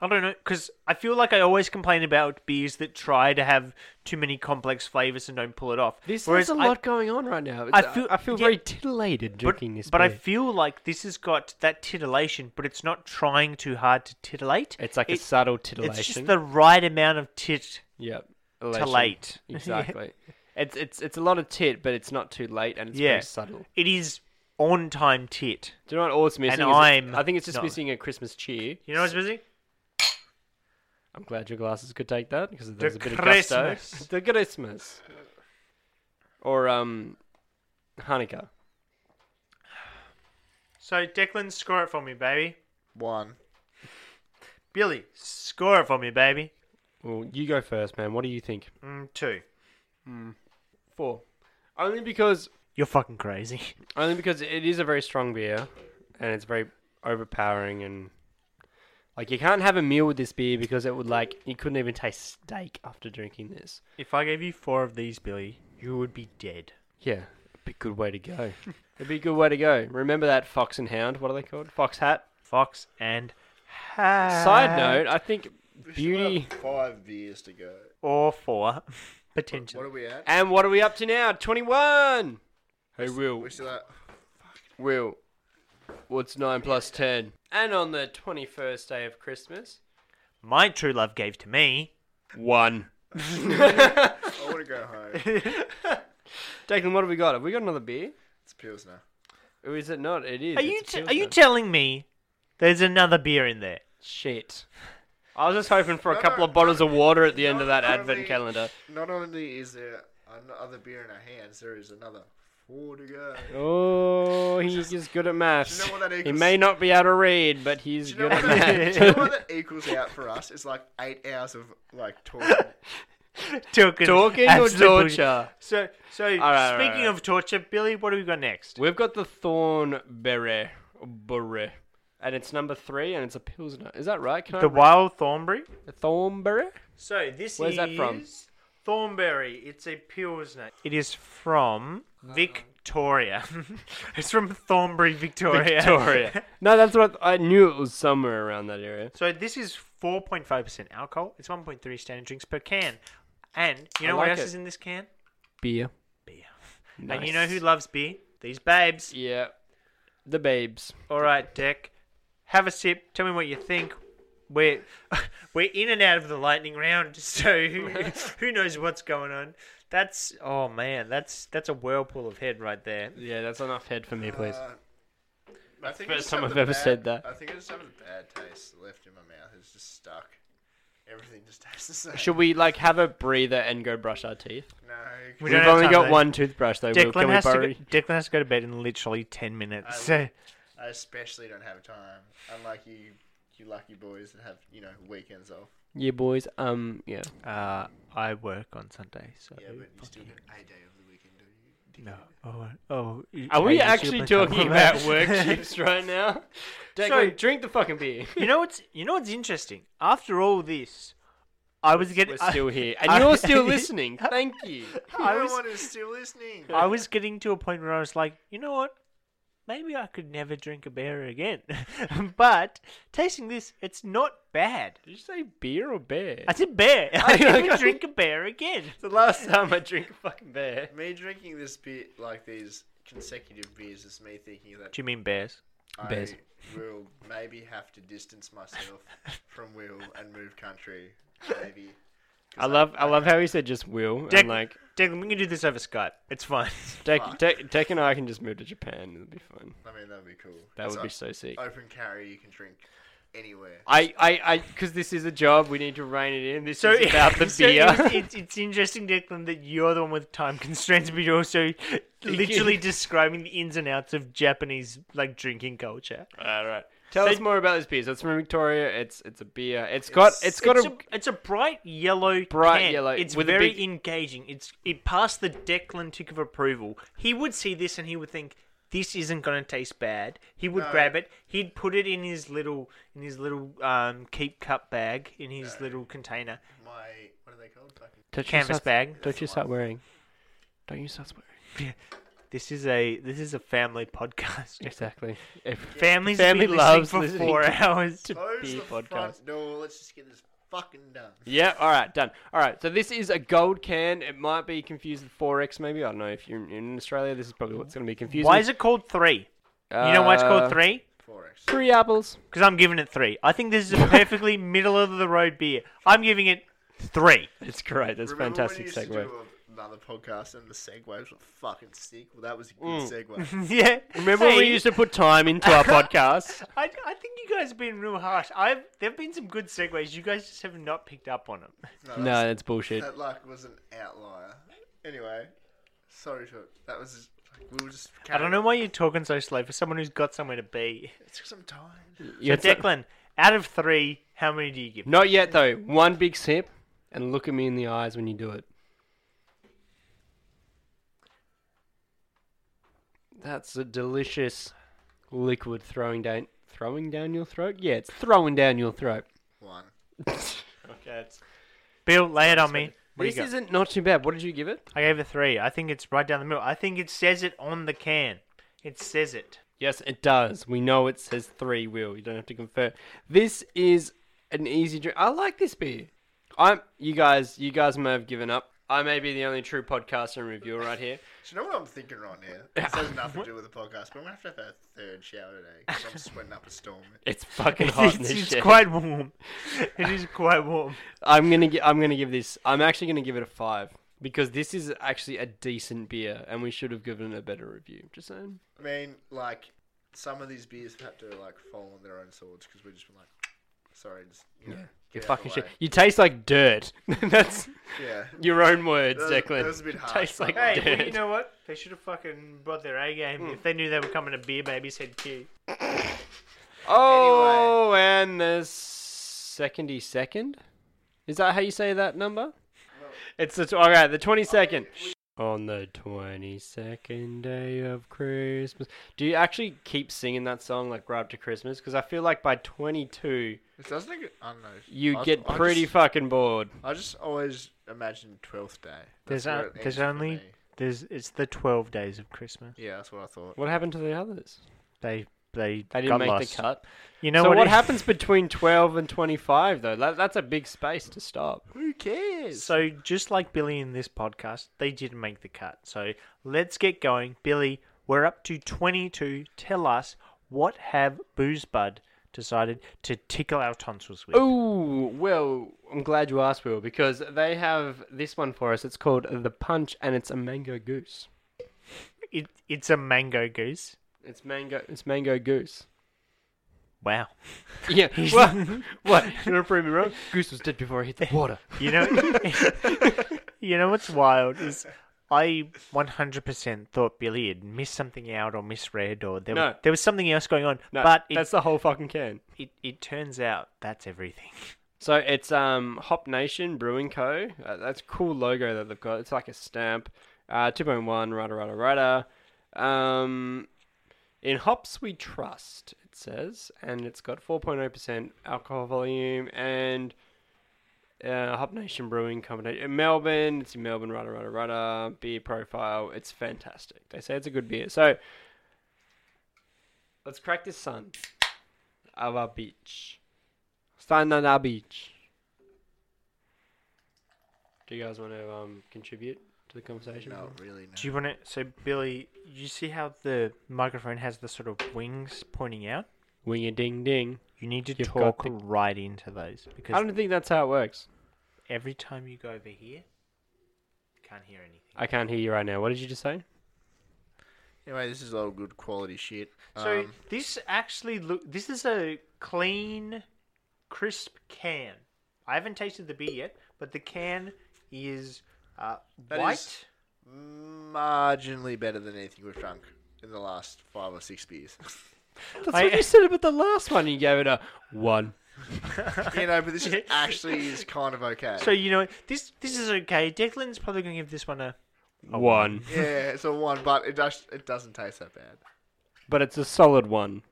[SPEAKER 1] I don't know, because I feel like I always complain about beers that try to have too many complex flavors and don't pull it off.
[SPEAKER 3] This
[SPEAKER 1] Whereas
[SPEAKER 3] there's a
[SPEAKER 1] I-
[SPEAKER 3] lot going on right now. uh,
[SPEAKER 1] I feel-
[SPEAKER 3] I feel
[SPEAKER 1] yeah.
[SPEAKER 3] very titillated drinking
[SPEAKER 1] but,
[SPEAKER 3] this.
[SPEAKER 1] But I
[SPEAKER 3] beer.
[SPEAKER 1] feel like this has got that titillation, but it's not trying too hard to titillate.
[SPEAKER 3] it's like a
[SPEAKER 1] It-
[SPEAKER 3] subtle titillation.
[SPEAKER 1] It's just the right amount of tit.
[SPEAKER 3] yep.
[SPEAKER 1] Elation.
[SPEAKER 3] *laughs*
[SPEAKER 1] late.
[SPEAKER 3] Exactly. It's it's it's a lot of tit, but it's not too late and it's
[SPEAKER 1] yeah,
[SPEAKER 3] very subtle.
[SPEAKER 1] It is on time tit.
[SPEAKER 3] Do you know what all it's missing?
[SPEAKER 1] And
[SPEAKER 3] is-
[SPEAKER 1] I'm
[SPEAKER 3] I think it's just
[SPEAKER 1] not.
[SPEAKER 3] missing a Christmas cheer.
[SPEAKER 1] You know what's busy?
[SPEAKER 3] I'm glad your glasses could take that because there's a bit of
[SPEAKER 1] Christmas.
[SPEAKER 3] gusto. The Christmas. Or um, Hanukkah.
[SPEAKER 1] So Declan, score it for me, baby.
[SPEAKER 2] One.
[SPEAKER 1] Billy, score it for me, baby.
[SPEAKER 7] Well, you go first, man. What do you think?
[SPEAKER 1] Mm, two.
[SPEAKER 3] Four. Only because
[SPEAKER 1] You're fucking crazy. *laughs*
[SPEAKER 3] Only because it is a very strong beer, and it's very overpowering, and like you can't have a meal with this beer because it would like you couldn't even taste steak after drinking this.
[SPEAKER 1] If I gave you four of these, Billy, you would be dead.
[SPEAKER 3] Yeah, it'd be a good way to go. *laughs* it'd be a good way to go. Remember that fox and hound? What are they called? Fox hat.
[SPEAKER 1] Fox and hat.
[SPEAKER 3] Side note, I think beauty.
[SPEAKER 2] Five beers to go.
[SPEAKER 1] Or four. *laughs* Potential.
[SPEAKER 2] What are we at?
[SPEAKER 3] And what are we up to now? Twenty-one. Hey Will,
[SPEAKER 2] We're still at
[SPEAKER 3] Will, what's nine plus ten? And on the twenty-first day of Christmas,
[SPEAKER 1] My true love gave to me.
[SPEAKER 3] one.
[SPEAKER 2] I want to go
[SPEAKER 3] *laughs*
[SPEAKER 2] home.
[SPEAKER 3] Declan, what have we got? Have we got another beer?
[SPEAKER 2] It's Pilsner.
[SPEAKER 3] Or is it not? It is.
[SPEAKER 1] Are
[SPEAKER 3] It's
[SPEAKER 1] you
[SPEAKER 3] a
[SPEAKER 1] t- are you
[SPEAKER 3] Pilsner.
[SPEAKER 1] telling me there's another beer in there?
[SPEAKER 3] Shit. I was just hoping for a
[SPEAKER 2] No,
[SPEAKER 3] couple
[SPEAKER 2] no,
[SPEAKER 3] of bottles of water at the end of that
[SPEAKER 2] no,
[SPEAKER 3] advent
[SPEAKER 2] mate.
[SPEAKER 3] calendar.
[SPEAKER 2] Not only is there another beer in our hands, there is another four to go.
[SPEAKER 3] Oh, he's good at maths.
[SPEAKER 2] Do you know what that
[SPEAKER 3] he
[SPEAKER 2] equals?
[SPEAKER 3] may not be able to read, but he's
[SPEAKER 2] Do you, know
[SPEAKER 3] good
[SPEAKER 2] what
[SPEAKER 3] at
[SPEAKER 2] that, do you know
[SPEAKER 3] maths.
[SPEAKER 2] what that equals out for us? It's like eight hours of like
[SPEAKER 3] *laughs*
[SPEAKER 2] talking.
[SPEAKER 1] Talking,
[SPEAKER 3] Talking or
[SPEAKER 1] absolute bullshit.
[SPEAKER 3] torture?
[SPEAKER 1] So, so
[SPEAKER 3] right, all
[SPEAKER 1] speaking
[SPEAKER 3] right.
[SPEAKER 1] of torture, Billy, what do we got next?
[SPEAKER 3] We've got the Thorn Beret. Beret. And it's number three, and it's a Pilsner. Is that right? Can I
[SPEAKER 1] The Wild Thornberry.
[SPEAKER 3] The Thorn Beret?
[SPEAKER 1] So this
[SPEAKER 3] Where's
[SPEAKER 1] is
[SPEAKER 3] that from?
[SPEAKER 1] Thornberry. It's a pilsner. It is from
[SPEAKER 3] Uh-huh.
[SPEAKER 1] Victoria. *laughs* it's from Thornbury, Victoria. *laughs*
[SPEAKER 3] Victoria. no, that's what I knew it was somewhere around that area.
[SPEAKER 1] so this is 4.5% alcohol. It's 1.3 standard drinks per can. And you know
[SPEAKER 3] I
[SPEAKER 1] what
[SPEAKER 3] like
[SPEAKER 1] else
[SPEAKER 3] it.
[SPEAKER 1] is in this can?
[SPEAKER 3] Beer.
[SPEAKER 1] Beer. And you know who loves beer? These babes.
[SPEAKER 3] Yeah. The babes.
[SPEAKER 1] All right, Deck. Have a sip. Tell me what you think. We're *laughs* we're in and out of the lightning round, *laughs* so
[SPEAKER 3] *laughs*
[SPEAKER 1] who, who knows what's going on? That's oh man, that's that's a whirlpool of head right there.
[SPEAKER 3] Yeah, that's enough head for me, please.
[SPEAKER 2] Uh, I think I
[SPEAKER 3] First
[SPEAKER 2] just
[SPEAKER 3] time
[SPEAKER 2] have
[SPEAKER 3] I've
[SPEAKER 2] the
[SPEAKER 3] ever
[SPEAKER 2] bad-
[SPEAKER 3] said that.
[SPEAKER 2] I think I just have a bad taste left in my mouth. It's just stuck. Everything just tastes the same.
[SPEAKER 3] Should we like have a breather and go brush our teeth?
[SPEAKER 2] No.
[SPEAKER 1] We
[SPEAKER 3] We
[SPEAKER 1] don't
[SPEAKER 3] have
[SPEAKER 1] have
[SPEAKER 3] only
[SPEAKER 1] time,
[SPEAKER 3] got
[SPEAKER 1] though.
[SPEAKER 3] one toothbrush though. Will,
[SPEAKER 1] Declan
[SPEAKER 3] can we
[SPEAKER 1] has, to
[SPEAKER 3] borrow? Uh,
[SPEAKER 1] go, Declan has to go to bed in literally ten minutes. So,
[SPEAKER 2] I especially don't have time. Unlike you, you lucky boys that have you know weekends off.
[SPEAKER 3] Yeah, boys. Um, yeah.
[SPEAKER 1] *laughs* uh, I work on Sunday, so
[SPEAKER 2] Yeah, but you still get a day of the weekend, don't you?
[SPEAKER 1] no. Oh, oh. you-
[SPEAKER 3] Are we
[SPEAKER 1] I guess
[SPEAKER 3] actually
[SPEAKER 1] you've become
[SPEAKER 3] talking
[SPEAKER 1] a *laughs*
[SPEAKER 3] about
[SPEAKER 1] man.
[SPEAKER 3] work *laughs* shifts right now? Declan,
[SPEAKER 1] So-
[SPEAKER 3] drink the fucking beer.
[SPEAKER 1] you know what's you know what's interesting? After all this, I was getting
[SPEAKER 3] *laughs* We're
[SPEAKER 1] I-
[SPEAKER 3] still here,
[SPEAKER 1] I-
[SPEAKER 3] and you're *laughs* still listening. Thank *laughs* you.
[SPEAKER 1] I was
[SPEAKER 2] Everyone is still listening.
[SPEAKER 1] I was getting to a point where I was like, you know what? Maybe I could never drink a beer again. *laughs* but tasting this, it's not bad.
[SPEAKER 3] Did you say beer or bear?
[SPEAKER 1] I said bear. *laughs* I never drink a bear again.
[SPEAKER 3] the last time I drink a fucking bear.
[SPEAKER 2] me drinking this beer like these consecutive beers is me thinking that
[SPEAKER 1] Do you mean bears?
[SPEAKER 2] I
[SPEAKER 3] Bears.
[SPEAKER 2] will maybe have to distance myself from Will and move country. Maybe.
[SPEAKER 3] I love, I love how he said just will,
[SPEAKER 1] Dec-
[SPEAKER 3] and like
[SPEAKER 1] Declan, we can do this over Skype. It's fine.
[SPEAKER 3] Dec, Dec, Dec and I can just move to Japan. It'll be fun.
[SPEAKER 2] I mean, that'd be cool.
[SPEAKER 3] That
[SPEAKER 2] It's
[SPEAKER 3] would be
[SPEAKER 2] like
[SPEAKER 3] so sick.
[SPEAKER 2] Open carry, you can drink anywhere.
[SPEAKER 3] I, I, I, because this is a job. We need to rein it in.
[SPEAKER 1] *laughs*
[SPEAKER 3] This
[SPEAKER 1] So
[SPEAKER 3] *laughs* is about the
[SPEAKER 1] so
[SPEAKER 3] beer.
[SPEAKER 1] *laughs* It's, it's, it's interesting, Declan, that you're the one with time constraints, but you're also literally describing the ins and outs of Japanese like drinking culture.
[SPEAKER 3] *laughs* All right. Tell us more about this beer. So it's from Victoria. It's it's a beer. it's got it's got
[SPEAKER 1] it's
[SPEAKER 3] a,
[SPEAKER 1] a, it's a bright yellow
[SPEAKER 3] Bright
[SPEAKER 1] can.
[SPEAKER 3] yellow
[SPEAKER 1] it's
[SPEAKER 3] with a
[SPEAKER 1] very
[SPEAKER 3] big-
[SPEAKER 1] engaging it's it passed the Declan tick of approval he would see this and he would think this isn't going to taste bad he would grab it he'd put it in his little in his little um, keep cup bag in his little container
[SPEAKER 2] My what are they called? Fucking
[SPEAKER 1] canvas bag
[SPEAKER 3] Don't you start wearing. Don't you start swearing.
[SPEAKER 1] this is a this is a family
[SPEAKER 3] *laughs*
[SPEAKER 1] podcast
[SPEAKER 3] Exactly. If-
[SPEAKER 1] Families
[SPEAKER 3] Family
[SPEAKER 1] Family loves
[SPEAKER 3] loves
[SPEAKER 1] for
[SPEAKER 3] listening
[SPEAKER 1] four
[SPEAKER 3] to-
[SPEAKER 1] hours.
[SPEAKER 2] close
[SPEAKER 3] Beer
[SPEAKER 2] the
[SPEAKER 3] podcast.
[SPEAKER 2] front door. Let's just get this fucking done.
[SPEAKER 3] yeah. All right. Done. All right. So this is a gold can. It might be confused with forex. Maybe I don't know. If you're in Australia, this is probably what's going to be confusing. Uh,
[SPEAKER 1] Why is it called three? you know why it's called three?
[SPEAKER 2] Forex.
[SPEAKER 3] Three apples.
[SPEAKER 1] Because I'm giving it three. I think this is a
[SPEAKER 3] *laughs*
[SPEAKER 1] perfectly middle of the road beer. I'm giving it three. *laughs*
[SPEAKER 3] It's great. That's
[SPEAKER 2] Remember when
[SPEAKER 3] fantastic
[SPEAKER 2] we
[SPEAKER 3] segue.
[SPEAKER 2] used to do another podcast and the segues were fucking sick. Well, that was a
[SPEAKER 3] Mm.
[SPEAKER 2] good
[SPEAKER 3] *laughs*
[SPEAKER 2] segue.
[SPEAKER 1] yeah.
[SPEAKER 3] Remember when we used to put time into *laughs* our podcast?
[SPEAKER 1] I, I think you guys have been real harsh. I've there've been some good segues. You guys just have not picked up on them.
[SPEAKER 3] No, that's bullshit.
[SPEAKER 2] That like was an outlier. Anyway, sorry to that was just, like, we were just.
[SPEAKER 1] I don't know why you're talking so slow for someone who's got somewhere to be.
[SPEAKER 2] It's because I'm tired.
[SPEAKER 3] You had
[SPEAKER 1] Declan, Out of three, how many do you give?
[SPEAKER 3] Not yet, though. One big sip and look at me in the eyes when you do it. That's a delicious liquid throwing down throwing down your throat. Yeah, it's throwing down your throat.
[SPEAKER 2] One.
[SPEAKER 3] okay, it's,
[SPEAKER 1] Bill, lay it on me. What do you
[SPEAKER 3] this
[SPEAKER 1] got?
[SPEAKER 3] isn't not too bad. What did you give it?
[SPEAKER 1] I gave it three. I think it's right down the middle. I think it says it on the can. It says it.
[SPEAKER 3] Yes, it does. We know it says three will. You don't have to confirm. This is an easy drink. I like this beer. I'm you guys you guys may have given up. I may be the only true podcaster and reviewer right here.
[SPEAKER 2] Do you know what I'm thinking right
[SPEAKER 3] *laughs*
[SPEAKER 2] now? This has nothing to do with the podcast, but I'm gonna have to have a third shower today 'cause I'm sweating up a storm.
[SPEAKER 3] It's fucking hot in
[SPEAKER 1] It's,
[SPEAKER 3] this
[SPEAKER 1] it's
[SPEAKER 3] shit.
[SPEAKER 1] quite warm. It is quite warm.
[SPEAKER 3] I'm gonna gi- I'm gonna give this. I'm actually gonna give it a five because this is actually a decent beer, and we should have given it a better review. Just saying.
[SPEAKER 2] I mean, like some of these beers have had to like fall on their own swords because we've just been like, sorry, just you know,
[SPEAKER 3] You
[SPEAKER 2] get out the
[SPEAKER 3] fucking shit.
[SPEAKER 2] way.
[SPEAKER 3] You taste like dirt. *laughs* That's
[SPEAKER 2] Yeah.
[SPEAKER 3] *laughs* your own words,
[SPEAKER 2] That was-
[SPEAKER 3] Declan.
[SPEAKER 2] that was a bit harsh,
[SPEAKER 3] Tastes
[SPEAKER 2] but-
[SPEAKER 3] like
[SPEAKER 1] Hey,
[SPEAKER 3] dirt.
[SPEAKER 1] well, you know what? They should have fucking brought their A
[SPEAKER 3] Hmm.
[SPEAKER 1] game if they knew they were coming to Beer Babies Head Q.
[SPEAKER 3] oh, and the secondy second. Is that how you say that number? It's the tw- all right. The twenty second. On the twenty second day of Christmas, do you actually keep singing that song like right up to Christmas? Because I feel like by twenty two,
[SPEAKER 2] It doesn't. Get, I don't know.
[SPEAKER 3] You
[SPEAKER 2] I-
[SPEAKER 3] get
[SPEAKER 2] I
[SPEAKER 3] pretty
[SPEAKER 2] Just,
[SPEAKER 3] fucking bored.
[SPEAKER 2] I just always imagine Twelfth Day. That's
[SPEAKER 1] There's,
[SPEAKER 2] where
[SPEAKER 1] on-
[SPEAKER 2] it ends
[SPEAKER 1] there's
[SPEAKER 2] for
[SPEAKER 1] only
[SPEAKER 2] me.
[SPEAKER 1] there's it's the twelve days of Christmas.
[SPEAKER 2] Yeah, that's what I thought.
[SPEAKER 3] What happened to the others?
[SPEAKER 1] They they,
[SPEAKER 3] They didn't
[SPEAKER 1] got
[SPEAKER 3] make
[SPEAKER 1] lost.
[SPEAKER 3] the cut.
[SPEAKER 1] You know
[SPEAKER 3] so
[SPEAKER 1] what?
[SPEAKER 3] what,
[SPEAKER 1] it- *laughs*
[SPEAKER 3] happens between 12 and 25 though? That, that's a big space to stop.
[SPEAKER 2] Who cares?
[SPEAKER 1] So just like Billy in this podcast, they didn't make the cut. So let's get going, Billy. We're up to twenty-two. Tell us what have Booze Bud decided to tickle our tonsils with?
[SPEAKER 3] Oh, well, I'm glad you asked, Will, because they have this one for us. It's called The Punch and it's a mango goose.
[SPEAKER 1] It, it's a mango goose.
[SPEAKER 3] It's mango it's mango goose. *laughs*
[SPEAKER 1] Wow. *laughs*
[SPEAKER 3] Yeah. what? What? You want to prove me wrong? Goose was dead before I hit the
[SPEAKER 1] *laughs*
[SPEAKER 3] water.
[SPEAKER 1] You know, you know what's wild is I 100% thought Billy had missed something out or misread or there,
[SPEAKER 3] No.
[SPEAKER 1] there was something else going on.
[SPEAKER 3] No,
[SPEAKER 1] but it,
[SPEAKER 3] that's the whole fucking can.
[SPEAKER 1] it, it turns out that's
[SPEAKER 3] *laughs*
[SPEAKER 1] everything.
[SPEAKER 3] So it's um Hop Nation Brewing Co. Uh, that's a cool logo that they've got. It's like a stamp. Uh, two point one. Rada rada rada. Um, in hops we trust. It says, and it's got four point zero percent alcohol volume and. Uh, Hop Nation Brewing Company in Melbourne. It's in Melbourne. Rada rada rada. Beer profile. It's fantastic. They say it's a good beer. So let's crack this sun. Of our beach. Stand on our beach. Do you guys want to um, contribute to the conversation?
[SPEAKER 2] no, really. No.
[SPEAKER 1] Do you want to? So, Billy, you see how the microphone has the sort of wings pointing out?
[SPEAKER 3] Wing a ding ding.
[SPEAKER 1] You need to
[SPEAKER 3] You've got
[SPEAKER 1] talk
[SPEAKER 3] the-
[SPEAKER 1] right into those because
[SPEAKER 3] I don't think that's how it works.
[SPEAKER 1] every time you go over here, you can't hear anything.
[SPEAKER 3] I can't hear you right now. What did you just say?
[SPEAKER 2] Anyway, this is all good quality shit.
[SPEAKER 1] So
[SPEAKER 2] um,
[SPEAKER 1] this actually look. This is a clean, crisp can. I haven't tasted the beer yet, but the can is uh,
[SPEAKER 2] That
[SPEAKER 1] white.
[SPEAKER 2] is- marginally better than anything we've drunk in the last five or six beers. *laughs*
[SPEAKER 3] That's
[SPEAKER 1] I-
[SPEAKER 3] what you said about the last one. You gave it a one.
[SPEAKER 2] you know, but this is actually is kind of okay.
[SPEAKER 1] So you know this. This is okay. Declan's probably going to give this one a.
[SPEAKER 3] one.
[SPEAKER 2] yeah, it's a one, but it does it doesn't taste that bad.
[SPEAKER 3] But it's a solid one.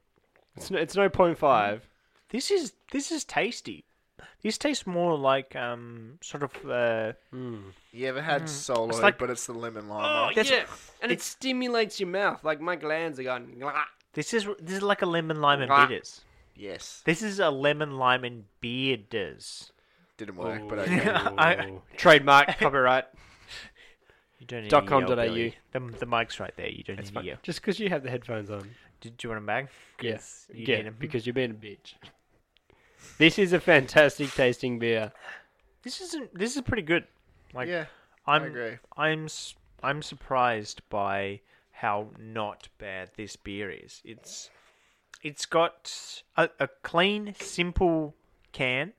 [SPEAKER 3] It's no, it's no point five.
[SPEAKER 1] This is this is tasty. This tastes more like um sort of uh,
[SPEAKER 2] You ever
[SPEAKER 3] Mm.
[SPEAKER 2] had solo,
[SPEAKER 1] It's like-
[SPEAKER 2] but it's the lemon
[SPEAKER 3] Oh,
[SPEAKER 2] lime.
[SPEAKER 1] That's- yeah,
[SPEAKER 3] and it stimulates your mouth. Like my glands are going. *laughs*
[SPEAKER 1] this is this is like a lemon lime and
[SPEAKER 3] Ah.
[SPEAKER 1] bitters.
[SPEAKER 2] yes,
[SPEAKER 1] This is a lemon lime and bitters.
[SPEAKER 2] didn't work,
[SPEAKER 3] Oh.
[SPEAKER 2] but
[SPEAKER 3] *laughs*
[SPEAKER 2] okay.
[SPEAKER 1] I-
[SPEAKER 3] Trademark copyright.
[SPEAKER 1] You don't need
[SPEAKER 3] Dot
[SPEAKER 1] to
[SPEAKER 3] com
[SPEAKER 1] yell,
[SPEAKER 3] dot au.
[SPEAKER 1] Billy. The, the mic's right there. You don't
[SPEAKER 3] It's
[SPEAKER 1] need to
[SPEAKER 3] fine.
[SPEAKER 1] yell.
[SPEAKER 3] *laughs* Just because you have the headphones on.
[SPEAKER 1] Did do you want a bag?
[SPEAKER 3] Yes,
[SPEAKER 1] you
[SPEAKER 3] yeah,
[SPEAKER 1] need 'em.
[SPEAKER 3] because you're being a bitch. This is a fantastic tasting beer.
[SPEAKER 1] This isn't. This is pretty good. Like
[SPEAKER 2] yeah,
[SPEAKER 1] I'm,
[SPEAKER 2] agree.
[SPEAKER 1] I'm s- I'm surprised by how not bad this beer is. It's it's got a, a clean, simple can.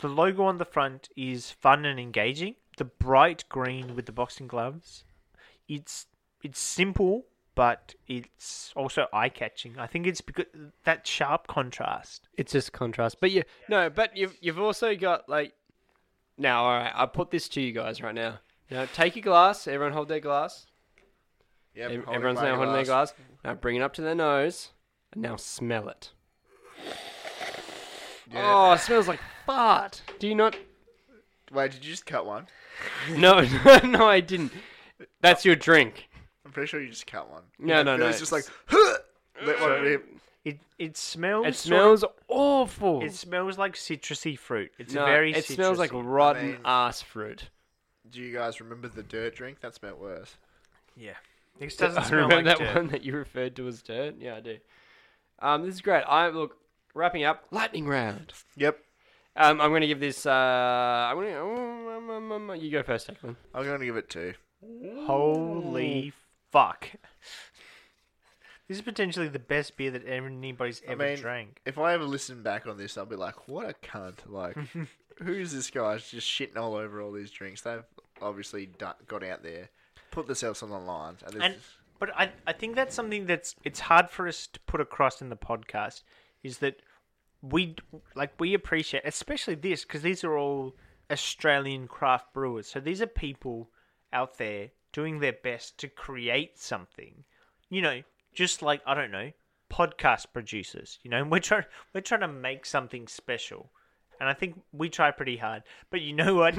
[SPEAKER 1] The logo on the front is fun and engaging. The bright green with the boxing gloves. It's it's simple but it's also eye catching. I think it's because that sharp contrast.
[SPEAKER 3] It's just contrast. But yeah, no, but you've you've also got like now, all right, I put this to you guys right now. Now take your glass, everyone hold their glass.
[SPEAKER 2] Yep,
[SPEAKER 3] Ev-
[SPEAKER 2] holding
[SPEAKER 3] Everyone's
[SPEAKER 2] my
[SPEAKER 3] now holding their glass. Now bring it up to their nose and now smell it. Oh, it smells like fart. Do you not *laughs*
[SPEAKER 2] Wait, did you just cut one?
[SPEAKER 3] No, *laughs* no, no, I didn't. That's your drink.
[SPEAKER 2] I'm pretty sure you just cut one.
[SPEAKER 3] No, no, no.
[SPEAKER 2] Billy's just like, *laughs* "Huh!" Let one rip.
[SPEAKER 1] It it smells. sort
[SPEAKER 3] it
[SPEAKER 1] of-
[SPEAKER 3] smells awful.
[SPEAKER 1] it smells like citrusy fruit. It's
[SPEAKER 3] No,
[SPEAKER 1] very.
[SPEAKER 3] it smells like
[SPEAKER 1] citrusy.
[SPEAKER 3] rotten
[SPEAKER 2] mean-
[SPEAKER 3] ass fruit.
[SPEAKER 2] Do you guys remember the dirt drink? That smelled worse.
[SPEAKER 1] yeah. This doesn't
[SPEAKER 3] *laughs* I
[SPEAKER 1] smell
[SPEAKER 3] remember
[SPEAKER 1] like
[SPEAKER 3] that
[SPEAKER 1] dirt.
[SPEAKER 3] one that you referred to as dirt. Yeah, I do. Um, this is great. I look wrapping up lightning round.
[SPEAKER 2] Yep.
[SPEAKER 3] Um, I'm gonna give this. Uh, I'm gonna. oh, um, um, um, you go first, Declan. *laughs*
[SPEAKER 2] I'm going to give it two.
[SPEAKER 1] Holy fuck! This is potentially the best beer that ever- anybody's ever
[SPEAKER 2] I mean,
[SPEAKER 1] drank.
[SPEAKER 2] if I ever listen back on this, I'll be like, what a cunt.
[SPEAKER 3] *laughs*
[SPEAKER 2] Like, who's this guy that's just shitting all over all these drinks? They've obviously done, got out there, put themselves on the line. And, this
[SPEAKER 1] And
[SPEAKER 2] is-
[SPEAKER 1] but I I think that's something that's it's hard for us to put across in the podcast is that we d- like we appreciate especially this because these are all Australian craft brewers. So these are people out there doing their best to create something. You know, just like I don't know, podcast producers, you know, *laughs* we're trying we're trying to make something special. And I think we try pretty hard. But you know what?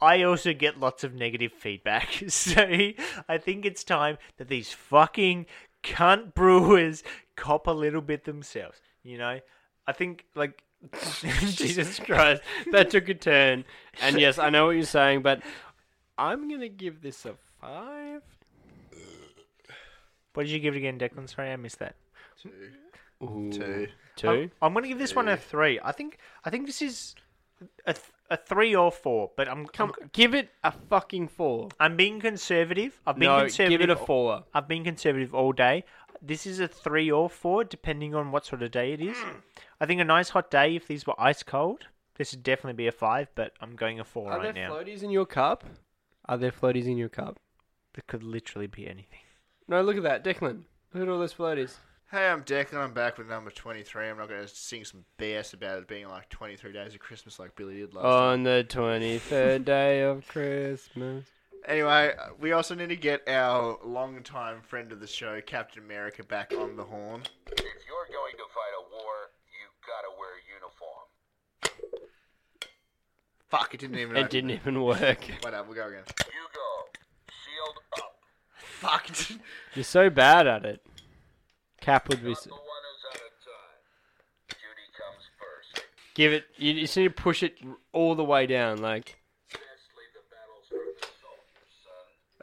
[SPEAKER 1] I also get lots of negative feedback. *laughs* So I think it's time that these fucking cunt brewers cop a little bit themselves. You know? I think like *laughs*
[SPEAKER 3] Jesus *laughs* Christ, that took a turn. *laughs* And yes, I know what you're saying, but I'm gonna give this a five.
[SPEAKER 1] What did you give it again, Declan? Sorry, I missed that.
[SPEAKER 2] two.
[SPEAKER 3] Two.
[SPEAKER 1] Um, I'm going to give this one a three. I think I think this is a, th- a three or four, but I'm
[SPEAKER 3] Come,
[SPEAKER 1] I'm,
[SPEAKER 3] give it a fucking four.
[SPEAKER 1] I'm being conservative. I've been
[SPEAKER 3] No,
[SPEAKER 1] conservative.
[SPEAKER 3] give it a four.
[SPEAKER 1] I've been conservative all day. This is a three or four, depending on what sort of day it is.
[SPEAKER 3] Hmm.
[SPEAKER 1] I think a nice hot day, if these were ice cold, this would definitely be a five. But I'm going a four
[SPEAKER 3] Are
[SPEAKER 1] right
[SPEAKER 3] there
[SPEAKER 1] now.
[SPEAKER 3] floaties in your cup? Are there floaties in your cup?
[SPEAKER 1] It could literally be anything.
[SPEAKER 3] No, look at that, Declan. Look at all those floaties.
[SPEAKER 2] Hey, I'm Declan. I'm back with number 23. I'm not going to sing some BS about it being like 23 days of Christmas like Billy did last time.
[SPEAKER 3] On the 23rd day of Christmas.
[SPEAKER 2] Anyway, uh, we also need to get our longtime friend of the show, Captain America, back on the horn.
[SPEAKER 5] If you're going to fight a war, you gotta wear a uniform.
[SPEAKER 2] Fuck, *laughs* it didn't even
[SPEAKER 3] It didn't even work.
[SPEAKER 2] Whatever, we'll go again.
[SPEAKER 5] Hugo, shield up.
[SPEAKER 2] Fuck. it didn't-
[SPEAKER 3] You're so bad at it. Cap would be. s-
[SPEAKER 5] The one who's out of time. Duty comes first.
[SPEAKER 3] Give it. You just need to push it all the way down. Like,
[SPEAKER 5] Best leave the battles for the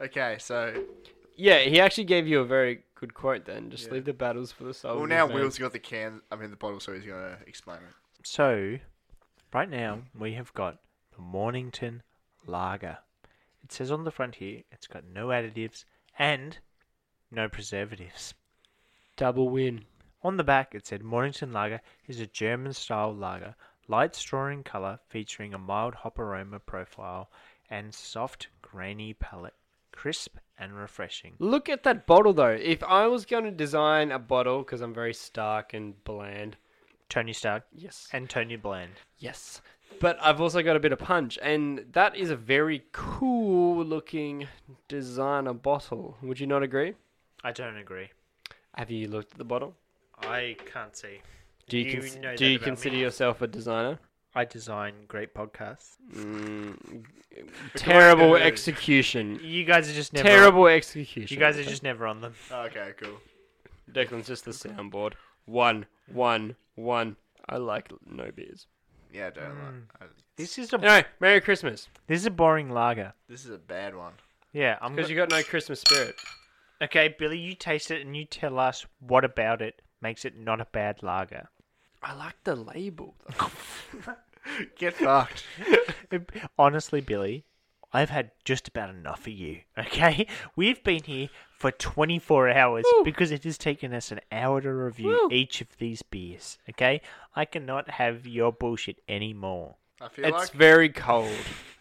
[SPEAKER 5] soldiers, son.
[SPEAKER 2] Okay, so.
[SPEAKER 3] yeah, he actually gave you a very good quote then. Just
[SPEAKER 2] Yeah.
[SPEAKER 3] leave the battles for the soldiers.
[SPEAKER 2] Well, now
[SPEAKER 3] man.
[SPEAKER 2] Will's got the can, I mean, the bottle, so he's going to explain it.
[SPEAKER 1] So, right now we have got the Mornington Lager. It says on the front here, it's got no additives and no preservatives.
[SPEAKER 3] Double win.
[SPEAKER 1] On the back, it said Mornington Lager is a German style lager, light straw in color, featuring a mild hop aroma profile and soft, grainy palate, crisp and refreshing.
[SPEAKER 3] Look at that bottle though. If I was going to design a bottle, because I'm very stark and bland.
[SPEAKER 1] Tony Stark
[SPEAKER 3] Yes.
[SPEAKER 1] and Tony Bland.
[SPEAKER 3] Yes. But I've also got a bit of punch, and that is a very cool looking designer bottle. Would you not agree?
[SPEAKER 1] I don't agree.
[SPEAKER 3] Have you looked at the bottle?
[SPEAKER 1] I can't see.
[SPEAKER 3] Do you,
[SPEAKER 1] You
[SPEAKER 3] cons-
[SPEAKER 1] know
[SPEAKER 3] do
[SPEAKER 1] that
[SPEAKER 3] you
[SPEAKER 1] about me.
[SPEAKER 3] consider yourself a designer?
[SPEAKER 1] I design great podcasts.
[SPEAKER 3] Terrible execution.
[SPEAKER 1] You guys are just never.
[SPEAKER 3] Terrible execution.
[SPEAKER 1] You guys are just never on them.
[SPEAKER 2] Okay, cool.
[SPEAKER 3] Declan's just the soundboard. One, one, one. I like no beers.
[SPEAKER 2] Yeah, I don't
[SPEAKER 3] Hmm.
[SPEAKER 2] like. I,
[SPEAKER 1] This is a
[SPEAKER 3] Anyway, Merry Christmas.
[SPEAKER 1] this is a boring lager.
[SPEAKER 2] this is a bad one.
[SPEAKER 1] Yeah, I'm.
[SPEAKER 3] Because you got no Christmas spirit.
[SPEAKER 1] Okay, Billy, you taste it and you tell us what about it makes it not a bad lager. *laughs*
[SPEAKER 3] I like the label though.
[SPEAKER 2] *laughs*
[SPEAKER 3] *laughs*
[SPEAKER 2] Get fucked.
[SPEAKER 1] Honestly, Billy, I've had just about enough of you. Okay, *laughs* we've been here for 24 hours because it has taken us an hour to review each of these beers. Okay, I cannot have your bullshit anymore.
[SPEAKER 2] I feel
[SPEAKER 8] It's
[SPEAKER 2] like
[SPEAKER 8] very cold.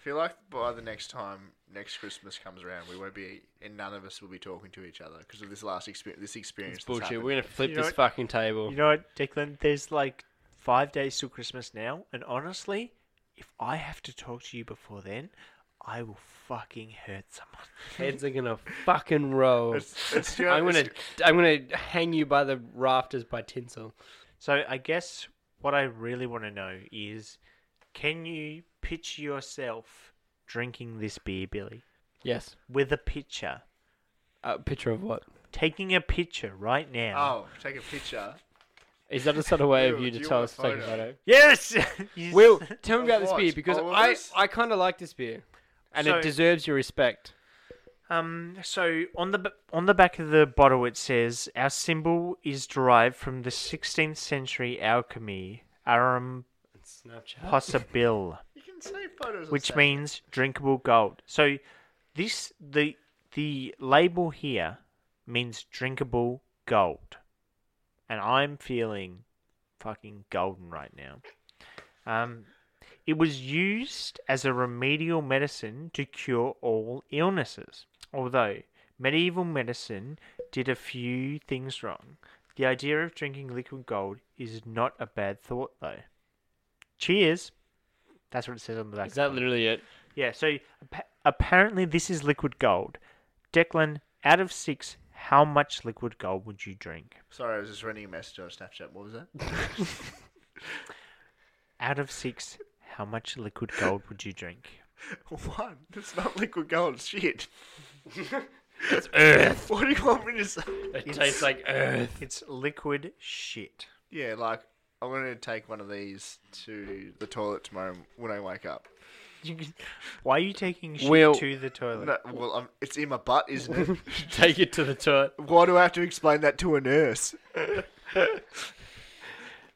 [SPEAKER 2] feel like by the next time next Christmas comes around, we won't be and none of us will be talking to each other because of this last experience. This experience.
[SPEAKER 3] It's
[SPEAKER 2] that's
[SPEAKER 3] bullshit.
[SPEAKER 2] happened.
[SPEAKER 3] We're gonna flip
[SPEAKER 1] You know
[SPEAKER 3] this
[SPEAKER 1] what?
[SPEAKER 3] fucking table.
[SPEAKER 1] You know what, Declan? There's like five days till Christmas now, and honestly, if I have to talk to you before then, I will fucking hurt someone. *laughs*
[SPEAKER 3] Heads are gonna fucking roll.
[SPEAKER 2] It's- it's- you know,
[SPEAKER 3] I'm gonna
[SPEAKER 2] it's-
[SPEAKER 3] I'm gonna hang you by the rafters by tinsel.
[SPEAKER 1] So I guess what I really want to know is, can you picture yourself drinking this beer, Billy,
[SPEAKER 3] Yes.
[SPEAKER 1] with a picture?
[SPEAKER 3] A picture of what?
[SPEAKER 1] Taking a picture right now.
[SPEAKER 2] Oh, take a picture.
[SPEAKER 3] Is that a sort of way of
[SPEAKER 2] Ew,
[SPEAKER 3] you
[SPEAKER 2] do
[SPEAKER 3] to
[SPEAKER 2] you
[SPEAKER 3] tell
[SPEAKER 2] want
[SPEAKER 3] us
[SPEAKER 2] a
[SPEAKER 3] to take a
[SPEAKER 2] photo? Oh,
[SPEAKER 3] photo?
[SPEAKER 1] Yes. *laughs* Yes.
[SPEAKER 2] *laughs*
[SPEAKER 3] Will, tell me
[SPEAKER 2] Of
[SPEAKER 3] about this
[SPEAKER 2] what?
[SPEAKER 3] beer because
[SPEAKER 2] All of
[SPEAKER 3] I,
[SPEAKER 2] this?
[SPEAKER 3] I kind of like this beer, and
[SPEAKER 1] So-
[SPEAKER 3] it deserves your respect.
[SPEAKER 1] Um, so on the b- on the back of the bottle, it says our symbol is derived from the 16th century alchemy arum
[SPEAKER 3] Snapchat.
[SPEAKER 1] possibil,
[SPEAKER 2] You can save photos. on
[SPEAKER 1] which
[SPEAKER 2] Snapchat.
[SPEAKER 1] means drinkable gold. So this the the label here means drinkable gold, and I'm feeling fucking golden right now. Um, it was used as a remedial medicine to cure all illnesses. Although medieval medicine did a few things wrong, the idea of drinking liquid gold is not a bad thought, though. Cheers! That's what it says on the back.
[SPEAKER 3] Is that literally it? *laughs*
[SPEAKER 1] Yeah, so appa- apparently this is liquid gold. Declan, out of six, how much liquid gold would you drink?
[SPEAKER 2] Sorry, I was just running a message on Snapchat. What was that? *laughs*
[SPEAKER 1] Out of six, how much liquid gold would you drink?
[SPEAKER 2] One. It's not liquid gold. Shit.
[SPEAKER 3] *laughs* It's
[SPEAKER 2] *laughs*
[SPEAKER 3] earth.
[SPEAKER 2] What do you want me to say?
[SPEAKER 3] It tastes like earth.
[SPEAKER 1] It's liquid shit.
[SPEAKER 2] Yeah, like I'm gonna take one of these to the toilet tomorrow when I wake up.
[SPEAKER 1] You can- Why are you taking shit
[SPEAKER 3] Will-
[SPEAKER 1] to the toilet?
[SPEAKER 2] No, well, I'm, it's in my butt, isn't it? *laughs*
[SPEAKER 3] Take it to the toilet.
[SPEAKER 2] Why do I have to explain that to a nurse?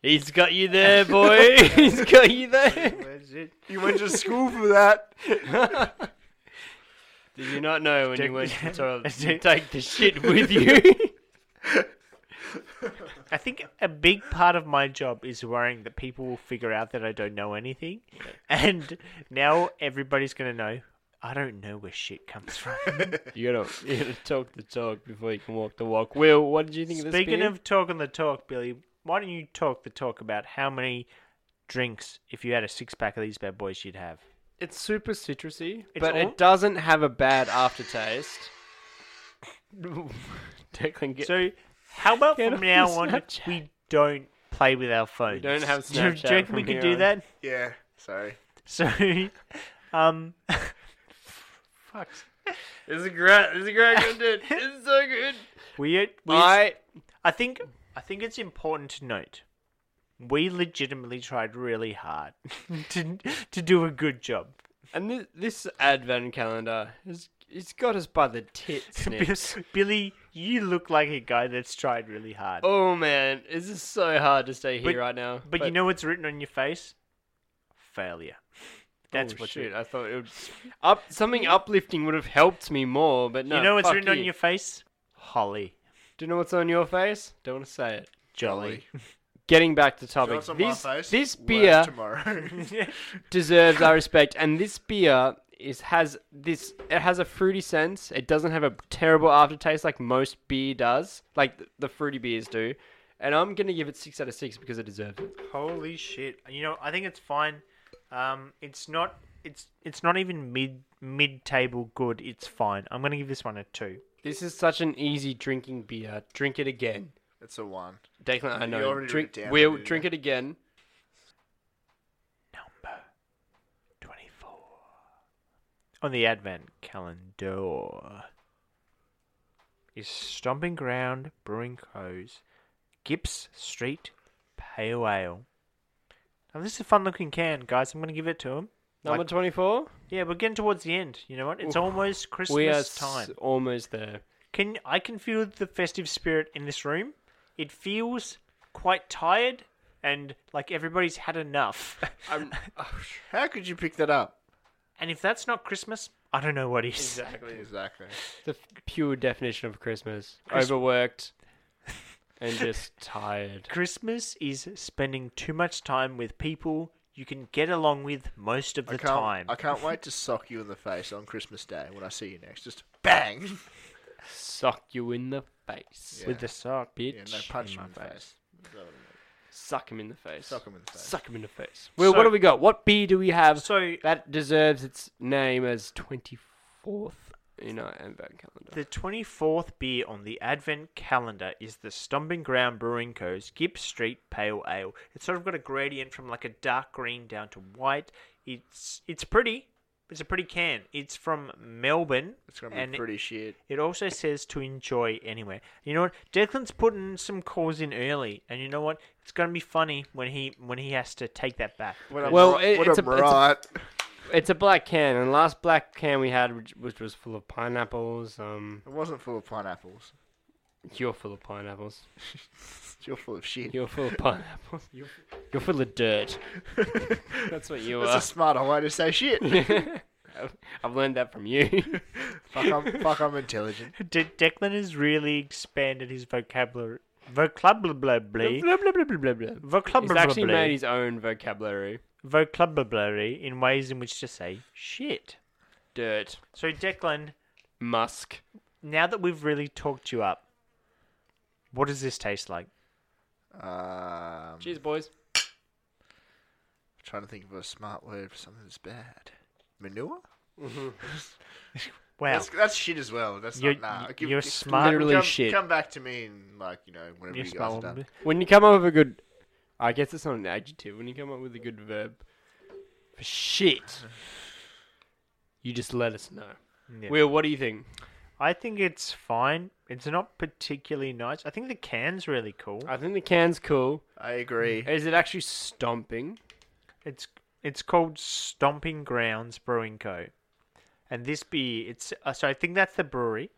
[SPEAKER 3] He's got you there, boy. *laughs* He's got you there.
[SPEAKER 1] Where's it?
[SPEAKER 2] You went to school for that.
[SPEAKER 3] Did you not know when you went to the toilet you
[SPEAKER 1] Dick-
[SPEAKER 3] take the shit with you? *laughs*
[SPEAKER 1] I think a big part of my job is worrying that people will figure out that I don't know anything. And now everybody's going to know I don't know where shit comes
[SPEAKER 3] *laughs*
[SPEAKER 1] from.
[SPEAKER 3] you gotta, *laughs* you gotta talk the talk before you can walk the walk. Will, what did you think of this
[SPEAKER 1] Speaking
[SPEAKER 3] beer?
[SPEAKER 1] of talking the talk, Billy, why don't you talk the talk about how many drinks, if you had a six pack of these bad boys, you'd have?
[SPEAKER 3] it's super citrusy,
[SPEAKER 1] It's
[SPEAKER 3] but
[SPEAKER 1] all-
[SPEAKER 3] it doesn't have a bad aftertaste. *laughs* Declan, get
[SPEAKER 1] so, how about
[SPEAKER 3] get
[SPEAKER 1] from
[SPEAKER 3] off *laughs*
[SPEAKER 1] now
[SPEAKER 3] your
[SPEAKER 1] on,
[SPEAKER 3] Snapchat.
[SPEAKER 1] we don't play with our phones?
[SPEAKER 3] don't have
[SPEAKER 1] Do you
[SPEAKER 3] Snapchat
[SPEAKER 1] reckon
[SPEAKER 3] from
[SPEAKER 1] we could
[SPEAKER 3] here
[SPEAKER 1] do
[SPEAKER 3] on.
[SPEAKER 1] that?
[SPEAKER 2] Yeah, sorry.
[SPEAKER 1] So, *laughs* um,
[SPEAKER 3] this is great. This is *laughs* great. Good, This is so good.
[SPEAKER 1] we, we
[SPEAKER 3] I
[SPEAKER 1] I think I think it's important to note we legitimately tried really hard *laughs* to to do a good job.
[SPEAKER 3] and this, this advent calendar has it's got us by the *laughs* tits. Nips.
[SPEAKER 1] Billy, you look like a guy that's tried really hard.
[SPEAKER 3] oh man, this is so hard to stay here
[SPEAKER 1] But-
[SPEAKER 3] right now.
[SPEAKER 1] But, you know what's written on your face? Failure. That's
[SPEAKER 3] oh,
[SPEAKER 1] what's
[SPEAKER 3] shit.
[SPEAKER 1] written.
[SPEAKER 3] I thought it would up something uplifting would have helped me more, but no.
[SPEAKER 1] you know what's
[SPEAKER 3] fuck
[SPEAKER 1] written
[SPEAKER 3] you.
[SPEAKER 1] on your face? Holly.
[SPEAKER 3] Do you know what's on your face? Don't want to say it.
[SPEAKER 1] Jolly.
[SPEAKER 3] Getting back to
[SPEAKER 2] You know
[SPEAKER 3] topic,
[SPEAKER 2] what's on my
[SPEAKER 3] this
[SPEAKER 2] face?
[SPEAKER 3] this
[SPEAKER 2] Worse
[SPEAKER 3] beer *laughs*
[SPEAKER 2] tomorrow.
[SPEAKER 3] deserves our respect, and this beer is has this it has a fruity sense. It doesn't have a terrible aftertaste like most beer does, like th- the fruity beers do. And I'm gonna give it six out of six because it deserves it.
[SPEAKER 1] Holy shit. You know, I think it's fine. Um, it's not it's it's not even mid mid table good. It's fine. I'm gonna give this one a two.
[SPEAKER 3] This is such an easy drinking beer. Drink it again,
[SPEAKER 2] it's a one.
[SPEAKER 3] Declan. I
[SPEAKER 2] You
[SPEAKER 3] know.
[SPEAKER 2] already wrote
[SPEAKER 3] Drink.
[SPEAKER 2] it down,
[SPEAKER 3] We'll
[SPEAKER 2] didn't you?
[SPEAKER 3] drink it again.
[SPEAKER 1] Number twenty four. On the advent calendar is Stomping Ground Brewing Co's Gibbs Street Pale Ale. Now this is a fun looking can, guys. I'm gonna give it to him.
[SPEAKER 3] Number
[SPEAKER 1] Like-
[SPEAKER 3] twenty-four.
[SPEAKER 1] Yeah, we're getting towards the end. You know what? It's
[SPEAKER 3] Oof.
[SPEAKER 1] almost Christmas
[SPEAKER 3] we are
[SPEAKER 1] time.
[SPEAKER 3] s- almost there.
[SPEAKER 1] Can I can feel the festive spirit in this room. It feels quite tired and like everybody's had
[SPEAKER 2] *laughs*
[SPEAKER 1] enough.
[SPEAKER 3] I'm,
[SPEAKER 2] How could you pick that up?
[SPEAKER 1] *laughs* and if that's not Christmas, I don't know what is.
[SPEAKER 2] Exactly.
[SPEAKER 3] the f- pure definition of Christmas:
[SPEAKER 1] Chris-
[SPEAKER 2] *laughs*
[SPEAKER 3] overworked and just tired.
[SPEAKER 1] Christmas is spending too much time with people you can get along with most of the
[SPEAKER 2] I can't,
[SPEAKER 1] time.
[SPEAKER 2] I can't wait to sock you in the face on Christmas Day when I see you next. Just bang! *laughs*
[SPEAKER 3] Suck you in the face.
[SPEAKER 2] With the
[SPEAKER 3] sock, bitch.
[SPEAKER 2] Yeah, no, punch him in the face.
[SPEAKER 3] Suck him in the face.
[SPEAKER 2] Suck him in the face.
[SPEAKER 3] Suck him in the face. Well, what
[SPEAKER 1] So-
[SPEAKER 3] do we got? What beer do we have
[SPEAKER 1] so
[SPEAKER 3] that deserves its name as 24th in our advent calendar?
[SPEAKER 1] The 24th beer on the advent calendar is the Stomping Ground Brewing Co.'s Gibbs Street Pale Ale. It's sort of got a gradient from like a dark green down to white. It's it's pretty. It's a pretty can. It's from Melbourne.
[SPEAKER 2] It's gonna be
[SPEAKER 1] and
[SPEAKER 2] pretty shit.
[SPEAKER 1] It also says to enjoy anywhere. You know what? Declan's putting some calls in early, and you know what? It's gonna be funny when he when he has to take that back.
[SPEAKER 2] When I'm
[SPEAKER 3] Well,
[SPEAKER 2] right-
[SPEAKER 3] it-
[SPEAKER 2] when
[SPEAKER 3] it's
[SPEAKER 2] I'm
[SPEAKER 3] a- it's a-
[SPEAKER 2] right.
[SPEAKER 3] It's a black can, and the last black can we had, which, which was full of pineapples. Um,
[SPEAKER 2] It wasn't full of pineapples. *laughs*
[SPEAKER 3] you're full of pineapples.
[SPEAKER 2] You're full of shit.
[SPEAKER 3] You're full of *laughs* pineapples. You're, you're full
[SPEAKER 2] *laughs*
[SPEAKER 3] of dirt. That's what you
[SPEAKER 2] That's a smarter way to say
[SPEAKER 3] *laughs*
[SPEAKER 2] shit.
[SPEAKER 3] are. I've learned that from you.
[SPEAKER 2] fuck, I'm, fuck, I'm intelligent.
[SPEAKER 1] De- Declan has really expanded his vocabulary. Vocabulary.
[SPEAKER 3] *laughs* blah, blah, blah, blah, blah, blah. He's
[SPEAKER 1] Vocabulary.
[SPEAKER 3] actually made his own vocabulary.
[SPEAKER 1] vocabulary in ways in which to say shit.
[SPEAKER 3] Dirt,
[SPEAKER 1] So Declan,
[SPEAKER 3] musk.
[SPEAKER 1] now that we've really talked you up, what does this taste like?
[SPEAKER 2] Um,
[SPEAKER 3] Cheers, boys.
[SPEAKER 2] trying to think of a smart word for something that's bad. Manure?
[SPEAKER 1] Wow,
[SPEAKER 2] That's, that's shit as well. That's
[SPEAKER 1] you're,
[SPEAKER 2] not nah.
[SPEAKER 1] you're smart.
[SPEAKER 3] literally
[SPEAKER 2] come,
[SPEAKER 3] shit.
[SPEAKER 2] Come back to me and like you know whenever
[SPEAKER 1] You're
[SPEAKER 2] you guys are
[SPEAKER 1] smart.
[SPEAKER 2] done.
[SPEAKER 3] When you come up with a good, I guess it's not an adjective. When you come up with a good verb for shit, you just let us know.
[SPEAKER 1] Yeah.
[SPEAKER 3] Will, what do you think?
[SPEAKER 1] I think it's fine. It's not particularly nice. I think the can's really cool.
[SPEAKER 3] I think the can's cool.
[SPEAKER 2] I agree.
[SPEAKER 3] Is it actually stomping?
[SPEAKER 1] It's it's called Stomping Grounds Brewing Co. And this beer, it's uh, so I think that's the brewery.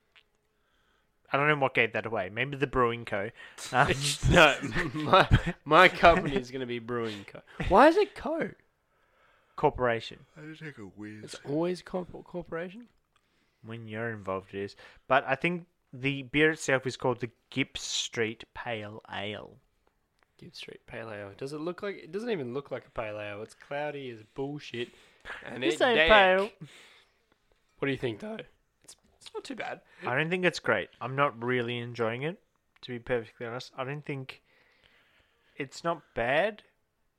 [SPEAKER 1] I don't know what gave that away. Maybe the Brewing
[SPEAKER 2] *laughs*
[SPEAKER 1] Co. Um,
[SPEAKER 3] *laughs* no, *laughs* my, my company is going to be Brewing Co. Why is it Co?
[SPEAKER 1] corporation.
[SPEAKER 2] I just take a whiz.
[SPEAKER 3] It's always corp- corporation.
[SPEAKER 1] when you're involved it is. But I think the beer itself is called the Gibbs Street Pale Ale.
[SPEAKER 3] Gibbs Street Pale Ale. Does it look like? It doesn't even look like a pale ale. It's cloudy as bullshit. And
[SPEAKER 1] This
[SPEAKER 3] it's
[SPEAKER 1] ain't
[SPEAKER 3] dank. What do you think though? It's, it's not too bad.
[SPEAKER 1] I don't think it's great. I'm not really enjoying it, to be perfectly honest. I don't think it's not bad.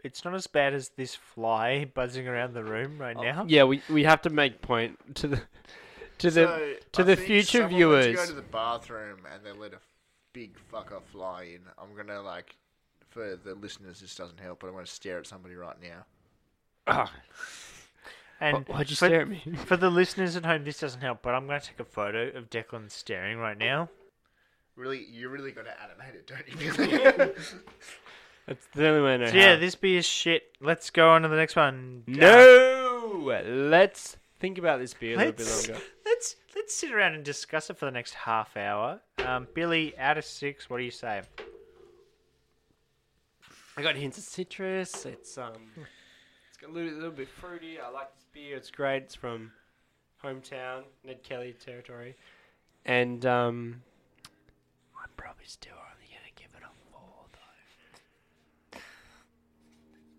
[SPEAKER 1] It's not as bad as this fly buzzing around the room right now.
[SPEAKER 3] Oh, Yeah, we, we have to make point to the to the to
[SPEAKER 2] I
[SPEAKER 3] the
[SPEAKER 2] think
[SPEAKER 3] future
[SPEAKER 2] someone went
[SPEAKER 3] viewers.
[SPEAKER 2] To go to the bathroom and they let a big fucker fly in. I'm gonna like, for the listeners, this doesn't help, but I'm gonna stare at somebody right now.
[SPEAKER 3] Ah,
[SPEAKER 1] And
[SPEAKER 3] why'd you
[SPEAKER 1] for,
[SPEAKER 3] stare at me?
[SPEAKER 1] for the listeners at home, this doesn't help, but I'm going to take a photo of Declan staring right now.
[SPEAKER 2] Really, you really got to animate it, don't you? *laughs* Billy?
[SPEAKER 3] *laughs* That's the only way I know.
[SPEAKER 1] So yeah,
[SPEAKER 3] how.
[SPEAKER 1] this beer is shit. Let's go on to the next one.
[SPEAKER 3] no. Let's think about this beer a little bit
[SPEAKER 1] let's,
[SPEAKER 3] longer.
[SPEAKER 1] let's let's sit around and discuss it for the next half hour. Um, Billy, out of six, what do you say?
[SPEAKER 3] I got hints of citrus. It's um, *laughs* it's got a little, little bit fruity. I like this beer. It's great. It's from hometown Ned Kelly territory, and um, I'm probably still only gonna give it a four though.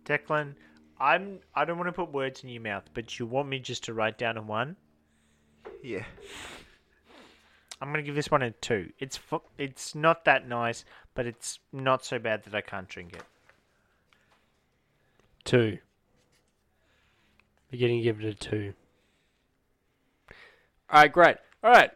[SPEAKER 1] Declan, I'm I don't want to put words in your mouth, but you want me just to write down a one.
[SPEAKER 2] yeah.
[SPEAKER 1] I'm gonna give this one a two. It's fu- it's not that nice, but it's not so bad that I can't drink it.
[SPEAKER 3] Two. We're going to give it a two. All right, great. All right.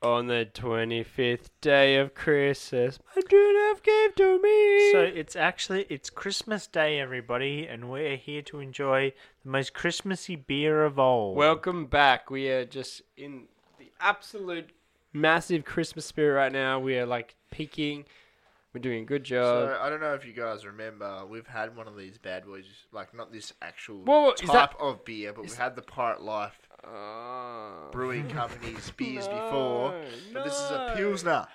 [SPEAKER 3] On the 25th day of Christmas, my dad gave to me.
[SPEAKER 1] So it's actually it's Christmas Day, everybody, and we're here to enjoy the most Christmassy beer of all.
[SPEAKER 3] Welcome back. We are just in the absolute massive Christmas spirit right now. We are like peaking. We're doing a good job.
[SPEAKER 2] So
[SPEAKER 1] Uh,
[SPEAKER 2] I don't know if you guys remember, we've had one of these bad boys, like not this actual
[SPEAKER 3] Whoa, whoa, is
[SPEAKER 2] type of beer, but we've had the Pirate Life
[SPEAKER 4] uh,
[SPEAKER 3] Oh. *laughs*
[SPEAKER 2] Brewing Company's beers before. But this is a
[SPEAKER 3] no.
[SPEAKER 2] pilsner.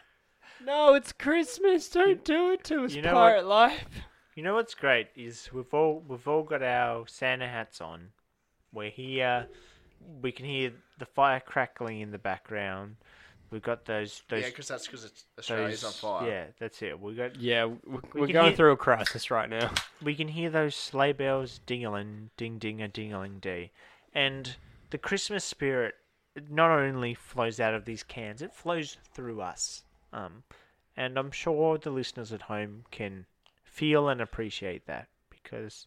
[SPEAKER 3] No, it's Christmas. Don't do it to us,
[SPEAKER 1] you know what?
[SPEAKER 3] Pirate Life.
[SPEAKER 1] You know what's great is we've all we've all got our Santa hats on. We're here. We can hear the fire crackling in the background. We've got those those
[SPEAKER 2] Yeah, because that's because Australia's
[SPEAKER 1] those
[SPEAKER 2] on fire.
[SPEAKER 1] yeah. That's it. We got
[SPEAKER 4] Yeah, we're,
[SPEAKER 1] We
[SPEAKER 4] we're
[SPEAKER 1] can
[SPEAKER 4] going
[SPEAKER 1] hear-
[SPEAKER 4] through a crisis right now.
[SPEAKER 1] we can hear those sleigh bells ding-a-ling, ding ding a ding a ling dee. And the Christmas spirit not only flows out of these cans, it flows through us. Um, and I'm sure the listeners at home can feel and appreciate that because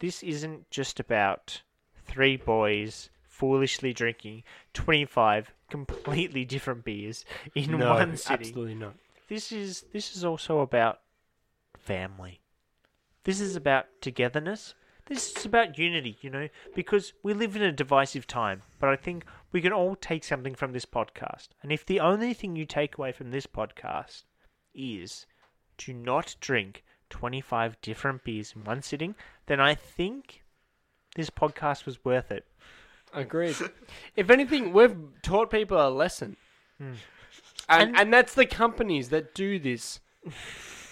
[SPEAKER 1] this isn't just about three boys foolishly drinking 25 completely different beers in
[SPEAKER 4] no,
[SPEAKER 1] one sitting
[SPEAKER 4] absolutely not.
[SPEAKER 1] this is this is also about family. This is about togetherness. This is about unity, you know, because we live in a divisive time, but I think we can all take something from this podcast. And if the only thing you take away from this podcast is to not drink 25 different beers in one sitting, then I think this podcast was worth it.
[SPEAKER 2] *laughs*
[SPEAKER 4] Agreed.
[SPEAKER 3] If anything, we've taught people a lesson.
[SPEAKER 4] Hmm.
[SPEAKER 3] And, and that's the companies that do this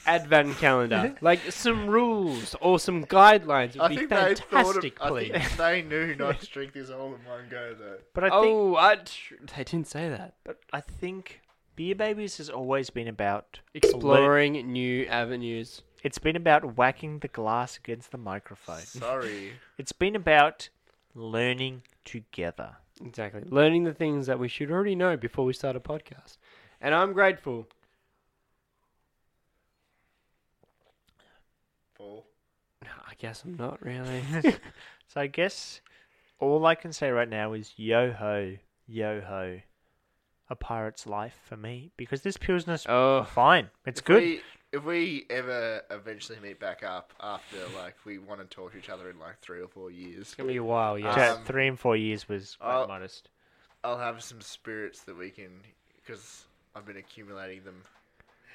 [SPEAKER 3] advent calendar. like some rules or some guidelines would
[SPEAKER 2] I
[SPEAKER 3] be
[SPEAKER 2] think they thought. Of,
[SPEAKER 3] fantastic,
[SPEAKER 2] I
[SPEAKER 4] *laughs*
[SPEAKER 3] please.
[SPEAKER 2] think *laughs* they knew not
[SPEAKER 3] *laughs*
[SPEAKER 2] to drink this all in one go though.
[SPEAKER 1] But I think
[SPEAKER 3] oh, I tr- they didn't say that.
[SPEAKER 1] but I think Beer Babies has always been about lear-
[SPEAKER 3] Exploring new avenues.
[SPEAKER 1] It's been about whacking the glass against the microphone.
[SPEAKER 2] Sorry.
[SPEAKER 3] *laughs*
[SPEAKER 1] It's been about learning together.
[SPEAKER 3] Exactly. Learning the things that we should already know before we start a podcast. And I'm grateful.
[SPEAKER 2] Paul.
[SPEAKER 3] No, I guess I'm not really.
[SPEAKER 4] *laughs*
[SPEAKER 1] So I guess all I can say right now is yo ho, yo ho. A pirate's life for me because this Pilsner's
[SPEAKER 3] oh,
[SPEAKER 1] fine. It's
[SPEAKER 2] If
[SPEAKER 1] good.
[SPEAKER 2] We, if we ever eventually meet back up after like we want to talk to each other in like three or four years,
[SPEAKER 4] it's gonna be a while. Yeah.
[SPEAKER 2] Uh,
[SPEAKER 1] Chat,
[SPEAKER 2] um,
[SPEAKER 1] three and four years was quite
[SPEAKER 2] I'll-
[SPEAKER 1] modest.
[SPEAKER 2] I'll have some spirits that we can because I've been accumulating them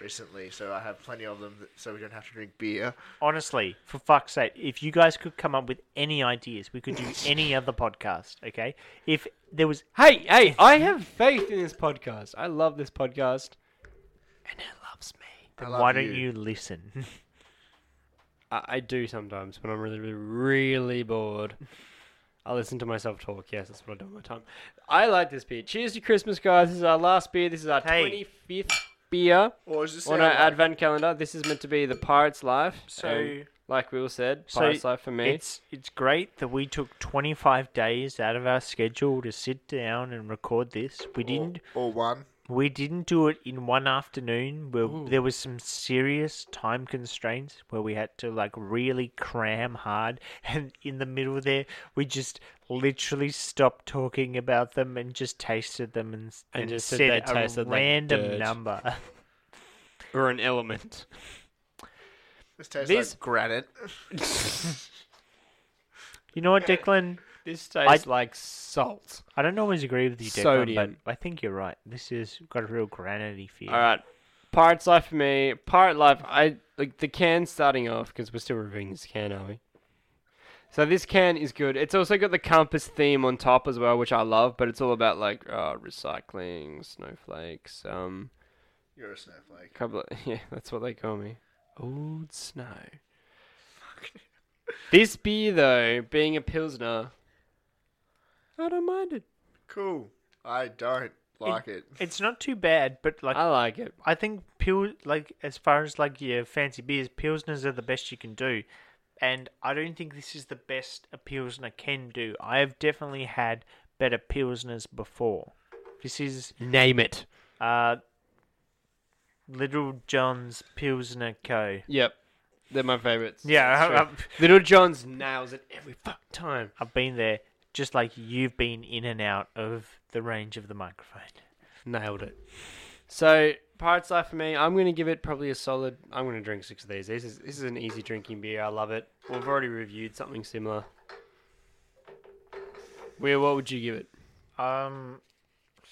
[SPEAKER 2] recently, so I have plenty of them, that, so we don't have to drink beer.
[SPEAKER 1] Honestly, for fuck's sake, if you guys could come up with any ideas, we could do any other podcast, okay? If there was
[SPEAKER 3] hey, hey! I have faith in this podcast. I love this podcast, and it loves me.
[SPEAKER 1] then
[SPEAKER 2] love
[SPEAKER 1] why don't
[SPEAKER 2] you.
[SPEAKER 1] you listen? *laughs*
[SPEAKER 4] I, I do sometimes when I'm really, really, really bored. I listen to myself talk. Yes, that's what I do all my time.
[SPEAKER 3] I like this beer. Cheers to Christmas, guys! This is our last beer. This is our
[SPEAKER 1] Hey. uh,
[SPEAKER 3] twenty fifth beer
[SPEAKER 2] Or is this
[SPEAKER 3] on
[SPEAKER 2] our,
[SPEAKER 3] our
[SPEAKER 2] like-
[SPEAKER 3] advent calendar. This is meant to be the pirate's life.
[SPEAKER 1] So-
[SPEAKER 3] and like Will said,
[SPEAKER 1] So,
[SPEAKER 3] pirate's life for me.
[SPEAKER 1] It's it's great that we took 25 days out of our schedule to sit down and record this. We didn't
[SPEAKER 2] or one?
[SPEAKER 1] we didn't do it in one afternoon. Where there was some serious time constraints where we had to like really cram hard *laughs* and in the middle there we just literally stopped talking about them and just tasted them and, s-
[SPEAKER 4] And just said
[SPEAKER 1] said
[SPEAKER 4] they tasted
[SPEAKER 1] a
[SPEAKER 4] like
[SPEAKER 1] random
[SPEAKER 4] dirt.
[SPEAKER 1] number. *laughs*
[SPEAKER 4] Or an element.
[SPEAKER 2] This tastes
[SPEAKER 3] This-
[SPEAKER 2] like granite. *laughs*
[SPEAKER 1] You know what, Declan?
[SPEAKER 3] This tastes like salt.
[SPEAKER 1] I don't always agree with you, Declan,
[SPEAKER 3] Sodium.
[SPEAKER 1] but I think you're right. This has got a real granity feel.
[SPEAKER 3] All right. Pirate's Life for me. Pirate Life. I like the can starting off because we're still reviewing this can, are we? So this can is good. It's also got the compass theme on top as well, which I love. But it's all about like uh, recycling, snowflakes. Um,
[SPEAKER 2] You're a snowflake.
[SPEAKER 3] couple. Of, *laughs* yeah, that's what they call me. Old snow. this beer though, being a pilsner, I don't mind it.
[SPEAKER 2] Cool. I don't like it.
[SPEAKER 1] It's not too bad, but like
[SPEAKER 3] I like it.
[SPEAKER 1] I think pil like as far as like your fancy beers, pilsners are the best you can do, and I don't think this is the best a pilsner can do. I have definitely had better pilsners before. This is
[SPEAKER 3] Name it.
[SPEAKER 1] uh, Little John's Pilsner Co.
[SPEAKER 3] Yep, they're my favorites.
[SPEAKER 1] Yeah,
[SPEAKER 3] That's
[SPEAKER 1] I-
[SPEAKER 3] true.
[SPEAKER 1] I'm-
[SPEAKER 3] Little John's nails it every fucking time.
[SPEAKER 1] I've been there, just like you've been in and out of the range of the microphone.
[SPEAKER 3] Nailed it. So Pirate's Life for me, I'm gonna give it probably a solid. I'm gonna drink six of these. This is this is an easy drinking beer. I love it. We've already reviewed something similar. Where what would you give it?
[SPEAKER 1] Um,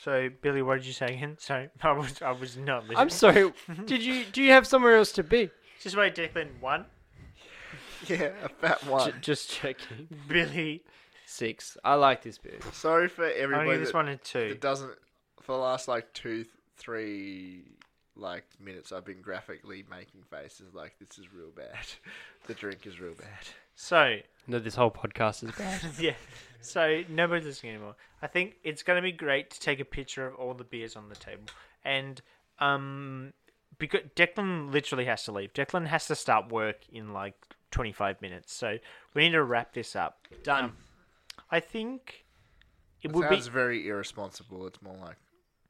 [SPEAKER 1] so Billy, what did you say again? *laughs* Sorry, I was I was not listening.
[SPEAKER 3] I'm *laughs* sorry. did you do you have somewhere else to be?
[SPEAKER 1] Just wait, Declan. One,
[SPEAKER 2] *laughs* Yeah, a fat
[SPEAKER 3] J-
[SPEAKER 2] one.
[SPEAKER 3] just checking.
[SPEAKER 1] Billy.
[SPEAKER 3] Six. I like this beer.
[SPEAKER 2] Sorry for
[SPEAKER 1] I
[SPEAKER 2] everybody
[SPEAKER 1] only this
[SPEAKER 2] that,
[SPEAKER 1] one and two.
[SPEAKER 2] that doesn't. For the last like two, three, like *laughs* minutes, I've been graphically making faces like this is real bad. The drink is real bad.
[SPEAKER 1] So *laughs*
[SPEAKER 3] No, this whole podcast is bad.
[SPEAKER 1] yeah. So nobody's listening anymore. I think it's going to be great to take a picture of all the beers on the table, and um, because Declan literally has to leave. Declan has to start work in like twenty five minutes, so we need to wrap this up. Done.
[SPEAKER 3] Um,
[SPEAKER 1] I think it would be
[SPEAKER 2] Sounds very irresponsible. It's more like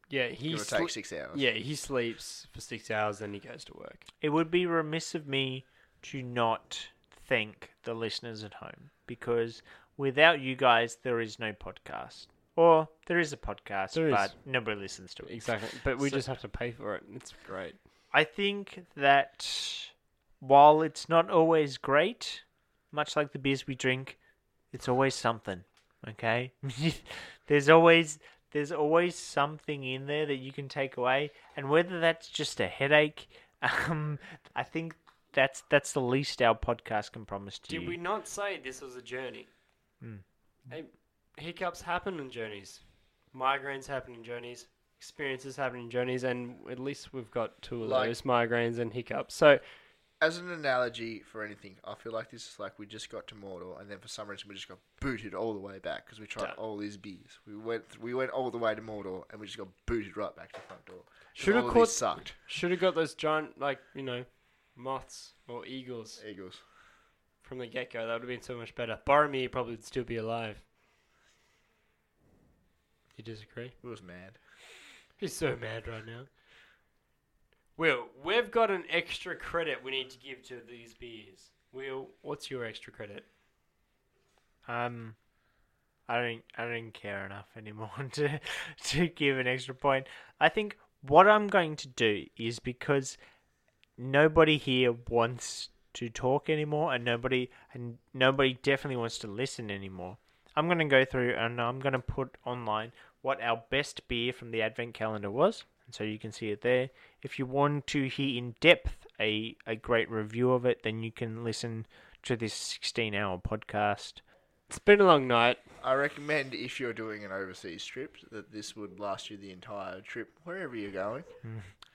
[SPEAKER 3] yeah, he
[SPEAKER 2] it would
[SPEAKER 3] sle-
[SPEAKER 2] take six hours.
[SPEAKER 3] Yeah, he sleeps for six hours, then he goes to work.
[SPEAKER 1] it would be remiss of me to not thank the listeners at home because without you guys, there is no podcast. Or there is a podcast,
[SPEAKER 3] There is.
[SPEAKER 1] but nobody listens to it.
[SPEAKER 3] Exactly, but we
[SPEAKER 1] So-
[SPEAKER 3] just have to pay for it. It's great.
[SPEAKER 1] I think that while it's not always great, much like the beers we drink, it's always something. Okay, *laughs* there's always there's always something in there that you can take away, and whether that's just a headache, *laughs* um, I think that's that's the least our podcast can promise to you.
[SPEAKER 3] not say this was a journey? Hey, hiccups happen in journeys. Migraines happen in journeys. Experiences happen in journeys, and at least we've got two of
[SPEAKER 2] Like-
[SPEAKER 3] those migraines and hiccups. So
[SPEAKER 2] As an analogy for anything, I feel like this is like we just got to Mordor, and then for some reason we just got booted all the way back because we tried all these beers. We went th- we went all the way to Mordor, and we just got booted right back to the front door. 'Cause
[SPEAKER 3] Should have
[SPEAKER 2] all of
[SPEAKER 3] caught-
[SPEAKER 2] these sucked.
[SPEAKER 3] should have got those giant, like you know, moths or eagles
[SPEAKER 2] Eagles.
[SPEAKER 3] from the get go. That would have been so much better. Boromir probably would still be alive. You disagree?
[SPEAKER 2] It was mad.
[SPEAKER 3] He's so mad right now. Will, we've got an extra credit we need to give to these beers. Will, what's your extra credit?
[SPEAKER 1] Um, I don't I don't care enough anymore *laughs* to to give an extra point. I think what I'm going to do is because nobody here wants to talk anymore, and nobody and nobody definitely wants to listen anymore. I'm going to go through and I'm going to put online what our best beer from the advent calendar was, and so you can see it there. If you want to hear in depth a a great review of it, then you can listen to this 16 hour podcast.
[SPEAKER 3] It's been a long night.
[SPEAKER 2] I recommend if you're doing an overseas trip that this would last you the entire trip wherever you're going.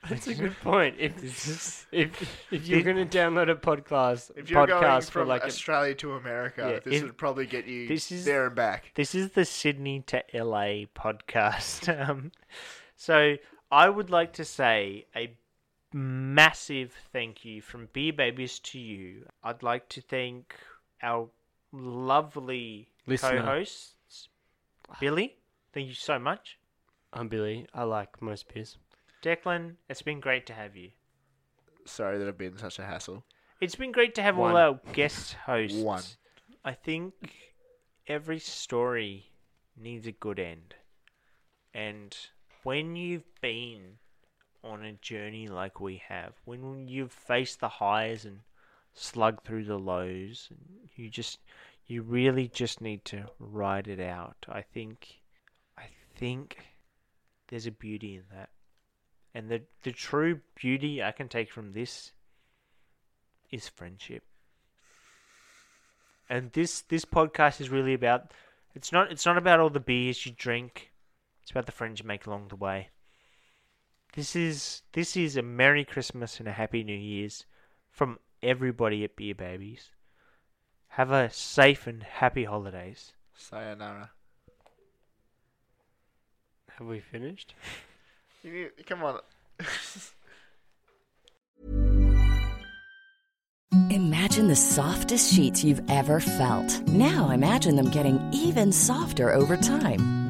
[SPEAKER 3] That's a good point. *laughs* If if, if you're going to download a podcast,
[SPEAKER 2] If you're going
[SPEAKER 3] podcast for
[SPEAKER 2] from
[SPEAKER 3] like a,
[SPEAKER 2] Australia to America,
[SPEAKER 1] Yeah,
[SPEAKER 2] this
[SPEAKER 1] if-
[SPEAKER 2] would probably get you
[SPEAKER 1] this is-
[SPEAKER 2] there and back.
[SPEAKER 1] This is the Sydney to LA podcast. *laughs* Um, so I would like to say a massive thank you from Beer Babies to you. I'd like to thank our lovely
[SPEAKER 3] Listener.
[SPEAKER 1] co-hosts, Billy. Thank you so much,
[SPEAKER 3] I'm Billy. I like most beers.
[SPEAKER 1] Declan. It's been great to have you.
[SPEAKER 2] Sorry that I've been such a hassle.
[SPEAKER 1] It's been great to have
[SPEAKER 3] One.
[SPEAKER 1] all our guest hosts.
[SPEAKER 2] One.
[SPEAKER 1] I think every story needs a good end. And when you've been on a journey like we have, when you've faced the highs and slugged through the lows, you just you really just need to ride it out. I think I think there's a beauty in that. And the the true beauty I can take from this is friendship. And this this podcast is really about it's not it's not about all the beers you drink. It's about the friends you make along the way. This is this is a Merry Christmas and a Happy New Year's from everybody at Beer Babies. Have a safe and happy holidays.
[SPEAKER 2] Sayonara.
[SPEAKER 3] Have we finished?
[SPEAKER 2] You need- come on. *laughs*
[SPEAKER 9] Imagine the softest sheets you've ever felt. Now imagine them getting even softer over time.